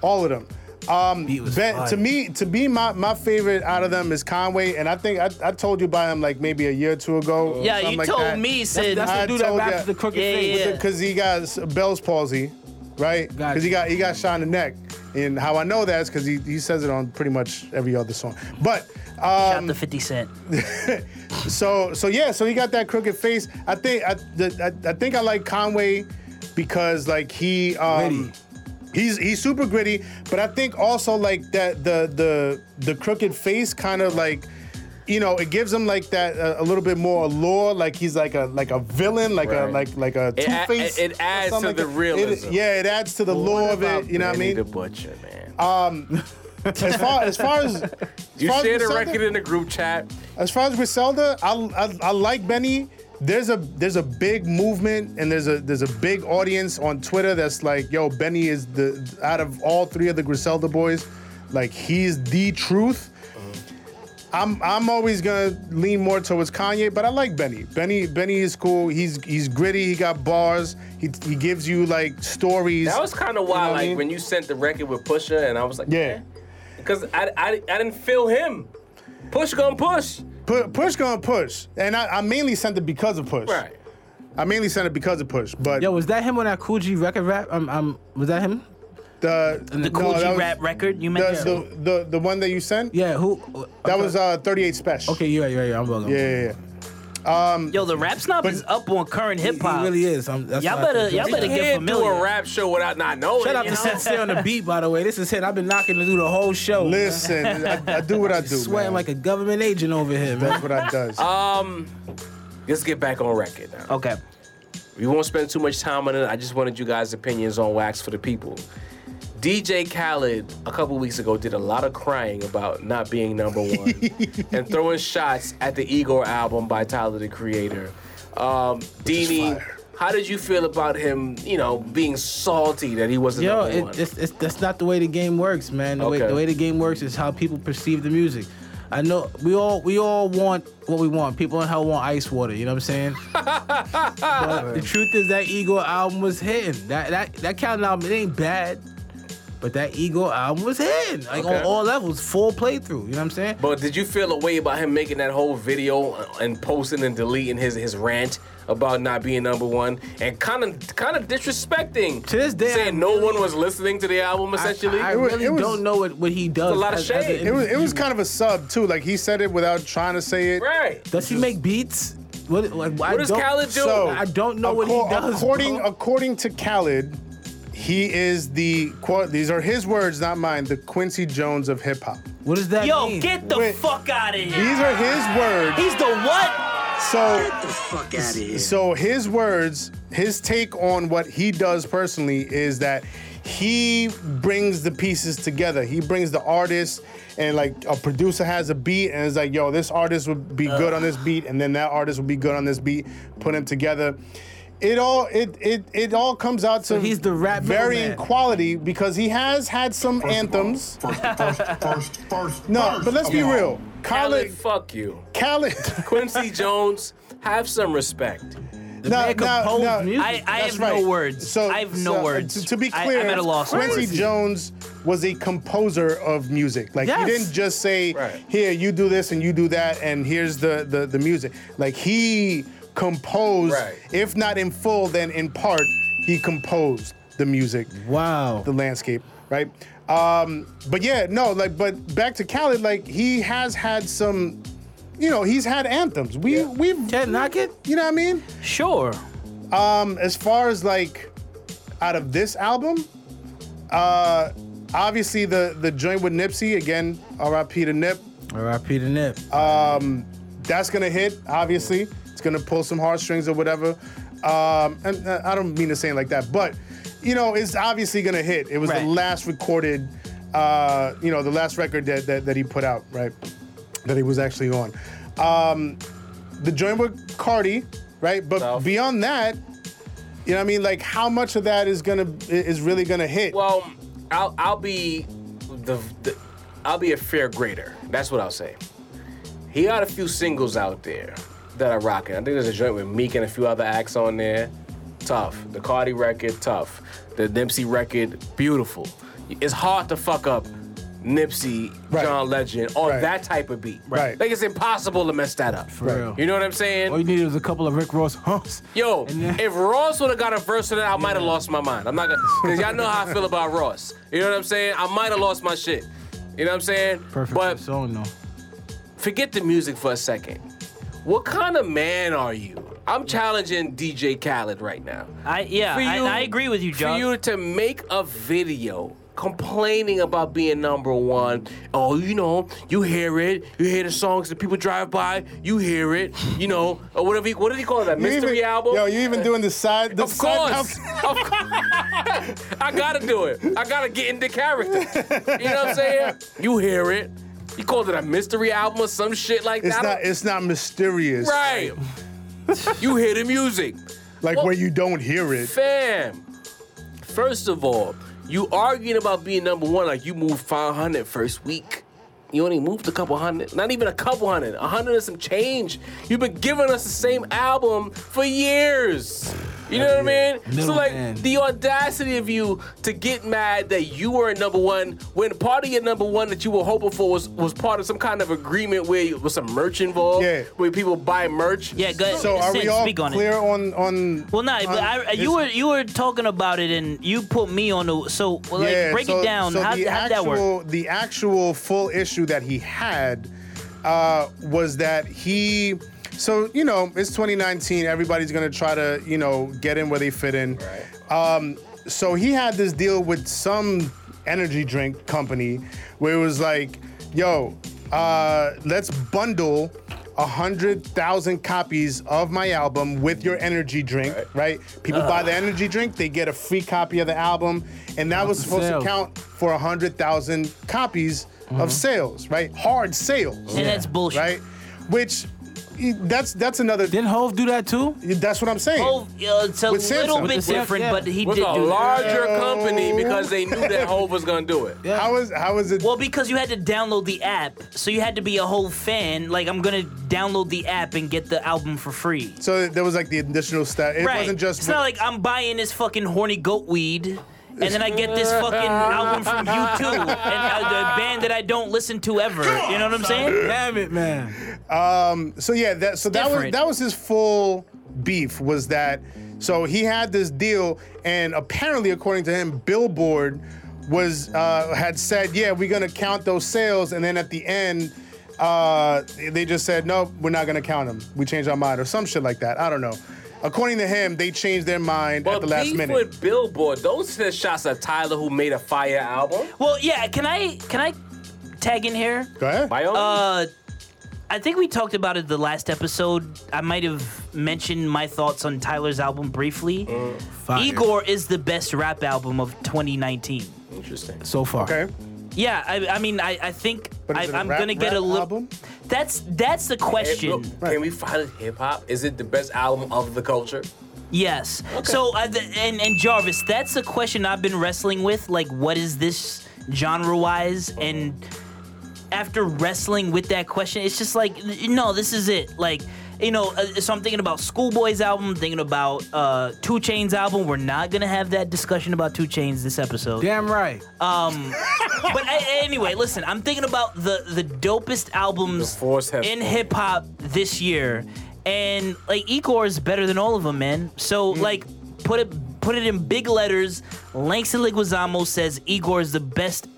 [SPEAKER 3] all of them. Um,
[SPEAKER 5] Beat was
[SPEAKER 3] Ben-
[SPEAKER 5] fire.
[SPEAKER 3] to me, to be my, my favorite out of them is Conway, and I think I, I told you about him like maybe a year or two ago. or
[SPEAKER 1] Yeah,
[SPEAKER 3] something
[SPEAKER 1] you
[SPEAKER 3] like
[SPEAKER 1] told
[SPEAKER 3] that.
[SPEAKER 1] me,
[SPEAKER 5] That's,
[SPEAKER 1] Sid.
[SPEAKER 5] that's
[SPEAKER 3] I
[SPEAKER 5] the dude that
[SPEAKER 3] told
[SPEAKER 5] raps
[SPEAKER 3] ya.
[SPEAKER 5] the crooked
[SPEAKER 1] Yeah,
[SPEAKER 5] face.
[SPEAKER 1] yeah,
[SPEAKER 3] because he got s- Bell's palsy, right?
[SPEAKER 5] Got
[SPEAKER 3] Because he
[SPEAKER 5] you.
[SPEAKER 3] got he got shot in the neck, and how I know that is because he, he says it on pretty much every other song. But
[SPEAKER 1] Shout
[SPEAKER 3] um,
[SPEAKER 1] the 50 Cent.
[SPEAKER 3] so so yeah, so he got that crooked face. I think I, the, I, I think I like Conway because like he um,
[SPEAKER 5] Gritty.
[SPEAKER 3] he's he's super gritty, but I think also like that the the the crooked face kind of like you know it gives him like that uh, a little bit more allure, like he's like a like a villain, like a
[SPEAKER 2] Right.
[SPEAKER 3] like like a two
[SPEAKER 2] It a-
[SPEAKER 3] face.
[SPEAKER 2] it- it adds to the realism.
[SPEAKER 3] yeah, it adds to the lore of it. You know what I
[SPEAKER 2] Benny the
[SPEAKER 3] mean?
[SPEAKER 2] Butcher, man.
[SPEAKER 3] As far as far
[SPEAKER 2] <laughs>
[SPEAKER 3] as, as
[SPEAKER 2] you
[SPEAKER 3] far as
[SPEAKER 2] shared a
[SPEAKER 3] Griselda-
[SPEAKER 2] record in the group chat.
[SPEAKER 3] As far as Griselda, I, I I like Benny. There's a there's a big movement and there's a there's a big audience on Twitter that's like, yo, Benny is the out of all three of the Griselda boys, like he's the truth. I'm I'm always gonna lean more towards Kanye, but I like Benny. Benny Benny is cool. He's he's gritty. He got bars. He he gives you like stories.
[SPEAKER 2] That was kind of
[SPEAKER 3] know
[SPEAKER 2] why,
[SPEAKER 3] what I
[SPEAKER 2] like,
[SPEAKER 3] mean?
[SPEAKER 2] when you sent the record with Pusha, and I was like,
[SPEAKER 3] yeah.
[SPEAKER 2] because I, I, I didn't feel him. Push gonna push.
[SPEAKER 3] Pu- push gonna push, and I, I mainly sent it because of push.
[SPEAKER 2] Right.
[SPEAKER 3] I mainly sent it because of push, but
[SPEAKER 5] Yo, was that him on that Cool G record rap? Um, um, was that him?
[SPEAKER 3] the
[SPEAKER 1] The Cool
[SPEAKER 3] no,
[SPEAKER 1] G
[SPEAKER 3] that was-
[SPEAKER 1] rap record you
[SPEAKER 3] The,
[SPEAKER 1] mentioned?
[SPEAKER 3] the, the, the one that you sent?
[SPEAKER 5] Yeah, who?
[SPEAKER 3] That was uh, 38 special.
[SPEAKER 5] Okay, you're right, you're right. I'm bugging.
[SPEAKER 3] Yeah, yeah, yeah.
[SPEAKER 1] Yo, the rap snob is up on current hip
[SPEAKER 5] He
[SPEAKER 1] hop.
[SPEAKER 5] really is. I'm, that's
[SPEAKER 1] Y'all
[SPEAKER 5] why I
[SPEAKER 1] better-
[SPEAKER 5] think-
[SPEAKER 1] y'all
[SPEAKER 2] You
[SPEAKER 1] better- Gotta get
[SPEAKER 2] can't do
[SPEAKER 1] familiar.
[SPEAKER 2] a rap show without not knowing.
[SPEAKER 5] Shout out
[SPEAKER 2] you
[SPEAKER 5] to
[SPEAKER 2] know?
[SPEAKER 5] Sensei on the beat, by the way. This is him. I've been knocking this through the whole show.
[SPEAKER 3] Listen, I, I do what I do. man.
[SPEAKER 5] Sweating like a Um, government agent over here,
[SPEAKER 3] <laughs>
[SPEAKER 5] man.
[SPEAKER 3] That's what I
[SPEAKER 5] <laughs>
[SPEAKER 3] does.
[SPEAKER 2] Let's get back on record now.
[SPEAKER 1] Okay.
[SPEAKER 2] We won't spend too much time on it. I just wanted you guys' opinions on wax for the people. DJ Khaled a couple weeks ago did a lot of crying about not being number one and throwing shots at the Igor album by Tyler the Creator. Um, Dini,
[SPEAKER 3] fire.
[SPEAKER 2] how did you feel about him? You know, being salty that he wasn't
[SPEAKER 5] Yo,
[SPEAKER 2] number one.
[SPEAKER 5] it, it's, it's, that's not the way the game works, man. The, way,
[SPEAKER 2] Okay.
[SPEAKER 5] the way the game works is how people perceive the music. I know we all we all want what we want. People in hell want ice water. You know what I'm
[SPEAKER 2] <laughs>
[SPEAKER 5] saying? but the truth is that Igor album was hitting. That that that Countdown album it ain't bad, but that Igor album was hitting like
[SPEAKER 2] Okay.
[SPEAKER 5] on all levels, full playthrough. You know what I'm saying?
[SPEAKER 2] but did you feel a way about him making that whole video and posting and deleting his his rant about not being number one and kind of kind of disrespecting
[SPEAKER 5] To this day, I
[SPEAKER 2] saying no one was listening to the album essentially?
[SPEAKER 5] I, I
[SPEAKER 3] It was-
[SPEAKER 5] really
[SPEAKER 3] it was-
[SPEAKER 5] don't know what, what he does.
[SPEAKER 2] a lot of
[SPEAKER 5] as- as an
[SPEAKER 2] shade.
[SPEAKER 3] it was it was
[SPEAKER 5] individual.
[SPEAKER 3] kind of a sub too. Like he said it without trying to say it.
[SPEAKER 2] Right.
[SPEAKER 5] Does he make beats? What, like, I
[SPEAKER 2] What does
[SPEAKER 5] don't-
[SPEAKER 2] Khaled do?
[SPEAKER 3] So
[SPEAKER 5] I don't know what he does,
[SPEAKER 3] According
[SPEAKER 5] bro.
[SPEAKER 3] according to Khaled, he is the quote. These are his words, not mine. The Quincy Jones of hip hop.
[SPEAKER 5] What does that
[SPEAKER 1] Yo,
[SPEAKER 5] mean?
[SPEAKER 1] get the
[SPEAKER 3] Wait.
[SPEAKER 1] fuck out of here.
[SPEAKER 3] These are his words.
[SPEAKER 1] He's the what?
[SPEAKER 3] So
[SPEAKER 7] Get the fuck out of here.
[SPEAKER 3] So his words, his take on what he does personally is that he brings the pieces together. He brings the artist and like a producer has a beat and it's like,
[SPEAKER 5] Uh.
[SPEAKER 3] yo, this artist would be good on this beat, and then that artist would be good on this beat, put them together. it all it it it all comes out to
[SPEAKER 5] he's the rap
[SPEAKER 3] varying
[SPEAKER 5] middleman.
[SPEAKER 3] quality because he has had some anthems.
[SPEAKER 7] First, first, first, first.
[SPEAKER 3] No,
[SPEAKER 7] first.
[SPEAKER 3] but let's be
[SPEAKER 7] Come on.
[SPEAKER 3] real.
[SPEAKER 2] Khaled,
[SPEAKER 3] Khaled,
[SPEAKER 2] fuck you.
[SPEAKER 3] Khaled.
[SPEAKER 2] Quincy Jones, have some respect.
[SPEAKER 3] No,
[SPEAKER 5] man
[SPEAKER 3] no,
[SPEAKER 5] composed
[SPEAKER 3] no.
[SPEAKER 5] music.
[SPEAKER 1] I, I
[SPEAKER 3] That's
[SPEAKER 1] have
[SPEAKER 3] right.
[SPEAKER 1] no words.
[SPEAKER 3] So
[SPEAKER 1] I have no
[SPEAKER 3] so, uh,
[SPEAKER 1] words.
[SPEAKER 3] To, to be
[SPEAKER 1] I-
[SPEAKER 3] clear,
[SPEAKER 1] I'm at a loss. for
[SPEAKER 3] Quincy
[SPEAKER 1] words.
[SPEAKER 3] Jones was a composer of music. Like he
[SPEAKER 5] Yes.
[SPEAKER 3] didn't just say,
[SPEAKER 2] Right.
[SPEAKER 3] "Here, you do this and you do that, and here's the the, the music." Like he composed,
[SPEAKER 2] Right.
[SPEAKER 3] if not in full, then in part, he composed the music,
[SPEAKER 5] Wow.
[SPEAKER 3] the landscape, right? Um, but yeah, no, like, but back to Khaled, like he has had some. You know, he's had anthems. We we've
[SPEAKER 5] Can't knock it.
[SPEAKER 3] you know what I mean?
[SPEAKER 1] Sure.
[SPEAKER 3] Um, as far as like out of this album, uh obviously the the joint with Nipsey again, RIP to Nip,
[SPEAKER 5] R.I.P. to Nip.
[SPEAKER 3] Uh, that's gonna hit. Obviously, it's gonna pull some heartstrings or whatever. Um, and uh, I don't mean to say it like that, but you know, it's obviously gonna hit. It was
[SPEAKER 5] Right.
[SPEAKER 3] the last recorded, uh, you know, the last record that, that that he put out, right? That he was actually on. Um, the joint with Cardi, right? But
[SPEAKER 2] No.
[SPEAKER 3] beyond that, you know, what I mean, like, how much of that is gonna is really gonna hit?
[SPEAKER 2] Well, I'll I'll be the, the I'll be a fair grader. That's what I'll say. He got a few singles out there that are rocking. I think there's a joint with Meek and a few other acts on there. Tough. The Cardi record, tough. The Nipsey record, beautiful. It's hard to fuck up Nipsey,
[SPEAKER 3] Right.
[SPEAKER 2] John Legend, on
[SPEAKER 3] Right.
[SPEAKER 2] that type of beat.
[SPEAKER 3] Right.
[SPEAKER 2] Like it's impossible to mess that up. For
[SPEAKER 5] real.
[SPEAKER 2] You know what I'm saying?
[SPEAKER 5] All you needed was a couple of Rick Ross humps.
[SPEAKER 2] Yo,
[SPEAKER 5] And then-
[SPEAKER 2] if Ross would have got a verse on that, I might have lost my mind. I'm not gonna, cause y'all know how I feel about Ross. You know what I'm saying? I might have lost my shit. You know what I'm saying?
[SPEAKER 5] Perfect for the
[SPEAKER 2] But
[SPEAKER 5] song though.
[SPEAKER 2] forget the music for a second. What kind of man are you? I'm challenging DJ Khaled right now.
[SPEAKER 1] I yeah.
[SPEAKER 2] For you-
[SPEAKER 1] I, I agree with you,
[SPEAKER 2] For
[SPEAKER 1] John.
[SPEAKER 2] you to make a video complaining about being number one, oh, you know, you hear it, you hear the songs that people drive by, you hear it, you know, or whatever. He, what did he call that?
[SPEAKER 3] You
[SPEAKER 2] Mystery
[SPEAKER 3] even,
[SPEAKER 2] album?
[SPEAKER 3] Yo, you even doing the side? The
[SPEAKER 2] Of
[SPEAKER 3] side
[SPEAKER 2] course.
[SPEAKER 3] hustle?
[SPEAKER 2] Of course. <laughs> I gotta do it. I gotta get into character. You know what I'm saying? You hear it. He called it a mystery album or some shit like
[SPEAKER 3] It's
[SPEAKER 2] that.
[SPEAKER 3] not. It's not mysterious.
[SPEAKER 2] right. you hear the music.
[SPEAKER 3] Like where you don't hear it.
[SPEAKER 2] Fam. First of all, you arguing about being number one like you moved 500 first week. You only moved a couple hundred, not even a couple hundred, a hundred and some change. You've been giving us the same album for years. You know what I mean? so
[SPEAKER 5] Middle
[SPEAKER 2] like
[SPEAKER 5] man.
[SPEAKER 2] the audacity of you to get mad that you were number one when part of your number one that you were hoping for was was part of some kind of agreement where you, with some merch involved,
[SPEAKER 3] Yeah.
[SPEAKER 2] where people buy merch.
[SPEAKER 1] yeah. Go,
[SPEAKER 3] So are
[SPEAKER 1] Sid,
[SPEAKER 3] we all
[SPEAKER 1] speak on
[SPEAKER 3] clear
[SPEAKER 1] it.
[SPEAKER 3] on on?
[SPEAKER 1] Well, nah, but
[SPEAKER 3] on-
[SPEAKER 1] I,
[SPEAKER 3] it's-
[SPEAKER 1] you were you were talking about it, and you put me on the so well, like
[SPEAKER 3] yeah,
[SPEAKER 1] break
[SPEAKER 3] so-
[SPEAKER 1] it down.
[SPEAKER 3] So
[SPEAKER 1] how
[SPEAKER 3] the
[SPEAKER 1] how'd that
[SPEAKER 3] actual
[SPEAKER 1] work?
[SPEAKER 3] the actual full issue that he had uh, was that he. So you know it's 2019. Everybody's gonna try to you know get in where they fit in. Um, so he had this deal with some energy drink company where it was like, yo, uh, let's bundle a hundred thousand copies of my album with your energy drink, right? People buy the energy drink, they get a free copy of the album, and that was
[SPEAKER 5] the
[SPEAKER 3] supposed
[SPEAKER 5] sales.
[SPEAKER 3] to count for a hundred thousand copies of sales, right? Hard sales,
[SPEAKER 1] And that's bullshit.
[SPEAKER 3] right? Which that's that's another.
[SPEAKER 5] Didn't Hove do that too?
[SPEAKER 3] That's what I'm saying.
[SPEAKER 1] Oh, uh, it's a
[SPEAKER 3] With Samsung.
[SPEAKER 1] little
[SPEAKER 3] With
[SPEAKER 1] bit
[SPEAKER 5] the Samsung,
[SPEAKER 1] different,
[SPEAKER 5] yeah.
[SPEAKER 1] but he
[SPEAKER 2] With
[SPEAKER 1] did
[SPEAKER 2] a
[SPEAKER 1] do that.
[SPEAKER 2] larger company because they knew that Hov was gonna
[SPEAKER 3] <laughs>
[SPEAKER 2] do it.
[SPEAKER 3] How is how is it?
[SPEAKER 1] Well, because you had to download the app, so you had to be a whole fan. Like I'm gonna download the app and get the album for free.
[SPEAKER 3] so there was like the additional stuff. It
[SPEAKER 1] right.
[SPEAKER 3] wasn't just.
[SPEAKER 1] It's not like I'm buying this fucking horny goat weed. And then I get this fucking album from U2 and uh, the band that I don't listen to ever. You know what I'm saying?
[SPEAKER 5] Damn it, man.
[SPEAKER 3] so yeah, that so that was
[SPEAKER 1] different.
[SPEAKER 3] that was his full beef was that so he had this deal and apparently according to him Billboard was uh, had said yeah we're gonna count those sales and then at the end uh, they just said no we're not gonna count them we changed our mind or some shit like that I don't know according to him they changed their mind at
[SPEAKER 2] But
[SPEAKER 3] the last
[SPEAKER 2] beef
[SPEAKER 3] minute
[SPEAKER 2] with Billboard, those are the shots at Tyler who made a fire album.
[SPEAKER 1] Well, yeah. Can I can I tag in here?
[SPEAKER 3] go ahead
[SPEAKER 2] By all
[SPEAKER 1] Uh, I think we talked about it the last episode. I might have mentioned my thoughts on Tyler's album briefly.
[SPEAKER 3] Uh,
[SPEAKER 5] Fire.
[SPEAKER 1] Igor is the best rap album of 2019.
[SPEAKER 2] means. interesting.
[SPEAKER 5] So far.
[SPEAKER 3] okay
[SPEAKER 1] Yeah, I, I mean, I, I think
[SPEAKER 3] But
[SPEAKER 1] I,
[SPEAKER 3] is it a
[SPEAKER 1] I'm
[SPEAKER 3] rap-
[SPEAKER 1] gonna get
[SPEAKER 3] rap
[SPEAKER 1] a little.
[SPEAKER 3] album?
[SPEAKER 1] That's that's the
[SPEAKER 2] Hey,
[SPEAKER 1] question.
[SPEAKER 2] look, Can we find it hip hop? Is it the best album of the culture?
[SPEAKER 1] Yes. So, I, th- and and Jarvis, that's a question I've been wrestling with. Like, what is this genre-wise? And after wrestling with that question, it's just like, n- no, this is it. Like, you know, uh, so I'm thinking about Schoolboy's album, thinking about uh, Two Chains album. We're not gonna have that discussion about Two Chains this episode.
[SPEAKER 5] Damn right.
[SPEAKER 1] But a- anyway, listen, I'm thinking about the the dopest albums
[SPEAKER 2] The Force has
[SPEAKER 1] in
[SPEAKER 2] spoken.
[SPEAKER 1] hip hop this year, and like Igor is better than all of them, man. So
[SPEAKER 3] Mm.
[SPEAKER 1] like, put it put it in big letters. Langston Liguizamo says Igor is the best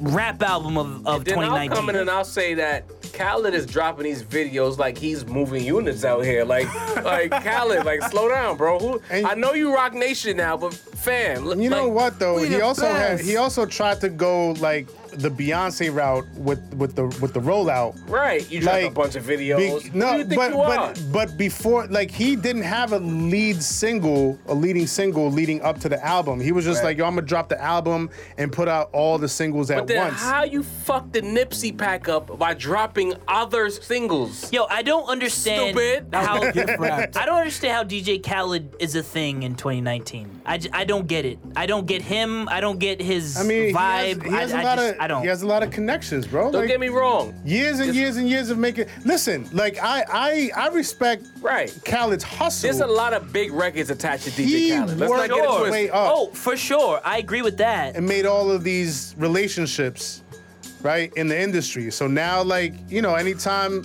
[SPEAKER 1] rap album of, of
[SPEAKER 2] Then I'll come in
[SPEAKER 1] 2019.
[SPEAKER 2] and I'll say that Khaled is dropping these videos like he's moving units out here. Like,
[SPEAKER 3] <laughs>
[SPEAKER 2] like Khaled, like slow down, bro. Who,
[SPEAKER 3] And-
[SPEAKER 2] I know you rock nation now, but fam,
[SPEAKER 3] You know what though?
[SPEAKER 5] we
[SPEAKER 3] He
[SPEAKER 5] the
[SPEAKER 3] also had
[SPEAKER 5] best.
[SPEAKER 3] he also tried to go like the Beyonce route with with the with the rollout.
[SPEAKER 2] Right, you dropped a bunch of videos.
[SPEAKER 3] Be-
[SPEAKER 2] Who
[SPEAKER 3] no,
[SPEAKER 2] do you think
[SPEAKER 3] but
[SPEAKER 2] you are?
[SPEAKER 3] but but before, like he didn't have a lead single, a leading single leading up to the album. He was just
[SPEAKER 2] Right.
[SPEAKER 3] like, "Yo, I'm gonna drop the album and put out all the singles at
[SPEAKER 2] But then
[SPEAKER 3] once."
[SPEAKER 2] how you fuck the Nipsey pack up by dropping other singles?
[SPEAKER 1] Yo, I don't understand
[SPEAKER 2] Stupid.
[SPEAKER 1] how
[SPEAKER 5] Gift
[SPEAKER 1] <laughs>
[SPEAKER 5] wrapped.
[SPEAKER 1] I don't understand how DJ Khaled is a thing in 2019. I, j- I don't get it. I don't get him. I don't get his
[SPEAKER 3] I mean, he has-
[SPEAKER 1] vibe.
[SPEAKER 3] He has,
[SPEAKER 1] I,
[SPEAKER 3] a
[SPEAKER 1] I
[SPEAKER 3] lot
[SPEAKER 1] just
[SPEAKER 3] of
[SPEAKER 1] I don't.
[SPEAKER 3] he has a lot of connections, bro.
[SPEAKER 2] Don't
[SPEAKER 3] like,
[SPEAKER 2] get me wrong.
[SPEAKER 3] years and years and years of making. Listen, like I I I respect
[SPEAKER 2] Right.
[SPEAKER 3] Khaled's hustle.
[SPEAKER 2] There's a lot of big records attached to DJ
[SPEAKER 3] He
[SPEAKER 2] Khaled. Let's not
[SPEAKER 3] worked
[SPEAKER 2] get it
[SPEAKER 3] his
[SPEAKER 2] twisted.
[SPEAKER 3] way up.
[SPEAKER 1] Oh, for sure. I agree with that.
[SPEAKER 3] and made all of these relationships, right, in the industry. So now, like, you know, anytime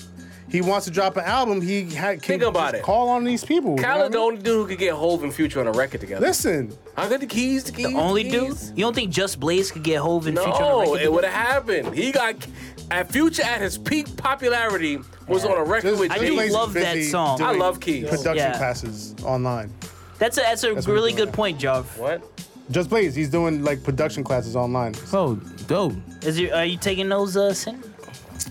[SPEAKER 3] he wants to drop an album, he ha- can
[SPEAKER 2] Think about
[SPEAKER 3] just
[SPEAKER 2] it.
[SPEAKER 3] call on these people. you know
[SPEAKER 2] Khaled the
[SPEAKER 3] what I mean?
[SPEAKER 2] only dude who could get Hov and Future on a record together.
[SPEAKER 3] Listen,
[SPEAKER 2] I got the keys, the keys.
[SPEAKER 1] The only
[SPEAKER 2] the
[SPEAKER 1] dude?
[SPEAKER 2] keys.
[SPEAKER 1] You don't think Just Blaze could get Hov in future? on the
[SPEAKER 2] No,
[SPEAKER 1] record?
[SPEAKER 2] it would have happened. He got at Future at his peak popularity was on a record
[SPEAKER 3] just,
[SPEAKER 2] with
[SPEAKER 1] I
[SPEAKER 3] just
[SPEAKER 1] do
[SPEAKER 3] Blaze
[SPEAKER 2] Jay.
[SPEAKER 3] is
[SPEAKER 1] love that
[SPEAKER 3] busy
[SPEAKER 1] song.
[SPEAKER 2] I
[SPEAKER 3] doing
[SPEAKER 2] love keys.
[SPEAKER 3] production
[SPEAKER 1] Yeah.
[SPEAKER 3] classes online.
[SPEAKER 1] That's a that's a
[SPEAKER 3] what
[SPEAKER 1] really
[SPEAKER 3] we're doing
[SPEAKER 1] good
[SPEAKER 3] now.
[SPEAKER 1] point, Jarv.
[SPEAKER 2] What?
[SPEAKER 3] Just Blaze, he's doing like production classes online.
[SPEAKER 5] Oh, dope.
[SPEAKER 1] Is you are you taking those uh sin?
[SPEAKER 3] And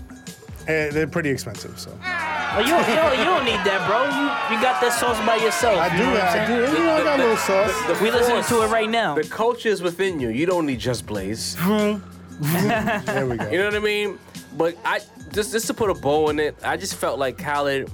[SPEAKER 3] Eh, they're pretty expensive, so
[SPEAKER 1] Oh, you, don't- you, don't- you don't need that, bro. You you got that sauce by yourself.
[SPEAKER 3] I do, I do. You know, I got a little sauce.
[SPEAKER 1] We listening to it right now.
[SPEAKER 2] The culture is within you. You don't need just Blaze.
[SPEAKER 3] There we go.
[SPEAKER 2] You know what I mean? But I just just to put a bow in it, I just felt like Khaled.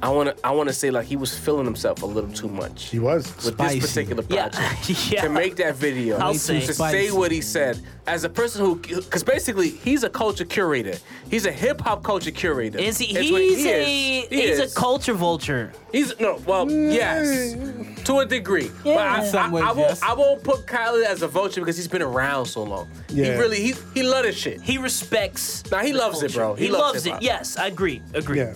[SPEAKER 2] I wanna I wanna say like he was feeling himself a little too much
[SPEAKER 3] he
[SPEAKER 2] with
[SPEAKER 3] was.
[SPEAKER 5] Spicy.
[SPEAKER 2] this particular
[SPEAKER 1] yeah,
[SPEAKER 2] project.
[SPEAKER 1] <laughs> yeah.
[SPEAKER 2] To make that video,
[SPEAKER 1] I'll
[SPEAKER 2] to
[SPEAKER 1] say.
[SPEAKER 2] say what he said, as a person who, because basically he's a culture curator, he's a hip hop culture curator.
[SPEAKER 1] is he?
[SPEAKER 2] That's what he
[SPEAKER 1] He's a
[SPEAKER 2] is. He
[SPEAKER 1] he's
[SPEAKER 2] is.
[SPEAKER 1] a culture vulture.
[SPEAKER 2] He's no, well, yes, to a degree. But I,
[SPEAKER 1] In
[SPEAKER 5] some
[SPEAKER 2] I-
[SPEAKER 5] ways,
[SPEAKER 2] I won't,
[SPEAKER 5] yes.
[SPEAKER 2] I won't put Khaled as a vulture because he's been around so long. He
[SPEAKER 3] Yeah.
[SPEAKER 2] really, he he love this shit.
[SPEAKER 1] He respects.
[SPEAKER 2] Nah, he
[SPEAKER 1] the
[SPEAKER 2] loves it,
[SPEAKER 1] culture.
[SPEAKER 2] bro. He
[SPEAKER 1] He,
[SPEAKER 2] loves
[SPEAKER 1] loves it.
[SPEAKER 2] hip-hop.
[SPEAKER 1] Yes, I agree. Agree.
[SPEAKER 3] Yeah.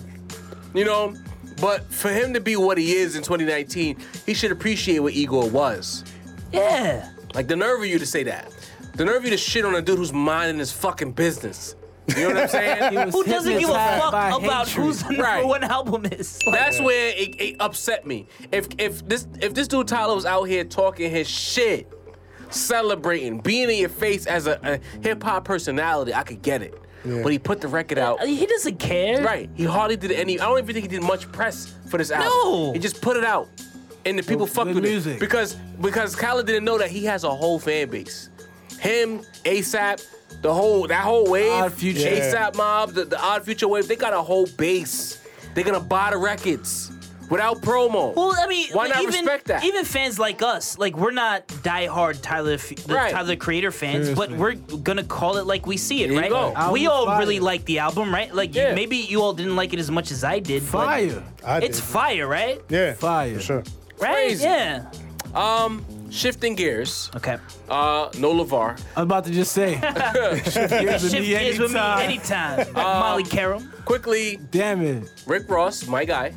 [SPEAKER 2] You know, but for him to be what he is in 2019, he should appreciate what Igor was.
[SPEAKER 1] Yeah.
[SPEAKER 2] Like the nerve of you to say that. The nerve of you to shit on a dude who's minding his fucking business. You know what I'm saying?
[SPEAKER 1] Who doesn't give a
[SPEAKER 5] hypnotized
[SPEAKER 1] fuck
[SPEAKER 5] by
[SPEAKER 1] about
[SPEAKER 5] hatred.
[SPEAKER 1] whose number
[SPEAKER 2] Right.
[SPEAKER 1] one album is?
[SPEAKER 2] <laughs> That's where it, it upset me. If if this if this dude Tyler was out here talking his shit, celebrating, being in your face as a, a hip hop personality, I could get it.
[SPEAKER 3] Yeah.
[SPEAKER 2] But he put the record out.
[SPEAKER 1] He doesn't care.
[SPEAKER 2] Right. He hardly did any. I don't even think he did much press for this album.
[SPEAKER 1] No.
[SPEAKER 2] He just put it out, and the people fucked
[SPEAKER 5] good
[SPEAKER 2] with it
[SPEAKER 5] music.
[SPEAKER 2] because because Khaled didn't know that he has a whole fan base. Him, ASAP, the whole that whole wave,
[SPEAKER 5] Odd Future.
[SPEAKER 2] ASAP mob, the, the Odd Future wave. They got a whole base. They're gonna buy the records without promo.
[SPEAKER 1] Well, I mean,
[SPEAKER 2] why not
[SPEAKER 1] even,
[SPEAKER 2] respect that?
[SPEAKER 1] Even fans like us, like we're not diehard Tyler, f- the
[SPEAKER 2] Right.
[SPEAKER 1] Tyler the Creator fans, but we're gonna call it like we see it,
[SPEAKER 2] you
[SPEAKER 1] right?
[SPEAKER 2] go.
[SPEAKER 1] We
[SPEAKER 5] Album
[SPEAKER 1] all
[SPEAKER 5] fire.
[SPEAKER 1] really like the album, right? Like you-
[SPEAKER 2] Yeah.
[SPEAKER 1] maybe you all didn't like it as much as I did. but
[SPEAKER 5] Fire.
[SPEAKER 3] I
[SPEAKER 1] It's
[SPEAKER 3] did.
[SPEAKER 1] fire, right?
[SPEAKER 3] yeah.
[SPEAKER 5] Fire.
[SPEAKER 3] For sure.
[SPEAKER 1] Right?
[SPEAKER 2] Crazy.
[SPEAKER 1] Yeah.
[SPEAKER 2] Shifting gears.
[SPEAKER 1] Okay.
[SPEAKER 2] Uh, no Levar. <laughs>
[SPEAKER 5] I'm about to just <laughs> say. shift gears with
[SPEAKER 1] Shift
[SPEAKER 5] me
[SPEAKER 1] gears with me
[SPEAKER 5] anytime.
[SPEAKER 1] anytime.
[SPEAKER 2] <laughs> Uh,
[SPEAKER 1] Molly Carroll.
[SPEAKER 2] Quickly,
[SPEAKER 5] Damn it.
[SPEAKER 2] Rick Ross, my guy.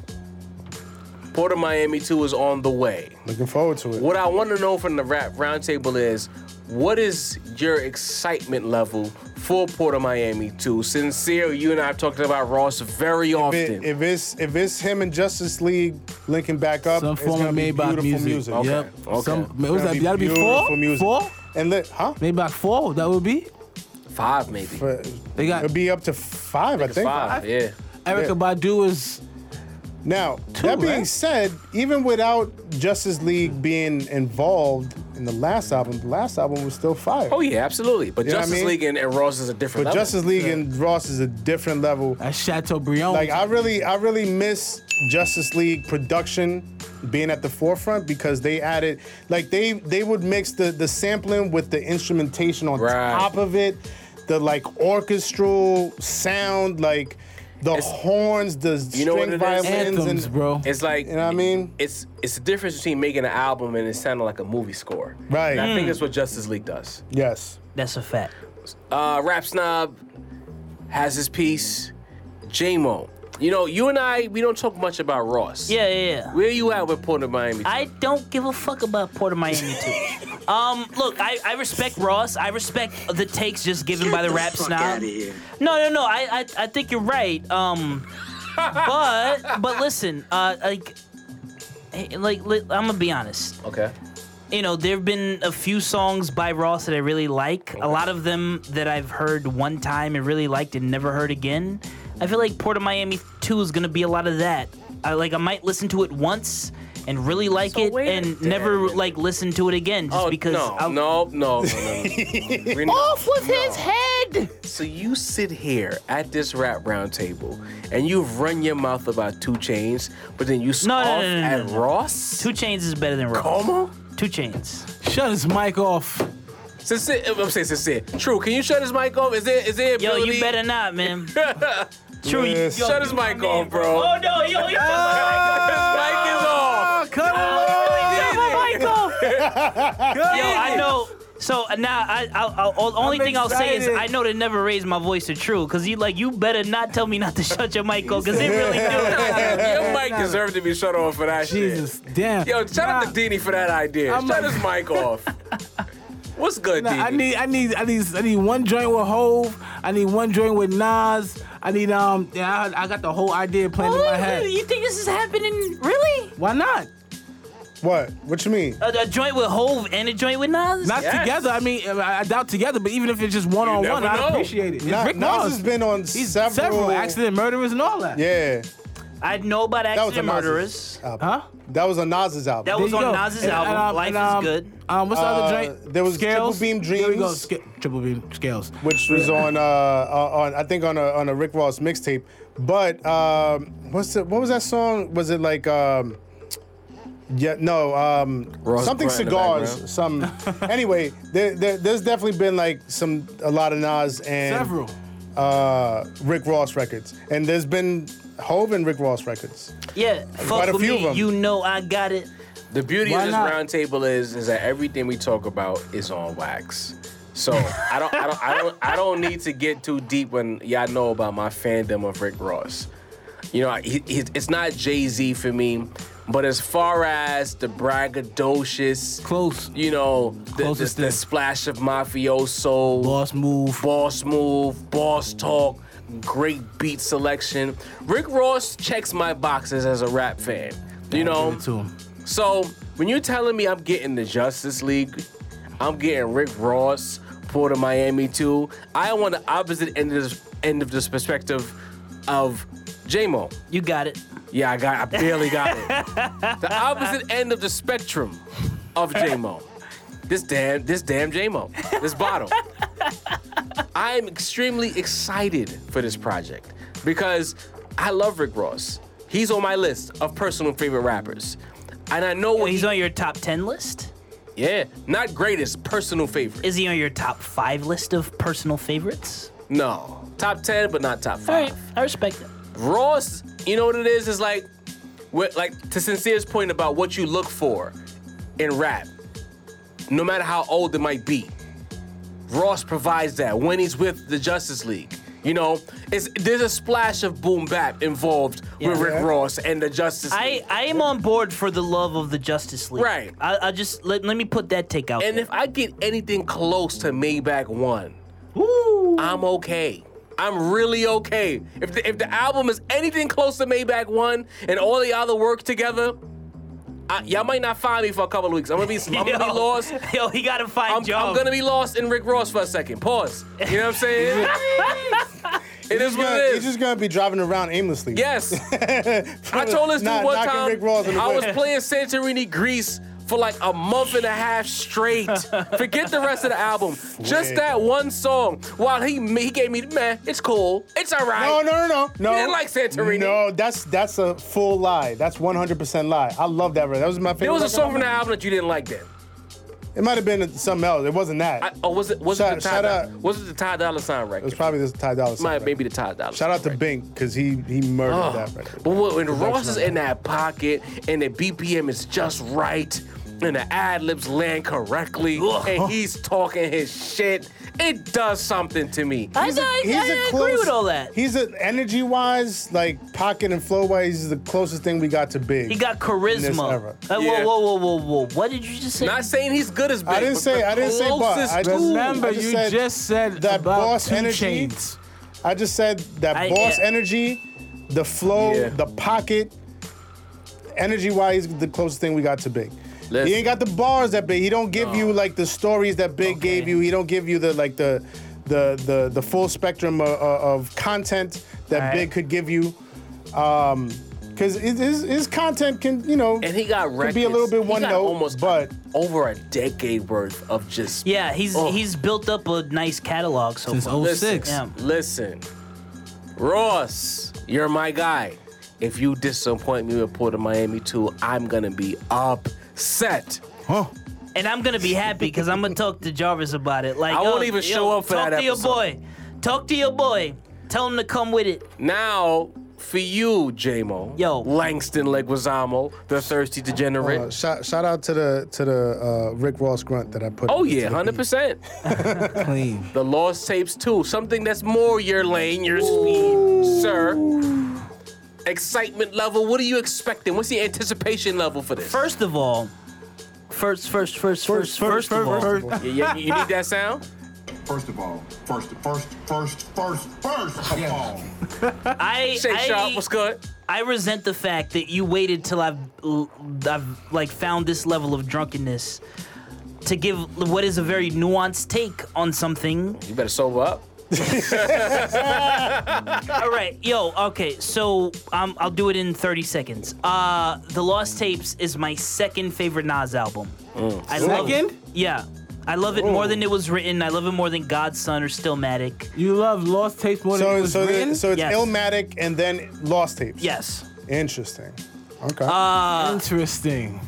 [SPEAKER 2] Port of Miami 2 is on the way.
[SPEAKER 3] Looking forward to it.
[SPEAKER 2] What I want to know from the rap roundtable is what is your excitement level for Port of Miami 2? Sincere, you and I have talked about Ross very
[SPEAKER 3] If,
[SPEAKER 2] often.
[SPEAKER 3] it, if it's if it's him and Justice League linking back up,
[SPEAKER 5] Some
[SPEAKER 3] it's
[SPEAKER 5] form
[SPEAKER 3] gonna
[SPEAKER 5] of
[SPEAKER 3] be beautiful
[SPEAKER 5] Maybach music.
[SPEAKER 3] music.
[SPEAKER 5] Yep.
[SPEAKER 2] Okay.
[SPEAKER 5] Some,
[SPEAKER 2] It's
[SPEAKER 5] what was
[SPEAKER 3] Gonna
[SPEAKER 5] that? That'd be
[SPEAKER 3] beautiful
[SPEAKER 5] four?
[SPEAKER 3] music.
[SPEAKER 5] Four?
[SPEAKER 3] And let huh?
[SPEAKER 5] Maybach four? That would be?
[SPEAKER 2] Five, maybe.
[SPEAKER 3] But
[SPEAKER 5] They got
[SPEAKER 3] it'll be up to five, I think.
[SPEAKER 2] Five, yeah.
[SPEAKER 5] Erica Badu is
[SPEAKER 3] Now that being
[SPEAKER 5] right?
[SPEAKER 3] said, even without Justice League being involved, in the last album. The last album was still fire.
[SPEAKER 2] Oh yeah, absolutely. But
[SPEAKER 3] You know what I
[SPEAKER 2] Justice
[SPEAKER 3] mean?
[SPEAKER 2] League and, and Ross is a
[SPEAKER 3] but
[SPEAKER 2] different. level.
[SPEAKER 3] Justice League and Ross is a different level.
[SPEAKER 5] That's Chateaubriand.
[SPEAKER 3] Like I really, I really miss Justice League production being at the forefront because they added, like they they would mix the the sampling with the instrumentation on
[SPEAKER 2] Right.
[SPEAKER 3] top of it, the like orchestral sound, like the horns, the string
[SPEAKER 2] You know what it is?
[SPEAKER 3] violins,
[SPEAKER 5] anthems,
[SPEAKER 3] and
[SPEAKER 5] bro.
[SPEAKER 2] It's like
[SPEAKER 3] You know what I mean?
[SPEAKER 2] It's it's the difference between making an album and it sounding like a movie score.
[SPEAKER 3] Right.
[SPEAKER 2] And I think
[SPEAKER 3] Mm.
[SPEAKER 2] that's what Justice League does.
[SPEAKER 3] Yes.
[SPEAKER 1] That's a fact.
[SPEAKER 2] Uh, Rap Snob has his piece. J Mo. You know, you and I, we don't talk much about Ross.
[SPEAKER 1] Yeah, yeah, yeah.
[SPEAKER 2] Where you at with Port of Miami?
[SPEAKER 1] I don't give a fuck about Port of Miami too.
[SPEAKER 2] <laughs>
[SPEAKER 1] um, look, I, I respect Ross. I respect the takes just given by the, rap snob. No, no, no. I, I I think you're right. Um, but but listen, uh, like. hey, Like, li- I'm gonna be honest.
[SPEAKER 2] okay.
[SPEAKER 1] You know, there have been a few songs by Ross that I really like. A lot of them that I've heard one time and really liked and never heard again. I feel like Port of Miami 2 is gonna be a lot of that. I like, I might listen to it once and really like
[SPEAKER 2] So
[SPEAKER 1] it
[SPEAKER 2] wait a
[SPEAKER 1] and
[SPEAKER 2] damn
[SPEAKER 1] never
[SPEAKER 2] minute.
[SPEAKER 1] like listen to it again just
[SPEAKER 2] Oh,
[SPEAKER 1] because
[SPEAKER 2] no,
[SPEAKER 1] I'll-
[SPEAKER 2] no, no,
[SPEAKER 1] <laughs>
[SPEAKER 2] no, no, no. We know-
[SPEAKER 1] off with his head.
[SPEAKER 2] So you sit here at this rap round table and you've run your mouth about two chains, but then you scoff
[SPEAKER 1] no, no, no,
[SPEAKER 2] at
[SPEAKER 1] no, no.
[SPEAKER 2] Ross?
[SPEAKER 1] Two Chains is better than Ross.
[SPEAKER 2] Como?
[SPEAKER 1] Two Chains.
[SPEAKER 5] Shut his mic off.
[SPEAKER 2] Sincere, I'm saying sincere. True, can you shut his mic off? Is there, is there
[SPEAKER 1] Yo,
[SPEAKER 2] ability?
[SPEAKER 1] you
[SPEAKER 2] <laughs>
[SPEAKER 1] better not, man. True. you-
[SPEAKER 3] Yes.
[SPEAKER 1] yo,
[SPEAKER 2] Shut his
[SPEAKER 1] you my
[SPEAKER 2] mic
[SPEAKER 1] man,
[SPEAKER 2] off, bro.
[SPEAKER 1] Oh no, yo, you
[SPEAKER 2] His mic is off.
[SPEAKER 5] Cut
[SPEAKER 1] my mic off. Yo, I know. So now I, I, I all- the only
[SPEAKER 5] I'm
[SPEAKER 1] thing I'll say is I
[SPEAKER 5] excited.
[SPEAKER 1] know to never raise my voice to True because you like you better not tell me not to shut your mic off because it really do.
[SPEAKER 2] Your mic deserved to be shut off for that
[SPEAKER 5] Jesus, damn.
[SPEAKER 2] shit. Yo, shout out to Dini for that idea.
[SPEAKER 5] I'm
[SPEAKER 2] shut
[SPEAKER 5] like-
[SPEAKER 2] his
[SPEAKER 1] <laughs>
[SPEAKER 2] mic off. What's good,
[SPEAKER 5] Nah,
[SPEAKER 2] Dini?
[SPEAKER 5] I need, I need, I need, I need one joint with Hove. I need one joint with Nas. I need, um, yeah, I, I got the whole idea planned in my
[SPEAKER 1] Oh,
[SPEAKER 5] head.
[SPEAKER 1] you think this is happening? Really?
[SPEAKER 5] Why not?
[SPEAKER 3] What? What you mean?
[SPEAKER 1] A, a joint with Hove and a joint with Nas?
[SPEAKER 5] Not
[SPEAKER 2] Yes.
[SPEAKER 5] together. I mean, I I doubt together, but even if it's just one on one,
[SPEAKER 2] never
[SPEAKER 5] I
[SPEAKER 2] know.
[SPEAKER 5] appreciate it. It's
[SPEAKER 3] Na-
[SPEAKER 5] Rick
[SPEAKER 3] Nas
[SPEAKER 5] Ross.
[SPEAKER 3] has been on
[SPEAKER 5] He's
[SPEAKER 3] several,
[SPEAKER 5] accident murderers and all that.
[SPEAKER 3] Yeah,
[SPEAKER 1] I know about
[SPEAKER 3] that was
[SPEAKER 1] Accident
[SPEAKER 3] a
[SPEAKER 1] Murderers.
[SPEAKER 3] Nas's album.
[SPEAKER 5] Huh?
[SPEAKER 3] That was a Nas's album.
[SPEAKER 1] That was
[SPEAKER 5] There you
[SPEAKER 1] on
[SPEAKER 5] go.
[SPEAKER 1] Nas's
[SPEAKER 5] And-
[SPEAKER 1] album.
[SPEAKER 5] and, um,
[SPEAKER 1] Life
[SPEAKER 5] and,
[SPEAKER 1] is
[SPEAKER 5] um,
[SPEAKER 1] good.
[SPEAKER 5] Um, what's the other
[SPEAKER 3] Uh,
[SPEAKER 5] joint?
[SPEAKER 3] there was
[SPEAKER 5] Scales.
[SPEAKER 3] Triple Beam
[SPEAKER 5] There we go.
[SPEAKER 3] Dreams.
[SPEAKER 5] Sca- Triple Beam Scales.
[SPEAKER 3] which was on uh, uh on I think on a on a Rick Ross mixtape. But um, what's the, what was that song? Was it like um, yeah no um
[SPEAKER 2] Ross
[SPEAKER 3] something
[SPEAKER 2] Bryant in the
[SPEAKER 3] cigars some
[SPEAKER 2] <laughs>
[SPEAKER 3] anyway there, there there's definitely been like some a lot of Nas and
[SPEAKER 5] Several.
[SPEAKER 3] uh Rick Ross records and there's been Hove and Rick Ross records.
[SPEAKER 1] Yeah, fuck
[SPEAKER 3] a
[SPEAKER 1] with
[SPEAKER 3] few of
[SPEAKER 1] me.
[SPEAKER 3] 'em.
[SPEAKER 1] You know I got it.
[SPEAKER 2] The beauty
[SPEAKER 5] Why
[SPEAKER 2] of this
[SPEAKER 5] not?
[SPEAKER 2] round table is is that everything we talk about is on wax. So I don't I don't I don't I don't need to get too deep when y'all know about my fandom of Rick Ross. You know, he, he, it's not Jay Z for me, but as far as the braggadocious,
[SPEAKER 5] Close.
[SPEAKER 2] you know, the, the,
[SPEAKER 5] Closest
[SPEAKER 2] the
[SPEAKER 5] thing.
[SPEAKER 2] splash of mafioso,
[SPEAKER 5] Boss move.
[SPEAKER 2] boss move, boss talk, great beat selection. Rick Ross checks my boxes as a rap fan. You know,
[SPEAKER 5] Give it to him.
[SPEAKER 2] so when you're telling me I'm getting the Justice League, I'm getting Rick Ross, Port of Miami too. I want the opposite end of this end of this perspective of J-Mo.
[SPEAKER 1] You got it.
[SPEAKER 2] Yeah, I got I barely got
[SPEAKER 1] <laughs>
[SPEAKER 2] it. the opposite end of the spectrum of J-Mo. This damn this damn J-Mo. This bottle. I am extremely excited for this project because I love Rick Ross. He's on my list of personal favorite rappers. And I know what
[SPEAKER 1] He's
[SPEAKER 2] he-
[SPEAKER 1] on your top ten list.
[SPEAKER 2] Yeah, not greatest, personal favorite.
[SPEAKER 1] Is he on your top five list of personal favorites?
[SPEAKER 2] No. Top 10, but not top 5.
[SPEAKER 1] All right, I respect it.
[SPEAKER 2] Ross, you know what it is? Is like, what, like to Sincere's point about what you look for in rap, no matter how old it might be. Ross provides that when he's with the Justice League. You know, it's there's a splash of boom bap involved with
[SPEAKER 1] Yeah.
[SPEAKER 2] Rick Ross and the Justice
[SPEAKER 1] I,
[SPEAKER 2] League.
[SPEAKER 1] I am on board for the love of the Justice League.
[SPEAKER 2] Right.
[SPEAKER 1] I, I just let, let me put that take out.
[SPEAKER 2] And if I get anything close to Maybach One, I'm okay. I'm really okay. If the, if the album is anything close to Maybach One and all the other work together, I, y'all might not find me for a couple of weeks. I'm gonna be, I'm gonna be lost.
[SPEAKER 1] <laughs> Yo, he gotta find
[SPEAKER 2] I'm,
[SPEAKER 1] Joe.
[SPEAKER 2] I'm gonna be lost in Rick Ross for a second. Pause. You know what I'm saying? it is
[SPEAKER 3] He's
[SPEAKER 2] what
[SPEAKER 3] gonna,
[SPEAKER 2] it
[SPEAKER 3] he's
[SPEAKER 2] is.
[SPEAKER 3] just gonna be driving around aimlessly.
[SPEAKER 2] Yes. I told this dude
[SPEAKER 3] Not-
[SPEAKER 2] one
[SPEAKER 3] knocking
[SPEAKER 2] time
[SPEAKER 3] Rick Ross in the
[SPEAKER 2] I was
[SPEAKER 3] whip.
[SPEAKER 2] playing Santorini, Greece for like a month and a half
[SPEAKER 3] <laughs>
[SPEAKER 2] straight. Forget the rest of the album. Just that one song. While he he gave me man, it's cool. It's all right.
[SPEAKER 3] No, no, no, no, no.
[SPEAKER 2] You didn't like Santorini.
[SPEAKER 3] No, that's that's a full lie. That's 100% lie. I love that record. That was my favorite.
[SPEAKER 2] There was a
[SPEAKER 3] record
[SPEAKER 2] song
[SPEAKER 3] on
[SPEAKER 2] from the
[SPEAKER 3] my-
[SPEAKER 2] album that you didn't like then.
[SPEAKER 3] It might have been something else. It wasn't that.
[SPEAKER 2] I, oh, was it was
[SPEAKER 3] Shout-
[SPEAKER 2] it the Ty
[SPEAKER 3] shout
[SPEAKER 2] Dolla-
[SPEAKER 3] out-
[SPEAKER 2] was it the Ty Dolla Sign
[SPEAKER 3] it was
[SPEAKER 2] record?
[SPEAKER 3] probably this Ty Dolla Sign.
[SPEAKER 2] Might
[SPEAKER 3] record.
[SPEAKER 2] maybe the Ty Dolla.
[SPEAKER 3] Shout
[SPEAKER 2] Sign
[SPEAKER 3] out to
[SPEAKER 2] record.
[SPEAKER 3] Bink because he he murdered
[SPEAKER 2] Oh,
[SPEAKER 3] that record.
[SPEAKER 2] But what, when Ross is
[SPEAKER 3] one.
[SPEAKER 2] in that pocket and the BPM is just right and the ad libs land correctly and he's talking his shit, it does something to me.
[SPEAKER 1] I, I, I, agree with all that. He,
[SPEAKER 3] He's a energy wise, like pocket and flow wise, he's the closest thing we got to Big.
[SPEAKER 1] got
[SPEAKER 3] this
[SPEAKER 1] charisma.
[SPEAKER 3] era.
[SPEAKER 1] Like,
[SPEAKER 2] Yeah.
[SPEAKER 1] Whoa, whoa, whoa, whoa, whoa! What did you just say?
[SPEAKER 2] Not saying he's good as Big.
[SPEAKER 3] I didn't
[SPEAKER 2] but
[SPEAKER 3] say-
[SPEAKER 2] the
[SPEAKER 3] I didn't say but.
[SPEAKER 2] closest
[SPEAKER 3] I just-
[SPEAKER 2] to-
[SPEAKER 3] I
[SPEAKER 5] Remember,
[SPEAKER 3] just
[SPEAKER 5] you
[SPEAKER 3] said
[SPEAKER 5] just said
[SPEAKER 3] that
[SPEAKER 5] about
[SPEAKER 3] boss
[SPEAKER 5] two
[SPEAKER 3] energy-
[SPEAKER 5] chains.
[SPEAKER 3] I just said that
[SPEAKER 1] I-
[SPEAKER 3] boss
[SPEAKER 1] yeah.
[SPEAKER 3] energy, the flow,
[SPEAKER 2] Yeah.
[SPEAKER 3] the pocket, energy wise, the closest thing we got to Big.
[SPEAKER 2] Listen.
[SPEAKER 3] He ain't got the bars that big. He don't give you like the stories that Big gave you. He don't give you the like the the the the full spectrum of, of content that
[SPEAKER 1] Right.
[SPEAKER 3] Big could give you. Um, because his, his content can you know
[SPEAKER 2] and he got
[SPEAKER 3] could
[SPEAKER 2] records.
[SPEAKER 3] be a little bit
[SPEAKER 2] He
[SPEAKER 3] one
[SPEAKER 2] got
[SPEAKER 3] note,
[SPEAKER 2] almost
[SPEAKER 3] but
[SPEAKER 2] over a decade worth of just
[SPEAKER 1] yeah, he's
[SPEAKER 2] Oh.
[SPEAKER 1] he's built up a nice catalog so
[SPEAKER 5] Since
[SPEAKER 1] far.
[SPEAKER 5] 06.
[SPEAKER 1] Yeah.
[SPEAKER 2] Listen, Ross, you're my guy. If you disappoint me with Port of Miami 2, I'm gonna be upset.
[SPEAKER 1] and I'm gonna be happy because I'm gonna talk to Jarvis about it. Like
[SPEAKER 2] I
[SPEAKER 1] yo,
[SPEAKER 2] won't even
[SPEAKER 1] yo,
[SPEAKER 2] show up for
[SPEAKER 1] talk
[SPEAKER 2] that
[SPEAKER 1] to your
[SPEAKER 2] episode.
[SPEAKER 1] boy. Talk to your boy. Tell him to come with it.
[SPEAKER 2] Now, for you, JMO,
[SPEAKER 1] Yo.
[SPEAKER 2] Langston Leguizamo, the thirsty degenerate.
[SPEAKER 3] uh, shout, shout out to the to the uh, Rick Ross grunt that I put.
[SPEAKER 2] oh
[SPEAKER 3] into
[SPEAKER 2] yeah,
[SPEAKER 3] the
[SPEAKER 2] hundred
[SPEAKER 3] beat.
[SPEAKER 2] percent.
[SPEAKER 5] Clean.
[SPEAKER 2] The lost tapes too. Something that's more your lane, your speed, sir. Excitement level. What are you expecting? What's the anticipation level for this?
[SPEAKER 1] First of all, first, first, first, first, first, of all,
[SPEAKER 3] First of all.
[SPEAKER 2] Yeah, yeah, you need that <laughs> sound.
[SPEAKER 7] First of all, first, first, first, first, first of all.
[SPEAKER 1] I
[SPEAKER 2] Shake Shop,
[SPEAKER 1] I,
[SPEAKER 2] what's good?
[SPEAKER 1] I resent the fact that you waited till I've I've like found this level of drunkenness to give what is a very nuanced take on something.
[SPEAKER 2] You better sober up.
[SPEAKER 1] All right, yo, okay, so um, I'll do it in 30 seconds. Uh, the Lost Tapes is my second favorite Nas album. I love-
[SPEAKER 5] Second?
[SPEAKER 1] yeah, I love it more than it was written. I love it more than Godson or Stillmatic.
[SPEAKER 5] You love Lost Tapes more than it
[SPEAKER 3] So
[SPEAKER 5] was
[SPEAKER 3] so
[SPEAKER 5] written?
[SPEAKER 3] the, so it's
[SPEAKER 1] Yes.
[SPEAKER 3] Illmatic and then Lost Tapes.
[SPEAKER 1] Yes.
[SPEAKER 3] Interesting. Okay.
[SPEAKER 5] Uh, Interesting.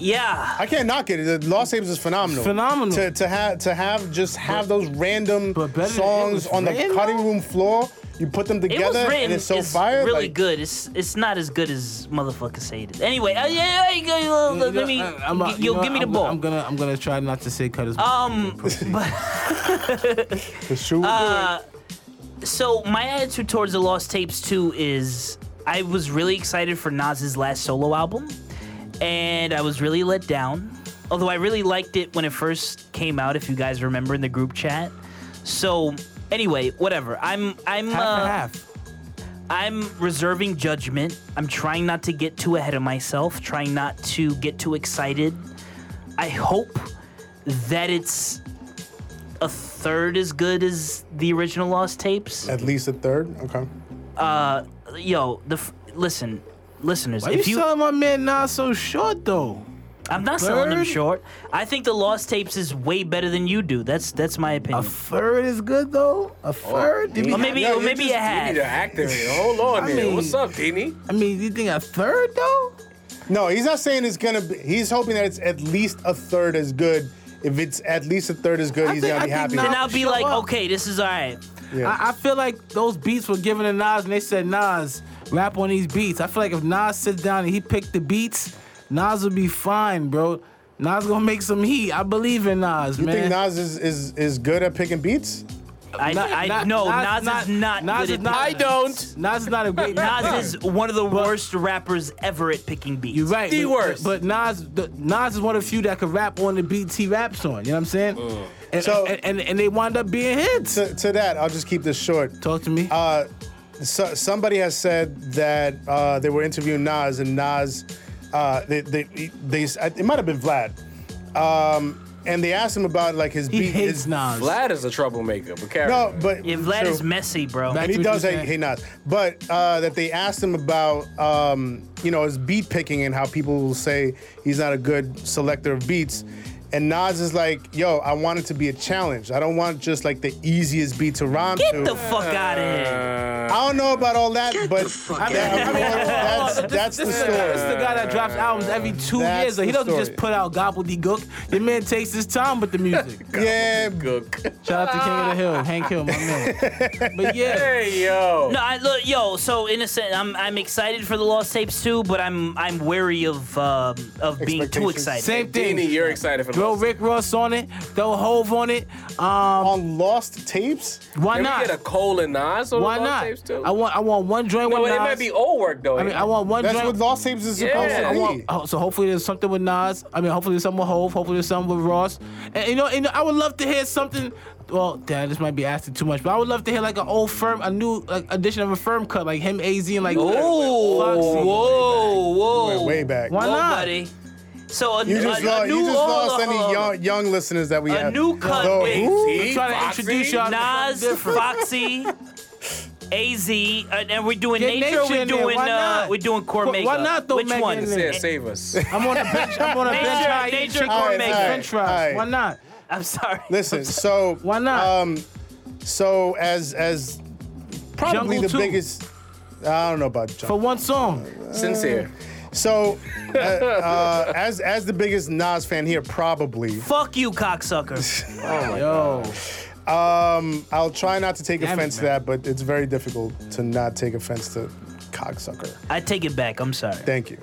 [SPEAKER 1] Yeah.
[SPEAKER 3] I can't knock it. The Lost Tapes is phenomenal.
[SPEAKER 5] Phenomenal.
[SPEAKER 3] To, to have to have just have those random
[SPEAKER 5] but better than it was
[SPEAKER 3] songs on the
[SPEAKER 5] written,
[SPEAKER 3] cutting room floor. You put them
[SPEAKER 1] It
[SPEAKER 3] together
[SPEAKER 1] was written.
[SPEAKER 3] and it's so
[SPEAKER 1] it's
[SPEAKER 3] fire.
[SPEAKER 1] really
[SPEAKER 3] like,
[SPEAKER 1] good. It's it's not as good as motherfuckers say it is. Anyway, uh, yeah, yeah, yeah, yeah,
[SPEAKER 5] You know,
[SPEAKER 1] let me.
[SPEAKER 5] I- I'm a- you
[SPEAKER 1] you'll
[SPEAKER 5] know,
[SPEAKER 1] give me the
[SPEAKER 5] I'm-
[SPEAKER 1] ball.
[SPEAKER 5] I'm gonna I'm gonna try not to say cut as
[SPEAKER 1] Um,
[SPEAKER 3] The shoe.
[SPEAKER 5] Uh,
[SPEAKER 1] so my attitude towards the Lost Tapes too is I was really excited for Nas's last solo album, and I was really let down. Although I really liked it when it first came out, if you guys remember in the group chat. So anyway, whatever. I'm I'm
[SPEAKER 5] half
[SPEAKER 1] uh,
[SPEAKER 5] and half.
[SPEAKER 1] I'm reserving judgment. I'm trying not to get too ahead of myself, trying not to get too excited. I hope that it's a third as good as the original Lost Tapes.
[SPEAKER 3] at least a third. Okay.
[SPEAKER 1] Yo, the f- listen, listeners,
[SPEAKER 5] Why
[SPEAKER 1] if
[SPEAKER 5] you
[SPEAKER 1] you,
[SPEAKER 5] selling my man Nas so short though?
[SPEAKER 1] I'm not selling them
[SPEAKER 5] third?
[SPEAKER 1] short. I think the Lost Tapes is way better than you do. That's that's my
[SPEAKER 5] A
[SPEAKER 1] opinion.
[SPEAKER 5] third is good though. A third? Did we-
[SPEAKER 1] or maybe
[SPEAKER 2] Yo,
[SPEAKER 1] or
[SPEAKER 2] you
[SPEAKER 1] maybe
[SPEAKER 2] just-
[SPEAKER 1] a
[SPEAKER 2] You
[SPEAKER 1] half.
[SPEAKER 2] need to act in <laughs> here. Hold on,
[SPEAKER 5] I
[SPEAKER 2] man.
[SPEAKER 5] mean-
[SPEAKER 2] What's up, Dini?
[SPEAKER 5] I mean, you think a third though?
[SPEAKER 3] No, he's not saying it's gonna. be He's hoping that it's at least a third as good. If it's at least a third as good,
[SPEAKER 5] I
[SPEAKER 3] he's
[SPEAKER 5] think-
[SPEAKER 3] gonna
[SPEAKER 5] I
[SPEAKER 3] be
[SPEAKER 5] think
[SPEAKER 3] happy.
[SPEAKER 5] Nas-
[SPEAKER 1] Then I'll be
[SPEAKER 5] Show
[SPEAKER 1] like,
[SPEAKER 5] up.
[SPEAKER 1] okay, this is all right.
[SPEAKER 3] Yeah.
[SPEAKER 5] I, I feel like those beats were given to Nas and they said, Nas, rap on these beats. I feel like if Nas sits down and he picked the beats, Nas would be fine, bro. Nas gonna make some heat. I believe in Nas,
[SPEAKER 3] You
[SPEAKER 5] man.
[SPEAKER 3] think Nas is, is is good at picking beats?
[SPEAKER 1] I,
[SPEAKER 5] Not-
[SPEAKER 1] I
[SPEAKER 5] not-
[SPEAKER 1] no,
[SPEAKER 5] Nas-
[SPEAKER 1] Nas, is not.
[SPEAKER 5] Nas
[SPEAKER 1] good
[SPEAKER 5] is
[SPEAKER 1] at
[SPEAKER 5] not-
[SPEAKER 2] I don't.
[SPEAKER 5] Nas is not
[SPEAKER 1] <laughs>
[SPEAKER 5] a great
[SPEAKER 1] Nas is one of the worst rappers ever at picking beats.
[SPEAKER 5] You're right.
[SPEAKER 2] The
[SPEAKER 5] but,
[SPEAKER 2] worst.
[SPEAKER 5] But Nas, the, Nas is one of the few that could rap on the beats he raps on. You know what I'm saying? And,
[SPEAKER 3] So-
[SPEAKER 5] and, and and they wind up being hits.
[SPEAKER 3] To, to that, I'll just keep this short.
[SPEAKER 5] Talk to me.
[SPEAKER 3] Uh, so, somebody has said that uh, they were interviewing Nas and Nas, uh, they, they, they, it might have been Vlad, um, and they asked him about like his
[SPEAKER 5] He
[SPEAKER 3] beat.
[SPEAKER 5] hates
[SPEAKER 3] his,
[SPEAKER 5] Nas.
[SPEAKER 2] Vlad is a troublemaker, but carry
[SPEAKER 3] No,
[SPEAKER 2] on.
[SPEAKER 3] but
[SPEAKER 1] Yeah, Vlad
[SPEAKER 3] so-
[SPEAKER 1] is messy, bro.
[SPEAKER 5] Back-
[SPEAKER 3] and he
[SPEAKER 5] That's what
[SPEAKER 3] does
[SPEAKER 5] you
[SPEAKER 3] hate,
[SPEAKER 5] said.
[SPEAKER 3] hate Nas, but uh, that they asked him about um, you know his beat picking and how people will say he's not a good selector of beats, and Nas is like, yo, I want it to be a challenge. I don't want just like the easiest beat to rhyme to.
[SPEAKER 1] Get the fuck out of
[SPEAKER 5] Uh.
[SPEAKER 1] here.
[SPEAKER 3] I don't know about all that, but
[SPEAKER 5] I mean,
[SPEAKER 3] that-
[SPEAKER 5] I mean,
[SPEAKER 3] that's,
[SPEAKER 5] hold on,
[SPEAKER 3] that's the
[SPEAKER 5] this, this
[SPEAKER 3] story.
[SPEAKER 5] Is the, guy- this is the guy that drops albums every two
[SPEAKER 3] That's
[SPEAKER 5] years. Like, he
[SPEAKER 3] the
[SPEAKER 5] doesn't just
[SPEAKER 3] story.
[SPEAKER 5] put out gobbledygook. The man takes his time with the music.
[SPEAKER 3] yeah,
[SPEAKER 2] Good. <laughs>
[SPEAKER 5] Shout out to King of the Hill, Hank Hill, my man. But yeah,
[SPEAKER 2] Hey yo.
[SPEAKER 1] No, I look, yo. So innocent. I'm I'm excited for the lost tapes too, but I'm I'm wary of um, of being too
[SPEAKER 3] Expectations.
[SPEAKER 1] excited.
[SPEAKER 5] same
[SPEAKER 2] Danny,
[SPEAKER 5] thing.
[SPEAKER 2] you're excited for
[SPEAKER 5] Throw
[SPEAKER 2] Lost.
[SPEAKER 5] Rick Ross on it. Throw Hove on it. Um,
[SPEAKER 3] on lost tapes.
[SPEAKER 5] why
[SPEAKER 2] Can we
[SPEAKER 5] not?
[SPEAKER 2] get a Cole and Nas on
[SPEAKER 5] Why
[SPEAKER 2] the Lost tapes
[SPEAKER 5] not?
[SPEAKER 2] too?
[SPEAKER 5] I want I want one joint
[SPEAKER 2] No,
[SPEAKER 5] with
[SPEAKER 2] it
[SPEAKER 5] Nas.
[SPEAKER 2] might be old work though.
[SPEAKER 5] I mean, I want one
[SPEAKER 3] That's
[SPEAKER 5] joint.
[SPEAKER 3] what lost tapes is
[SPEAKER 2] Yeah,
[SPEAKER 3] supposed
[SPEAKER 2] I
[SPEAKER 3] to be.
[SPEAKER 2] want-
[SPEAKER 5] Oh, so hopefully there's something with Nas. I mean, hopefully there's something with Hove. Hopefully there's something with Ross. And you know, you know, I would love to hear something. Well, Dad, this might be asking too much, but I would love to hear like an old firm, a new like, edition of a firm cut, like him, Az, and like.
[SPEAKER 1] Ooh,
[SPEAKER 5] Foxy.
[SPEAKER 1] whoa, whoa.
[SPEAKER 3] Went way back.
[SPEAKER 5] Why
[SPEAKER 1] Whoa,
[SPEAKER 5] not?
[SPEAKER 1] buddy. So a,
[SPEAKER 3] You just
[SPEAKER 1] Oh. a,
[SPEAKER 3] lost,
[SPEAKER 1] a new uh,
[SPEAKER 3] you just
[SPEAKER 1] hold
[SPEAKER 3] lost
[SPEAKER 1] on, hold
[SPEAKER 3] any
[SPEAKER 1] on.
[SPEAKER 3] young, young listeners that we
[SPEAKER 1] A
[SPEAKER 3] have.
[SPEAKER 1] new cut
[SPEAKER 3] So,
[SPEAKER 1] is-
[SPEAKER 3] who-
[SPEAKER 2] See,
[SPEAKER 5] trying to
[SPEAKER 2] Foxy?
[SPEAKER 5] introduce y'all.
[SPEAKER 1] Nas,
[SPEAKER 3] <laughs>
[SPEAKER 1] Foxy, AZ, and, and we're doing
[SPEAKER 5] Get
[SPEAKER 1] nature.
[SPEAKER 5] Nature
[SPEAKER 1] We're
[SPEAKER 5] in there,
[SPEAKER 1] doing
[SPEAKER 5] why
[SPEAKER 1] uh,
[SPEAKER 5] not?
[SPEAKER 1] we're doing core
[SPEAKER 5] Why-
[SPEAKER 1] makeup.
[SPEAKER 5] why not throw
[SPEAKER 1] Which
[SPEAKER 5] Megan
[SPEAKER 1] one?
[SPEAKER 5] in
[SPEAKER 2] Yeah,
[SPEAKER 5] there?
[SPEAKER 2] save us.
[SPEAKER 5] I'm on a bench. I'm on a bench.
[SPEAKER 1] Nature-
[SPEAKER 5] high eating
[SPEAKER 1] nature
[SPEAKER 5] chicken
[SPEAKER 1] core
[SPEAKER 5] and
[SPEAKER 1] maker.
[SPEAKER 5] French fries.
[SPEAKER 3] Alright,
[SPEAKER 5] Why not?
[SPEAKER 1] I'm sorry.
[SPEAKER 3] Listen, so
[SPEAKER 5] Why not?
[SPEAKER 3] Um, so as as probably
[SPEAKER 5] Jungle
[SPEAKER 3] the
[SPEAKER 5] two.
[SPEAKER 3] biggest. I don't know about Jungle.
[SPEAKER 5] For one song. <laughs>
[SPEAKER 2] Sincere.
[SPEAKER 3] So, uh, uh, as as the biggest Nas fan here, probably,
[SPEAKER 1] Fuck you,
[SPEAKER 3] <laughs>
[SPEAKER 1] cocksucker.
[SPEAKER 3] Oh
[SPEAKER 5] Yo,
[SPEAKER 3] um, I'll try not to take
[SPEAKER 5] Damn it,
[SPEAKER 3] offense to
[SPEAKER 5] man.
[SPEAKER 3] that, but it's very difficult to not take offense to cocksucker.
[SPEAKER 1] I take it back. I'm sorry.
[SPEAKER 3] Thank you.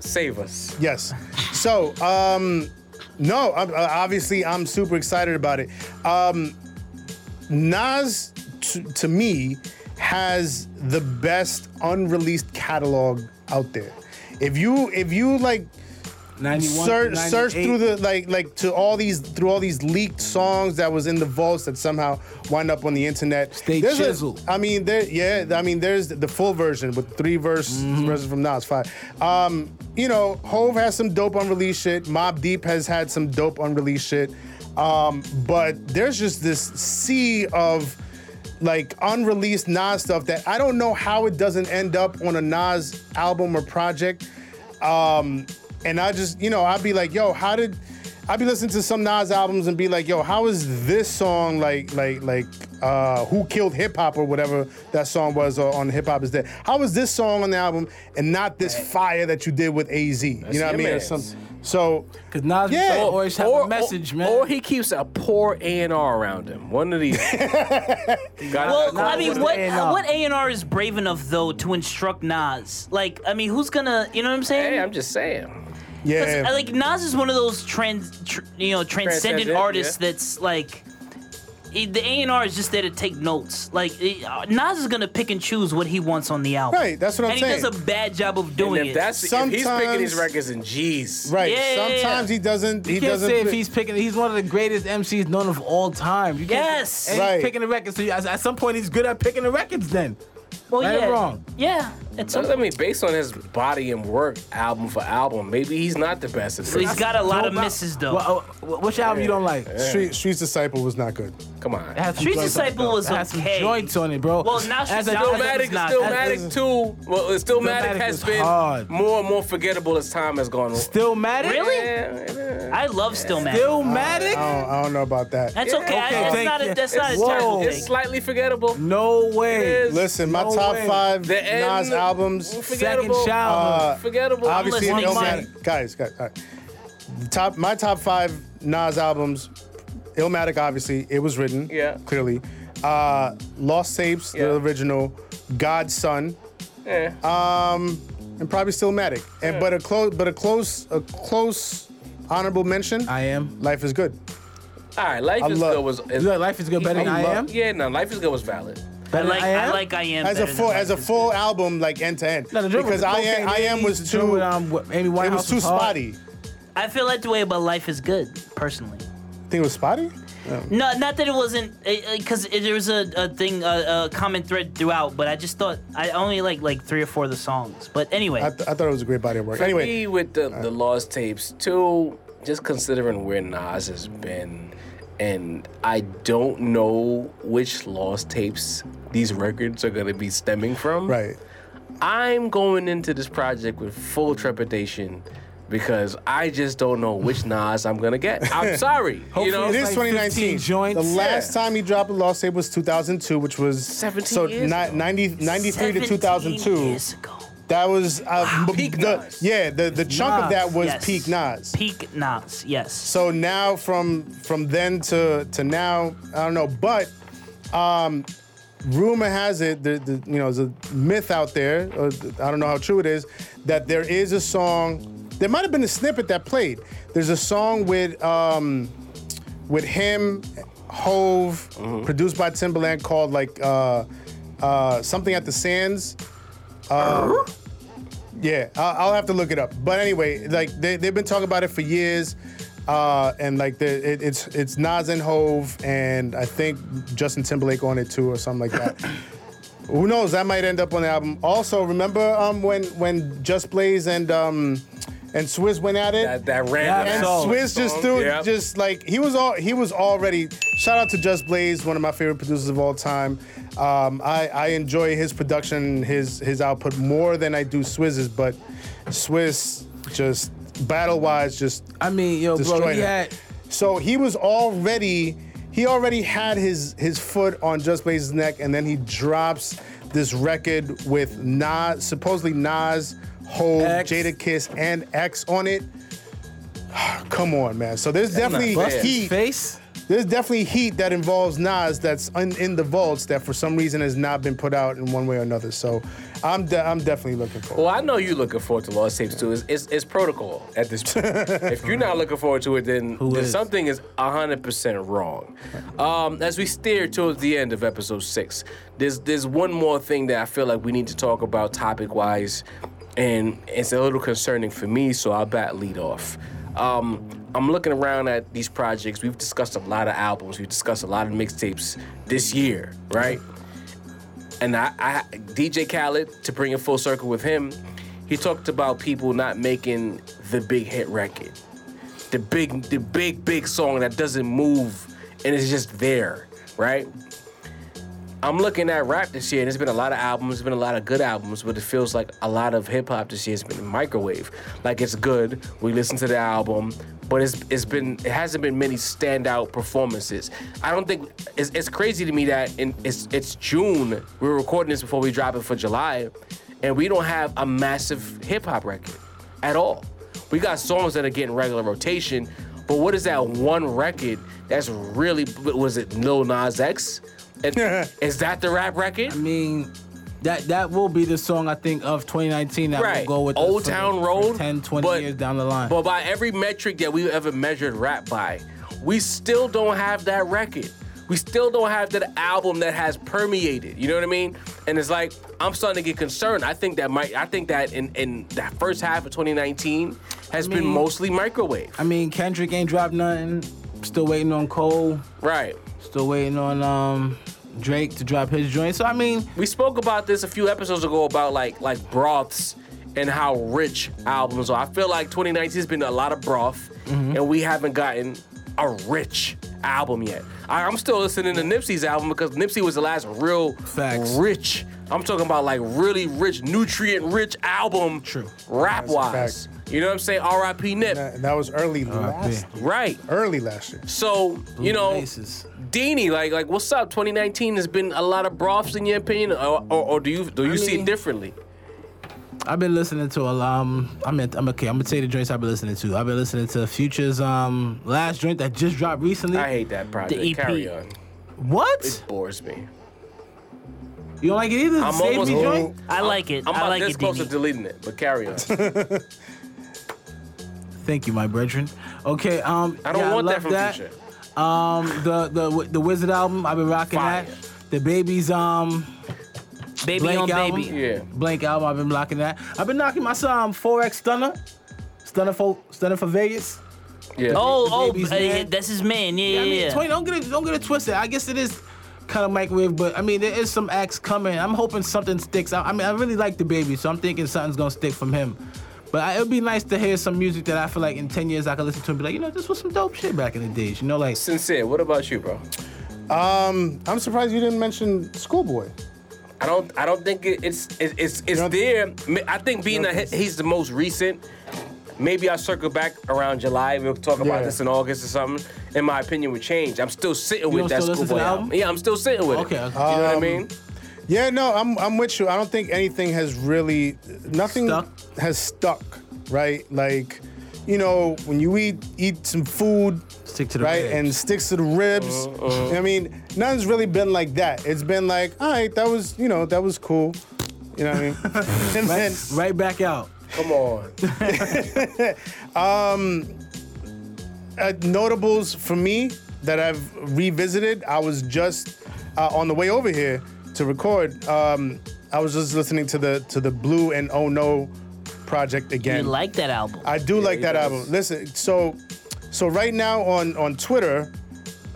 [SPEAKER 2] Save us.
[SPEAKER 3] Yes. So, um, no, I'm, uh, obviously, I'm super excited about it. Um, Nas, to, to me, has the best unreleased catalog out there. If you if you like
[SPEAKER 5] 91,
[SPEAKER 3] search, search
[SPEAKER 5] 98.
[SPEAKER 3] through the like like to all these through all these leaked songs that was in the vaults that somehow wind up on the internet.
[SPEAKER 5] Stay
[SPEAKER 3] There's a-
[SPEAKER 5] chiseled.
[SPEAKER 3] I mean, there yeah, I mean there's the full version with three verse
[SPEAKER 5] Mm-hmm.
[SPEAKER 3] verses from Nas five. Um, you know, Hove has some dope unreleased shit. Mob Deep has had some dope unreleased shit. Um, but there's just this sea of like unreleased Nas stuff that I don't know how it doesn't end up on a Nas album or project. Um, and I just, you know, I'd be like, yo, how did I'd be listening to some Nas albums and be like, yo, how is this song like like like uh Who Killed Hip Hop or whatever that song was or on Hip Hop is Dead? How is this song on the album and not this fire that you did with AZ? You know what I
[SPEAKER 2] your
[SPEAKER 3] mean? Or
[SPEAKER 2] man's.
[SPEAKER 3] something. So
[SPEAKER 5] Cause Nas
[SPEAKER 3] Yeah.
[SPEAKER 5] yeah. always have a message,
[SPEAKER 2] or,
[SPEAKER 5] man.
[SPEAKER 2] Or he keeps a poor A and R around him. One of
[SPEAKER 5] <laughs>
[SPEAKER 2] these.
[SPEAKER 1] Well, I mean, what
[SPEAKER 5] A&R.
[SPEAKER 1] what A and R is brave enough though to instruct Nas? Like, I mean, who's gonna? You know what I'm saying?
[SPEAKER 2] Hey, I'm just saying.
[SPEAKER 3] yeah.
[SPEAKER 1] Because, uh, like Nas is one of those trans, tr- you know, transcendent
[SPEAKER 2] Transcendent,
[SPEAKER 1] artists
[SPEAKER 2] yeah.
[SPEAKER 1] that's like. he- The A and R is just there to take notes. Like he- uh, Nas is gonna pick and choose what he wants on the album.
[SPEAKER 3] Right, that's what I'm
[SPEAKER 1] and
[SPEAKER 3] saying.
[SPEAKER 1] he does a bad job of
[SPEAKER 2] And
[SPEAKER 1] doing
[SPEAKER 2] if
[SPEAKER 1] it.
[SPEAKER 2] that's if he's picking
[SPEAKER 3] Sometimes-
[SPEAKER 2] these records in G's.
[SPEAKER 3] Right.
[SPEAKER 1] Yeah, yeah, yeah.
[SPEAKER 3] Sometimes he doesn't he
[SPEAKER 5] You can't
[SPEAKER 3] doesn't
[SPEAKER 5] say if
[SPEAKER 3] fit-
[SPEAKER 5] he's picking. He's one of the greatest MCs known of all time. You can't-
[SPEAKER 1] Yes.
[SPEAKER 5] and he's
[SPEAKER 3] Right.
[SPEAKER 5] picking the records. So you- at, at some point, he's good at picking the records. Then
[SPEAKER 1] well,
[SPEAKER 5] right or
[SPEAKER 1] yeah,
[SPEAKER 5] wrong?
[SPEAKER 1] yeah. It's
[SPEAKER 2] So, I mean, based on his body and work, album for album, maybe he's not the best. At
[SPEAKER 1] so he's
[SPEAKER 2] this.
[SPEAKER 1] got a lot of
[SPEAKER 5] Well,
[SPEAKER 1] misses though.
[SPEAKER 5] well, uh, wh- which album you don't like?
[SPEAKER 3] Street, Street's Disciple was not good.
[SPEAKER 2] Come on.
[SPEAKER 5] It has some
[SPEAKER 1] Street
[SPEAKER 5] joints on it,
[SPEAKER 1] Disciple
[SPEAKER 5] though.
[SPEAKER 1] was
[SPEAKER 5] It has
[SPEAKER 1] okay.
[SPEAKER 5] some joints on it, bro.
[SPEAKER 1] Well, now she's
[SPEAKER 5] As a-
[SPEAKER 1] out of it.
[SPEAKER 5] as a-
[SPEAKER 2] Stillmatic,
[SPEAKER 1] not-
[SPEAKER 2] Stillmatic too. Well, Stillmatic
[SPEAKER 5] Stillmatic
[SPEAKER 2] has
[SPEAKER 5] is
[SPEAKER 2] been
[SPEAKER 5] hard.
[SPEAKER 2] more and more forgettable as time has gone on.
[SPEAKER 5] Stillmatic.
[SPEAKER 1] Really?
[SPEAKER 2] Yeah,
[SPEAKER 1] I love Stillman.
[SPEAKER 3] I
[SPEAKER 5] Stillmatic?
[SPEAKER 3] don't, I don't know about that.
[SPEAKER 1] that's okay. I-
[SPEAKER 5] okay,
[SPEAKER 1] that's
[SPEAKER 5] thank
[SPEAKER 1] not
[SPEAKER 5] you.
[SPEAKER 1] a, that's not a
[SPEAKER 5] Whoa.
[SPEAKER 1] terrible
[SPEAKER 2] It's
[SPEAKER 1] thing.
[SPEAKER 2] slightly forgettable.
[SPEAKER 5] No way.
[SPEAKER 2] is.
[SPEAKER 3] Listen, my
[SPEAKER 5] No
[SPEAKER 3] top
[SPEAKER 5] way.
[SPEAKER 3] five
[SPEAKER 2] The
[SPEAKER 3] Nas
[SPEAKER 2] end-
[SPEAKER 3] albums.
[SPEAKER 5] Second
[SPEAKER 2] Forgettable.
[SPEAKER 5] child.
[SPEAKER 3] Uh,
[SPEAKER 2] Forgettable.
[SPEAKER 3] Obviously, it
[SPEAKER 1] listening.
[SPEAKER 3] don't
[SPEAKER 1] Mike.
[SPEAKER 3] matter. Guys, guys. All right. The Top, my top five Nas albums. Illmatic, obviously, it was written.
[SPEAKER 2] Yeah.
[SPEAKER 3] Clearly. Uh, Lost Tapes,
[SPEAKER 2] Yeah.
[SPEAKER 3] the original. Godson, Um,
[SPEAKER 2] Yeah.
[SPEAKER 3] and probably Stillmatic. And but a close, but a close, a close honorable mention.
[SPEAKER 5] I am.
[SPEAKER 3] Life is good.
[SPEAKER 2] All right, life
[SPEAKER 3] I
[SPEAKER 2] is
[SPEAKER 3] love-
[SPEAKER 2] good was.
[SPEAKER 5] You
[SPEAKER 2] Is,
[SPEAKER 5] like Life is Good better than I
[SPEAKER 3] love-
[SPEAKER 5] am?
[SPEAKER 2] yeah, no, life is good was valid.
[SPEAKER 1] I
[SPEAKER 5] Better than
[SPEAKER 1] like
[SPEAKER 5] I
[SPEAKER 1] I
[SPEAKER 5] am?
[SPEAKER 1] like I am
[SPEAKER 3] As a
[SPEAKER 1] better than
[SPEAKER 3] full,
[SPEAKER 1] Life
[SPEAKER 3] as a
[SPEAKER 1] is
[SPEAKER 3] full album, like end to end.
[SPEAKER 5] No, the joint
[SPEAKER 3] Because
[SPEAKER 5] with the
[SPEAKER 3] I am, I
[SPEAKER 5] Cocaine
[SPEAKER 3] am
[SPEAKER 5] Babies,
[SPEAKER 3] was
[SPEAKER 5] the joint
[SPEAKER 3] too.
[SPEAKER 5] with, um, what- Amy Winehouse
[SPEAKER 3] It was too
[SPEAKER 5] hard.
[SPEAKER 3] spotty.
[SPEAKER 1] Good. I feel that way about Life is Good personally.
[SPEAKER 3] Think it was spotty?
[SPEAKER 1] No, not that it wasn't, because there was a, a thing, a, a common thread throughout. But I just thought I only like like three or four of the songs. But anyway,
[SPEAKER 3] Uh, I, th- I thought it was a great body of work. Anyway,
[SPEAKER 2] me with the, the lost tapes too. just considering where Nas has been, and I don't know which lost tapes these records are gonna be stemming from.
[SPEAKER 3] Right.
[SPEAKER 2] I'm going into this project with full trepidation because I just don't know which Nas I'm gonna get.
[SPEAKER 3] <laughs>
[SPEAKER 2] I'm sorry. you know,
[SPEAKER 3] it is
[SPEAKER 5] like
[SPEAKER 3] 2019.
[SPEAKER 5] 15 joints.
[SPEAKER 3] The last time he dropped a lost tape was 2002, which was
[SPEAKER 2] 17
[SPEAKER 3] so
[SPEAKER 2] years
[SPEAKER 3] ni- 90, 93 to
[SPEAKER 1] 17
[SPEAKER 3] 2002.
[SPEAKER 1] years ago.
[SPEAKER 3] That was uh, b-
[SPEAKER 2] Peak
[SPEAKER 3] the-
[SPEAKER 2] Nas.
[SPEAKER 3] Yeah, the, the chunk of that was
[SPEAKER 1] Yes.
[SPEAKER 3] peak Nas.
[SPEAKER 1] Peak Nas, yes.
[SPEAKER 3] So now from from then to to now, I don't know. But um, rumor has it, the, the you know, there's a myth out there. Or I don't know how true it is that there is a song. There might have been a snippet that played. There's a song with um, with him, Hove, produced by Timbaland, called like uh, uh, something at the Sands. Yeah, I'll, I'll have to look it up. But anyway, like they have been talking about it for years, uh, and like the, it, it's it's Nas and Hove, and I think Justin Timberlake on it too, or something like that. Who knows? That might end up on the album. Also, remember um, when when Just Blaze and um, and Swizz went at it.
[SPEAKER 2] that, that random
[SPEAKER 5] Yeah,
[SPEAKER 3] and
[SPEAKER 5] song.
[SPEAKER 3] Swizz just threw
[SPEAKER 2] Yep.
[SPEAKER 3] just like he was all he was already. Shout out to Just Blaze, one of my favorite producers of all time. Um, I I enjoy his production, his his output more than I do Swizz's, but Swizz just battle wise just
[SPEAKER 5] I mean, yo, bro,
[SPEAKER 3] destroyed
[SPEAKER 5] he
[SPEAKER 3] him.
[SPEAKER 5] had
[SPEAKER 3] So he was already he already had his his foot on Just Blaze's neck, and then he drops this record with Nas, supposedly Nas, Hov,
[SPEAKER 5] X.
[SPEAKER 3] Jada Kiss, and X on it. <sighs> Come on, man. So there's definitely
[SPEAKER 5] busted his
[SPEAKER 3] heat.
[SPEAKER 5] face.
[SPEAKER 3] There's definitely heat that involves Nas that's un- in the vaults that for some reason has not been put out in one way or another. So I'm de- I'm definitely looking for.
[SPEAKER 2] Well, I know you're looking forward to Lost Tapes too. It's, it's, it's protocol at
[SPEAKER 3] <laughs>
[SPEAKER 2] this point. if you're not looking forward to it, then, then
[SPEAKER 5] is?
[SPEAKER 2] something is 100% wrong. Um, as we steer towards the end of episode six, there's there's one more thing that I feel like we need to talk about topic wise, and it's a little concerning for me, so I'll bat lead off. Um, I'm looking around at these projects. We've discussed a lot of albums, we've discussed a lot of mixtapes this year, right? and I, I DJ Khaled to bring it full circle with him, he talked about people not making the big hit record, the big the big big song that doesn't move and it's just there, right? I'm looking at rap this year, and there's been a lot of albums, there's been a lot of good albums, but it feels like a lot of hip hop this year has been microwave. Like it's good, we listen to the album, but it's it's been it hasn't been many standout performances. I don't think it's, it's crazy to me that in it's it's June, we're recording this before we drop it for July, and we don't have a massive hip hop record at all. We got songs that are getting regular rotation, but what is that one record that's really was it Lil Nas X?
[SPEAKER 5] <laughs>
[SPEAKER 2] And- is that the rap record?
[SPEAKER 5] I mean, that that will be the song I think of 2019 that
[SPEAKER 2] Right.
[SPEAKER 5] will go with us
[SPEAKER 2] Old
[SPEAKER 5] for the-
[SPEAKER 2] Town
[SPEAKER 5] for
[SPEAKER 2] Road,
[SPEAKER 5] 10, 20
[SPEAKER 2] but-
[SPEAKER 5] years down the line.
[SPEAKER 2] But by every metric that we've ever measured rap by, we still don't have that record. We still don't have that album that has permeated. You know what I mean? And it's like I'm starting to get concerned. I think that might. I think that in in that first half of 2019 has been
[SPEAKER 5] mean-
[SPEAKER 2] mostly microwave.
[SPEAKER 5] I mean, Kendrick ain't dropped nothing. Still waiting on Cole.
[SPEAKER 2] right.
[SPEAKER 5] Still waiting on um Drake to drop his joint. So I mean,
[SPEAKER 2] We spoke about this a few episodes ago about like like broths and how rich albums are. I feel like 2019 has been a lot of broth, and we haven't gotten a rich album yet. I, I'm still listening to Nipsey's album because Nipsey was the last real
[SPEAKER 5] Facts.
[SPEAKER 2] rich. I'm talking about like really rich, nutrient rich album.
[SPEAKER 5] True.
[SPEAKER 2] Rap
[SPEAKER 3] That's
[SPEAKER 2] wise.
[SPEAKER 3] a
[SPEAKER 2] You know what I'm saying? R.I.P. Nip.
[SPEAKER 3] That, that was early last,
[SPEAKER 2] Right.
[SPEAKER 3] early last year.
[SPEAKER 2] So you know.
[SPEAKER 5] Faces.
[SPEAKER 2] Deanie, like, like, what's up? 2019 has been a lot of broths, in your opinion, or, or, or do you do you see it
[SPEAKER 5] mean-
[SPEAKER 2] differently?
[SPEAKER 5] I've been listening to a um. I mean, I'm okay. I'm gonna tell you the joints I've been listening to. I've been listening to Future's um last joint that just dropped recently.
[SPEAKER 2] I hate that project.
[SPEAKER 1] The EP.
[SPEAKER 2] Carry on.
[SPEAKER 5] what?
[SPEAKER 2] It bores me.
[SPEAKER 5] You don't like it either?
[SPEAKER 2] I'm
[SPEAKER 5] Save
[SPEAKER 2] almost-
[SPEAKER 5] me joint.
[SPEAKER 1] I like it.
[SPEAKER 2] I'm
[SPEAKER 1] I
[SPEAKER 2] about
[SPEAKER 1] like
[SPEAKER 2] this
[SPEAKER 1] it.
[SPEAKER 2] close to
[SPEAKER 1] Diddy.
[SPEAKER 2] deleting it, but carry on.
[SPEAKER 5] Thank you, my brethren. Okay. Um.
[SPEAKER 2] I don't
[SPEAKER 5] yeah,
[SPEAKER 2] want
[SPEAKER 5] I
[SPEAKER 2] that
[SPEAKER 5] love
[SPEAKER 2] from
[SPEAKER 5] that.
[SPEAKER 2] Future.
[SPEAKER 5] Um. The the the Wizard album. I've been rocking
[SPEAKER 2] Fire.
[SPEAKER 5] that. The baby's um
[SPEAKER 1] Baby
[SPEAKER 5] Blank
[SPEAKER 1] on
[SPEAKER 5] album.
[SPEAKER 1] baby.
[SPEAKER 2] Yeah.
[SPEAKER 5] blank album. I've been blocking that. I've been knocking my son um, 4X Stunner. Stunner for Stunner for Vegas.
[SPEAKER 2] Yeah.
[SPEAKER 1] Oh,
[SPEAKER 5] The
[SPEAKER 1] oh,
[SPEAKER 5] baby's
[SPEAKER 1] uh,
[SPEAKER 5] man.
[SPEAKER 1] yeah, that's his man. Yeah,
[SPEAKER 5] I mean,
[SPEAKER 1] yeah.
[SPEAKER 5] 20, don't get it, don't get it twisted. I guess it is kind of microwave, but I mean, there is some acts coming. I'm hoping something sticks. I, I mean, I really like the baby, so I'm thinking something's gonna stick from him. But I, it'd be nice to hear some music that I feel like in 10 years I could listen to and be like, you know, this was some dope shit back in the days. You know, like,
[SPEAKER 2] Sincere. What about you, bro?
[SPEAKER 3] I'm surprised you didn't mention Schoolboy.
[SPEAKER 2] I don't. I don't think it, it's it, it's it's there. M- I think being that he- he's the most recent. Maybe I'll circle back around July. We'll talk about
[SPEAKER 3] Yeah.
[SPEAKER 2] this in August or something. And my opinion would change. I'm still sitting with
[SPEAKER 5] don't
[SPEAKER 2] that
[SPEAKER 5] still listen to
[SPEAKER 2] schoolboy
[SPEAKER 5] the
[SPEAKER 2] album.
[SPEAKER 5] album?
[SPEAKER 2] Yeah, I'm still sitting with
[SPEAKER 5] Okay, Um,
[SPEAKER 2] it.
[SPEAKER 5] okay.
[SPEAKER 2] You know what I mean?
[SPEAKER 3] Yeah, no, I'm I'm with you. I don't think anything has really nothing
[SPEAKER 5] Stuck?
[SPEAKER 3] has stuck, right? Like, you know, when you eat eat some food,
[SPEAKER 5] Stick to the
[SPEAKER 3] right,
[SPEAKER 5] ribs. Uh,
[SPEAKER 3] and sticks to the ribs. I mean, nothing's really been like that. It's been like, all right, that was you know that was cool, you know what I
[SPEAKER 5] <laughs>
[SPEAKER 3] mean? and then
[SPEAKER 5] right back out.
[SPEAKER 2] Come
[SPEAKER 5] <laughs>
[SPEAKER 2] on.
[SPEAKER 3] uh, notables for me that I've revisited. I was just uh, on the way over here to record. Um, I was just listening to the to the Blue and Oh No project
[SPEAKER 1] You
[SPEAKER 3] again.
[SPEAKER 1] like that album?
[SPEAKER 3] I do like
[SPEAKER 2] he
[SPEAKER 3] that
[SPEAKER 2] does.
[SPEAKER 3] album. Listen, so so right now on on Twitter,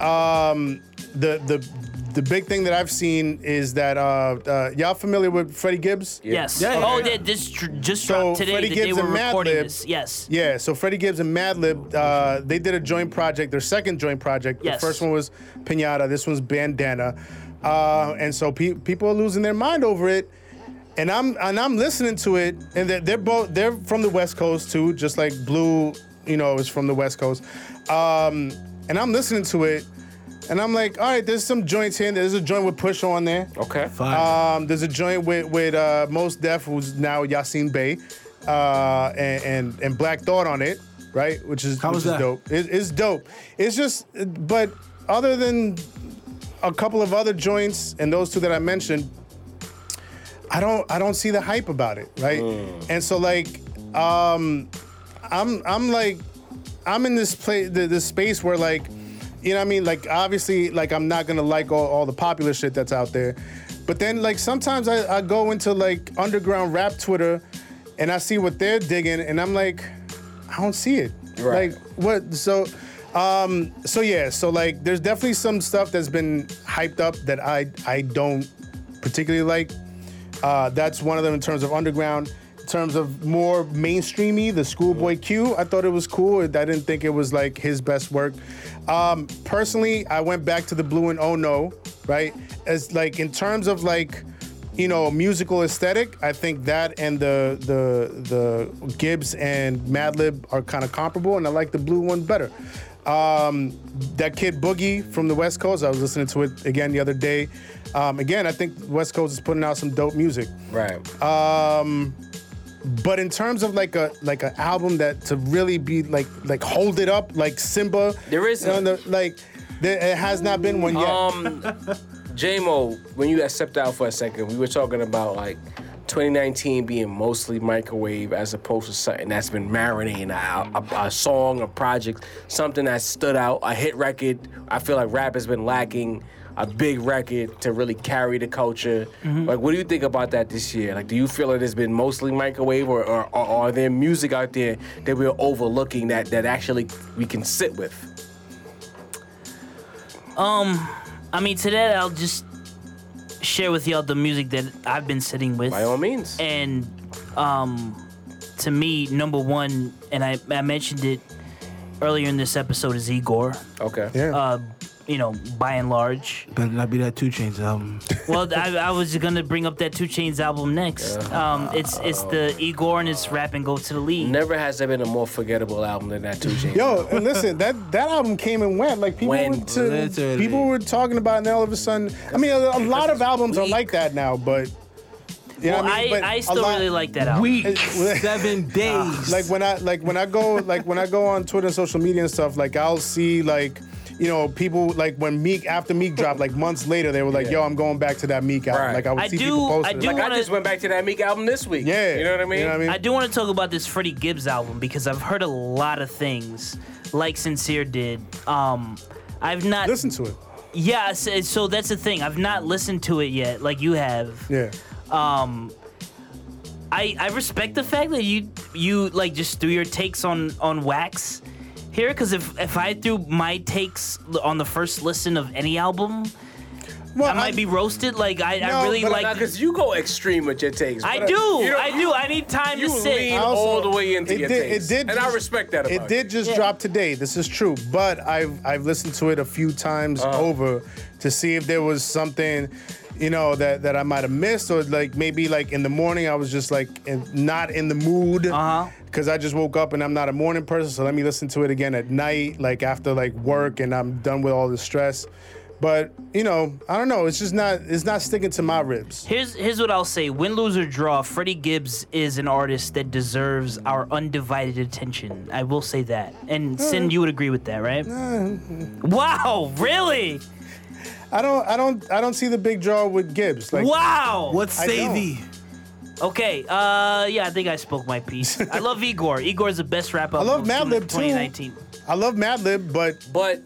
[SPEAKER 3] um, the the the big thing that I've seen is that uh, uh, y'all familiar with Freddie Gibbs?
[SPEAKER 1] yes.
[SPEAKER 5] Yeah, yeah,
[SPEAKER 1] oh,
[SPEAKER 5] yeah.
[SPEAKER 1] yeah. This tr- just
[SPEAKER 3] So,
[SPEAKER 1] dropped today
[SPEAKER 3] Freddie
[SPEAKER 1] that
[SPEAKER 3] Gibbs
[SPEAKER 1] they were
[SPEAKER 3] and Madlib-
[SPEAKER 1] recording this. Yes.
[SPEAKER 3] Yeah, so Freddie Gibbs and Madlib, uh, they did a joint project, their second joint project.
[SPEAKER 1] Yes.
[SPEAKER 3] The first one was Pinata, this one's Bandana. Uh, and so pe- people are losing their mind over it. And I'm and I'm listening to it, and they're, they're both they're from the West Coast too, just like Blue, you know, is from the West Coast. Um, and I'm listening to it, and I'm like, all right, there's some joints here. and There's a joint with Push on there.
[SPEAKER 2] Okay.
[SPEAKER 5] Fine.
[SPEAKER 3] Um, there's a joint with with uh, Most Def, who's now Yasin Bey, uh, and, and and Black Thought on it, right? Which is
[SPEAKER 5] How
[SPEAKER 3] which
[SPEAKER 5] was
[SPEAKER 3] is
[SPEAKER 5] that?
[SPEAKER 3] dope. It- it's dope. It's just, but other than a couple of other joints and those two that I mentioned, I don't I don't see the hype about it, right? And so like, um, I'm I'm like, I'm in this place, this space where like, you know what I mean? Like obviously, like I'm not gonna like all, all the popular shit that's out there, but then like sometimes I, I go into like underground rap Twitter, and I see what they're digging, and I'm like, I don't see it.
[SPEAKER 2] Right.
[SPEAKER 3] Like what? So, um, so yeah, so like there's definitely some stuff that's been hyped up that I I don't particularly like. Uh, that's one of them in terms of underground. In terms of more mainstreamy, the Schoolboy Q, I thought it was cool. I didn't think it was like his best work. Um, personally, I went back to the Blue and Oh No, right? As like in terms of like, you know, musical aesthetic, I think that and the the the Gibbs and Madlib are kind of comparable, and I like the blue one better. Um, that kid Boogie from the West Coast, I was listening to it again the other day. Um, again, I think West Coast is putting out some dope music.
[SPEAKER 2] Right.
[SPEAKER 3] But in terms of like a like an album that to really be like like hold it up like Simba,
[SPEAKER 2] There is
[SPEAKER 3] you know,
[SPEAKER 2] none.
[SPEAKER 3] the- like there, it has not been one yet.
[SPEAKER 1] Um,
[SPEAKER 2] J-Mo, when you stepped out for a second, we were talking about like 2019 being mostly microwave as opposed to something that's been marinating a, a, a song, a project, something that stood out, a hit record. I feel like rap has been lacking a big record to really carry the culture. Like, what do you think about that this year? Like, do you feel it has been mostly microwave, or, or, or are there music out there that we're overlooking that that actually we can sit with?
[SPEAKER 1] I mean, today I'll just share with y'all the music that I've been sitting with.
[SPEAKER 2] By all means.
[SPEAKER 1] And um, to me, number one, and I, I mentioned it earlier in this episode, is Igor.
[SPEAKER 2] Okay.
[SPEAKER 3] yeah.
[SPEAKER 1] Uh, you know, by and large.
[SPEAKER 5] Better not be that Two Chains album.
[SPEAKER 1] Well, I, I was gonna bring up that Two Chains album next. Um, it's it's the Igor and it's rap and go to the league.
[SPEAKER 2] Never has there been a more forgettable album than that Two Chainz.
[SPEAKER 3] Yo, and listen, that that album came and went. Like people
[SPEAKER 2] Went.
[SPEAKER 3] were to,
[SPEAKER 5] Literally.
[SPEAKER 3] people were talking about, it and then all of a sudden, I mean, a, a lot of albums are like that now, but you
[SPEAKER 1] well,
[SPEAKER 3] know what I
[SPEAKER 1] I,
[SPEAKER 3] mean. But
[SPEAKER 1] I
[SPEAKER 3] a
[SPEAKER 1] still
[SPEAKER 3] lot-
[SPEAKER 1] really like that album.
[SPEAKER 3] <laughs>
[SPEAKER 5] Week, seven days.
[SPEAKER 3] like when I like when I go like when I go on Twitter and social media and stuff. Like I'll see like. You know, people like when Meek after Meek dropped, like months later, they were like,
[SPEAKER 2] Yeah.
[SPEAKER 3] "Yo, I'm going back to that Meek album."
[SPEAKER 2] Right.
[SPEAKER 3] Like I would
[SPEAKER 1] I
[SPEAKER 3] see
[SPEAKER 1] do-
[SPEAKER 3] people
[SPEAKER 1] I
[SPEAKER 3] posting. it.
[SPEAKER 1] do
[SPEAKER 2] Like I
[SPEAKER 1] wanna-
[SPEAKER 2] just went back to that Meek album this week.
[SPEAKER 3] yeah,
[SPEAKER 2] You know what I mean?
[SPEAKER 3] You know what I mean?
[SPEAKER 1] I do want to talk about this Freddie Gibbs album because I've heard a lot of things, like Sincere did. Um, I've not.
[SPEAKER 3] Listen to it.
[SPEAKER 1] Yeah, I said- so that's the thing. I've not listened to it yet, like you have.
[SPEAKER 3] Yeah,
[SPEAKER 1] Um, I I respect the fact that you you like just threw your takes on on wax here, because if if I threw my takes on the first listen of any album,
[SPEAKER 3] Well,
[SPEAKER 1] I might
[SPEAKER 3] I'm-
[SPEAKER 1] be roasted. Like I,
[SPEAKER 3] No,
[SPEAKER 1] I really
[SPEAKER 3] but I'm
[SPEAKER 1] like.
[SPEAKER 2] Now, cause you go extreme with your takes.
[SPEAKER 1] I do.
[SPEAKER 2] brother. You don't-
[SPEAKER 1] I do. I need time
[SPEAKER 2] You
[SPEAKER 1] to sit.
[SPEAKER 2] lean
[SPEAKER 3] I also-
[SPEAKER 2] all the way into
[SPEAKER 3] it
[SPEAKER 2] your
[SPEAKER 3] did- it
[SPEAKER 2] takes,
[SPEAKER 3] did
[SPEAKER 2] and I
[SPEAKER 3] just-
[SPEAKER 2] respect that. About
[SPEAKER 3] It did just drop today. This is true, but I've I've listened to it a few times
[SPEAKER 2] Uh.
[SPEAKER 3] over to see if there was something, you know, that that I might have missed or like maybe like in the morning I was just like in, not in the mood
[SPEAKER 1] Uh-huh.
[SPEAKER 3] because I just woke up and I'm not a morning person. So let me listen to it again at night, like after like work and I'm done with all the stress. But you know, I don't know. It's just not it's not sticking to my ribs.
[SPEAKER 1] Here's here's what I'll say: win, lose or draw, Freddie Gibbs is an artist that deserves our undivided attention. I will say that. And Sin,
[SPEAKER 3] Mm.
[SPEAKER 1] you would agree with that, right? Wow, really?
[SPEAKER 3] I don't I don't I don't see the big draw with Gibbs. Like
[SPEAKER 1] wow.
[SPEAKER 5] What
[SPEAKER 3] I
[SPEAKER 5] say
[SPEAKER 3] don't.
[SPEAKER 5] thee?
[SPEAKER 1] Okay. Uh, yeah, I think I spoke my piece. I
[SPEAKER 3] <laughs>
[SPEAKER 1] love Igor. Igor's the best rapper.
[SPEAKER 3] I love
[SPEAKER 1] of
[SPEAKER 3] Madlib too.
[SPEAKER 1] 2019.
[SPEAKER 3] I love Madlib, but
[SPEAKER 2] But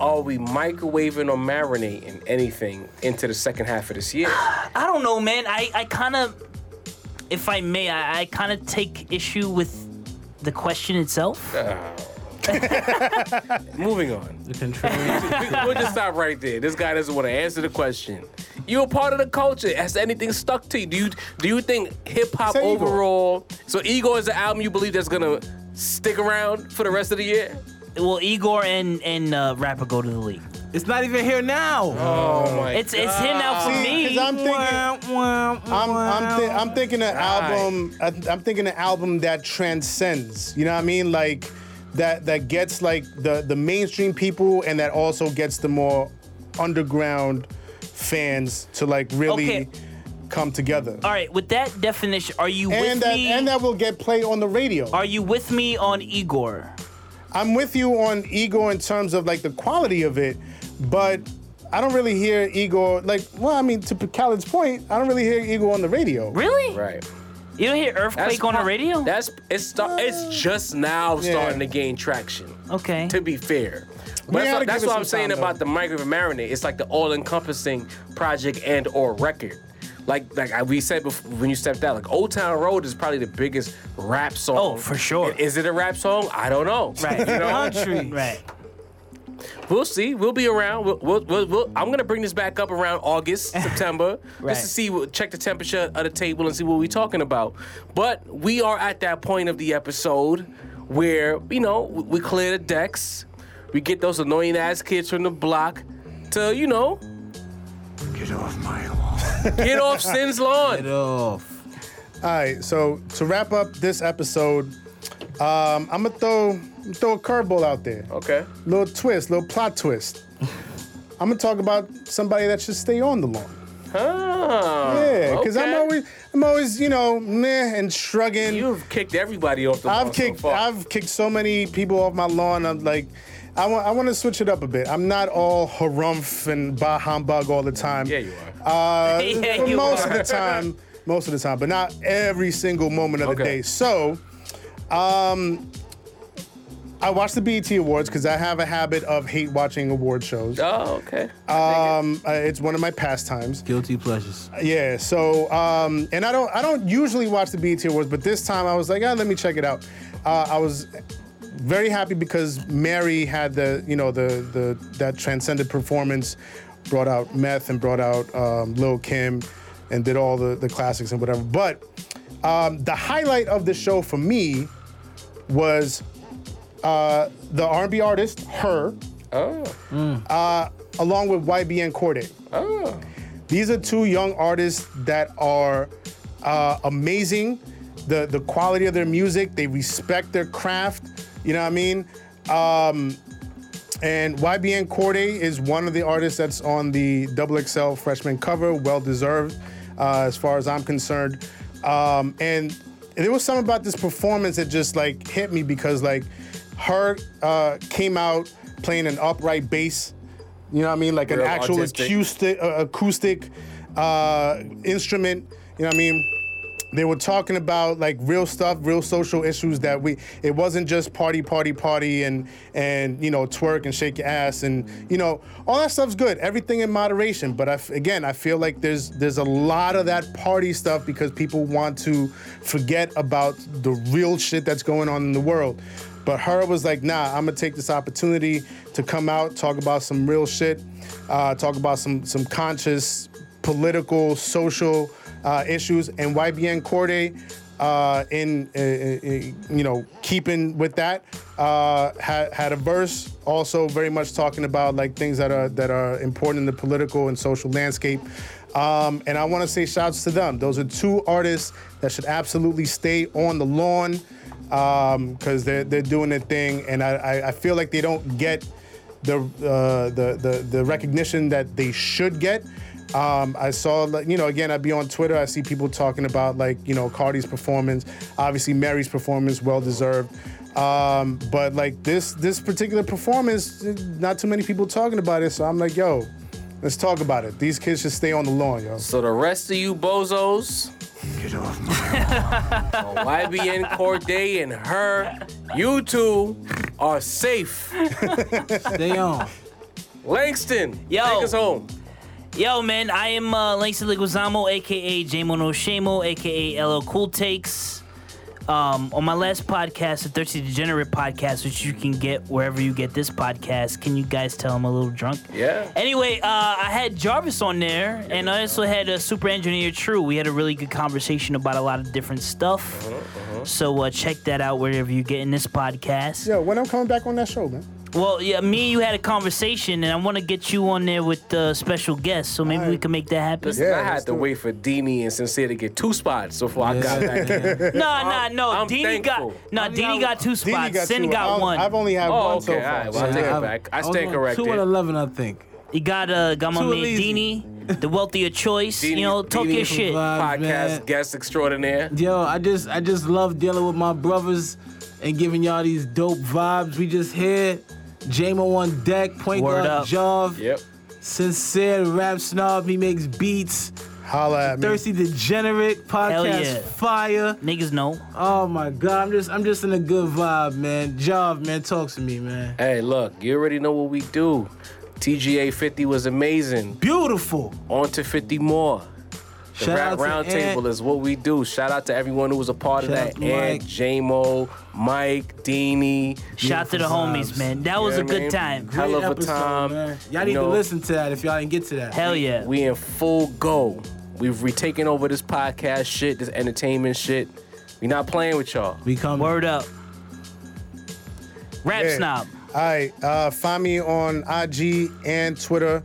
[SPEAKER 2] are we microwaving or marinating anything into the second half of this <sighs> year?
[SPEAKER 1] I don't know, man. I, I kind of, if I may, I, I kind of take issue with the question itself.
[SPEAKER 2] Moving on. <laughs>
[SPEAKER 5] The control.
[SPEAKER 2] we'll just stop right there. This guy doesn't want to answer the question. You're a part of the culture. Has anything stuck to you? Do you do you think hip hop
[SPEAKER 3] Say Igor.
[SPEAKER 2] overall? So Igor is the album you believe that's gonna stick around for the rest of the year?
[SPEAKER 1] Well, Igor and and uh, rapper go to the league.
[SPEAKER 5] <laughs> It's not even here now.
[SPEAKER 2] Oh my!
[SPEAKER 1] It's it's him now for
[SPEAKER 3] See,
[SPEAKER 1] me.
[SPEAKER 3] 'cause I'm thinking, I'm I'm, thi- I'm thinking an album. I- I'm thinking an album that transcends. You know what I mean? Like that that gets like the the mainstream people, and that also gets the more underground fans to like really
[SPEAKER 1] Okay.
[SPEAKER 3] come together.
[SPEAKER 1] All right, with that definition, are you with
[SPEAKER 3] And that
[SPEAKER 1] me?
[SPEAKER 3] and that will get play on the radio.
[SPEAKER 1] are you with me on Igor?
[SPEAKER 3] I'm with you on Igor in terms of like the quality of it, but I don't really hear Igor like. Well, I mean, to Khaled's point, I don't really hear Igor on the radio.
[SPEAKER 1] Really?
[SPEAKER 2] right.
[SPEAKER 1] You don't hear earthquake on the
[SPEAKER 2] pro-
[SPEAKER 1] radio?
[SPEAKER 2] That's it's sta- it's just now
[SPEAKER 3] Yeah.
[SPEAKER 2] starting to gain traction.
[SPEAKER 1] okay.
[SPEAKER 2] to be fair. But
[SPEAKER 3] We
[SPEAKER 2] that's
[SPEAKER 3] gotta
[SPEAKER 2] what, that's
[SPEAKER 3] give it
[SPEAKER 2] what
[SPEAKER 3] some
[SPEAKER 2] I'm saying
[SPEAKER 3] time,
[SPEAKER 2] about
[SPEAKER 3] though.
[SPEAKER 2] the Micro Marinate. It's like the all-encompassing project and or record. Like like I, we said before, when you stepped out, like Old Town Road is probably the biggest rap song.
[SPEAKER 1] Oh, for sure.
[SPEAKER 2] I- Is it a rap song? I don't know.
[SPEAKER 1] Right.
[SPEAKER 2] <laughs> You know?
[SPEAKER 5] Country.
[SPEAKER 1] Right.
[SPEAKER 2] we'll see. We'll be around. We'll, we'll, we'll, we'll- I'm gonna bring this back up around
[SPEAKER 3] <laughs>
[SPEAKER 2] August, September,
[SPEAKER 1] Right.
[SPEAKER 2] just to see, what- check the temperature of the table and see what we're talking about. But we are at that point of the episode where you know we, we clear the decks, we get those annoying ass kids from the block to you know
[SPEAKER 7] Get off my
[SPEAKER 2] <laughs>
[SPEAKER 7] lawn.
[SPEAKER 2] get off Sin's lawn.
[SPEAKER 3] All
[SPEAKER 5] Oh,
[SPEAKER 3] right, so to wrap up this episode, um, I'm gonna throw throw a curveball out there,
[SPEAKER 2] Okay.
[SPEAKER 3] little twist, little plot
[SPEAKER 2] <laughs>
[SPEAKER 3] twist. I'm gonna talk about somebody that should stay on the lawn.
[SPEAKER 2] Oh,
[SPEAKER 3] Yeah, because
[SPEAKER 2] okay.
[SPEAKER 3] I'm always I'm always you know meh and shrugging.
[SPEAKER 2] You've kicked everybody off the lawn.
[SPEAKER 3] I've
[SPEAKER 2] so
[SPEAKER 3] kicked
[SPEAKER 2] far.
[SPEAKER 3] I've kicked so many people off my lawn. I'm like, I want I want to switch it up a bit. I'm not all harumph and bah humbug all the time.
[SPEAKER 2] yeah, you are.
[SPEAKER 1] <laughs>
[SPEAKER 3] Uh,
[SPEAKER 1] Yeah,
[SPEAKER 3] for
[SPEAKER 1] you
[SPEAKER 3] most
[SPEAKER 1] are.
[SPEAKER 3] of the time, most of the time, but not every single moment of the
[SPEAKER 2] Okay.
[SPEAKER 3] day. So, um, I watch the BET Awards because I have a habit of hate watching award shows.
[SPEAKER 2] oh, okay.
[SPEAKER 3] Um, uh, it's one of my pastimes.
[SPEAKER 2] <laughs>
[SPEAKER 5] guilty pleasures.
[SPEAKER 3] Yeah. So, um, and I don't, I don't usually watch the BET Awards, but this time I was like, ah, let me check it out. Uh, I was very happy because Mary had the, you know, the the that transcendent performance, brought out Meth and brought out um, Lil Kim, and did all the the classics and whatever. But um, the highlight of the show for me was uh, the R&B artist Her, uh,
[SPEAKER 2] Oh,
[SPEAKER 3] along with YBN Cordae.
[SPEAKER 2] oh,
[SPEAKER 3] These are two young artists that are uh, amazing. The the quality of their music, they respect their craft. You know what I mean? Um, and YBN Corday is one of the artists that's on the Double XL freshman cover, well deserved, uh, as far as I'm concerned. Um, and there was something about this performance that just like hit me because like her uh, came out playing an upright bass, you know what I mean, like
[SPEAKER 2] Real
[SPEAKER 3] an actual
[SPEAKER 2] artistic.
[SPEAKER 3] acoustic uh, acoustic uh, instrument, you know what I mean they were talking about like real stuff, real social issues that we. It wasn't just party, party, party, and and you know twerk and shake your ass and you know all that stuff's good. Everything in moderation. But I f again, I feel like there's there's a lot of that party stuff because people want to forget about the real shit that's going on in the world. But her was like, nah, I'm gonna take this opportunity to come out, talk about some real shit, uh, talk about some some conscious political, social uh, issues, and YBN Corday. Uh, in, uh, uh, you know, keeping with that, uh, had had a verse also very much talking about like things that are that are important in the political and social landscape. Um, and I want to say shouts to them. Those are two artists that should absolutely stay on the lawn because they're they're doing their thing, and I, I, I feel like they don't get the uh, the the the recognition that they should get. Um, I saw, like, you know, again, I'd be on Twitter. I see people talking about like, you know, Cardi's performance. Obviously, Mary's performance, well deserved. Um, but like this this particular performance, not too many people talking about it. So I'm like, yo, let's talk about it. These kids should stay on the lawn, yo.
[SPEAKER 2] So the rest of you bozos. Get off my lawn. YBN Corday and her, you two are safe.
[SPEAKER 5] Stay on.
[SPEAKER 2] Langston,
[SPEAKER 1] Yo.
[SPEAKER 2] take us home.
[SPEAKER 1] Yo, man, I am uh, Langston Leguizamo, aka Jamon Oshamo, aka LL Cool Takes. Um, on my last podcast, the Thirsty Degenerate podcast, which you can get wherever you get this podcast. Can you guys tell I'm a little drunk?
[SPEAKER 2] Yeah.
[SPEAKER 1] Anyway, uh, I had Jarvis on there, and I also had a super engineer True. We had a really good conversation about a lot of different stuff. So uh, check that out wherever you get in this podcast.
[SPEAKER 3] Yo, when I'm coming back on that show, man.
[SPEAKER 1] Well, yeah, me and you had a conversation, and I want to get you on there with uh, special guests, so maybe we
[SPEAKER 3] Alright.
[SPEAKER 1] can make that happen.
[SPEAKER 2] Listen,
[SPEAKER 3] Yeah,
[SPEAKER 2] I had
[SPEAKER 3] let's
[SPEAKER 2] to
[SPEAKER 3] do it.
[SPEAKER 2] wait for Dini and Sincere to get two spots before I got
[SPEAKER 3] <laughs>
[SPEAKER 2] back in.
[SPEAKER 1] No, no, no.
[SPEAKER 2] I'm
[SPEAKER 1] Dini
[SPEAKER 2] thankful.
[SPEAKER 1] got no. Dini got two
[SPEAKER 3] Dini
[SPEAKER 1] spots. Sin
[SPEAKER 3] two.
[SPEAKER 1] got
[SPEAKER 3] I'll-
[SPEAKER 1] one.
[SPEAKER 3] I've only had one
[SPEAKER 2] Oh,
[SPEAKER 3] so
[SPEAKER 2] okay.
[SPEAKER 3] far.
[SPEAKER 2] All right. Well, I'll take it
[SPEAKER 5] I'm-
[SPEAKER 2] back. I
[SPEAKER 5] was
[SPEAKER 2] stand
[SPEAKER 5] on
[SPEAKER 2] corrected.
[SPEAKER 5] Two and eleven, I think.
[SPEAKER 1] you got uh, got my
[SPEAKER 5] Two
[SPEAKER 1] man
[SPEAKER 5] Elise.
[SPEAKER 1] Dini, the wealthier choice.
[SPEAKER 2] Dini-
[SPEAKER 1] you know, talk
[SPEAKER 5] Dini
[SPEAKER 1] your
[SPEAKER 5] from
[SPEAKER 1] shit.
[SPEAKER 5] Vibes,
[SPEAKER 2] Podcast
[SPEAKER 5] man.
[SPEAKER 2] guest extraordinaire.
[SPEAKER 5] Yo, I just I just love dealing with my brothers and giving y'all these dope vibes. We just here. Jamo on deck, point
[SPEAKER 1] Word
[SPEAKER 5] guard
[SPEAKER 1] up.
[SPEAKER 5] Jav,
[SPEAKER 2] Yep.
[SPEAKER 5] sincere rap snob. He makes beats.
[SPEAKER 3] Holla at me.
[SPEAKER 5] Thirsty degenerate podcast
[SPEAKER 1] yeah.
[SPEAKER 5] fire.
[SPEAKER 1] Niggas know.
[SPEAKER 5] Oh my god, I'm just I'm just in a good vibe, man. Jav, man, talk to me, man.
[SPEAKER 2] Hey, look, you already know what we do. TGA 50 was amazing.
[SPEAKER 5] Beautiful.
[SPEAKER 2] On to 50 more. The
[SPEAKER 5] Shout
[SPEAKER 2] Rap
[SPEAKER 5] out to Ant.
[SPEAKER 2] Roundtable is what we do. Shout out to everyone who was a part
[SPEAKER 5] Shout
[SPEAKER 2] of
[SPEAKER 5] out
[SPEAKER 2] that.
[SPEAKER 5] to
[SPEAKER 2] Ed,
[SPEAKER 5] Mike.
[SPEAKER 2] Jamo, Mike, Dini.
[SPEAKER 1] Shout out to the
[SPEAKER 5] Beautiful
[SPEAKER 1] homies,
[SPEAKER 5] vibes.
[SPEAKER 1] man. That was
[SPEAKER 2] Yeah,
[SPEAKER 1] a good
[SPEAKER 2] man.
[SPEAKER 1] time.
[SPEAKER 2] Hell of a time.
[SPEAKER 5] man. Y'all
[SPEAKER 2] You
[SPEAKER 5] need
[SPEAKER 2] know-
[SPEAKER 5] to listen to that if y'all didn't get to that.
[SPEAKER 1] Hell yeah.
[SPEAKER 2] We in full go. We've retaken over this podcast shit, this entertainment shit. We not playing with y'all.
[SPEAKER 5] we come.
[SPEAKER 1] Word up. Rap
[SPEAKER 3] Yeah.
[SPEAKER 1] snob.
[SPEAKER 3] All right, uh, find me on IG and Twitter,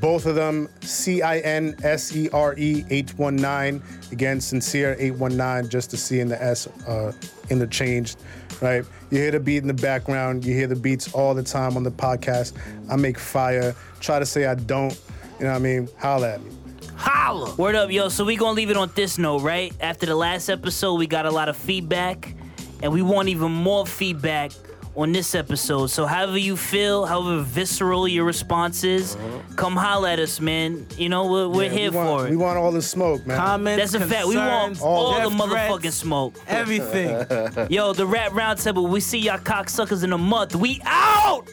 [SPEAKER 3] both of them C I N S E R E 819. Again, sincere 819, just the C and the S uh, interchanged, right? You hear the beat in the background, you hear the beats all the time on the podcast. I make fire. Try to say I don't, you know what I mean? Holla at me.
[SPEAKER 5] Holla.
[SPEAKER 1] Word up, yo. So we gonna leave it on this note, right? After the last episode, we got a lot of feedback, and we want even more feedback on this episode. So however you feel, however visceral your response is, come holler at us, man. You know we're, we're
[SPEAKER 3] Uh-huh. Yeah,
[SPEAKER 1] here
[SPEAKER 3] we want,
[SPEAKER 1] for
[SPEAKER 3] We
[SPEAKER 1] it.
[SPEAKER 3] want all the smoke, man.
[SPEAKER 5] Comments.
[SPEAKER 1] That's a fact. We want
[SPEAKER 5] concerns,
[SPEAKER 1] all the
[SPEAKER 5] death
[SPEAKER 1] motherfucking
[SPEAKER 5] threats,
[SPEAKER 1] smoke.
[SPEAKER 5] Everything.
[SPEAKER 1] Yo, the rap roundtable. We see y'all cocksuckers in a month. We out.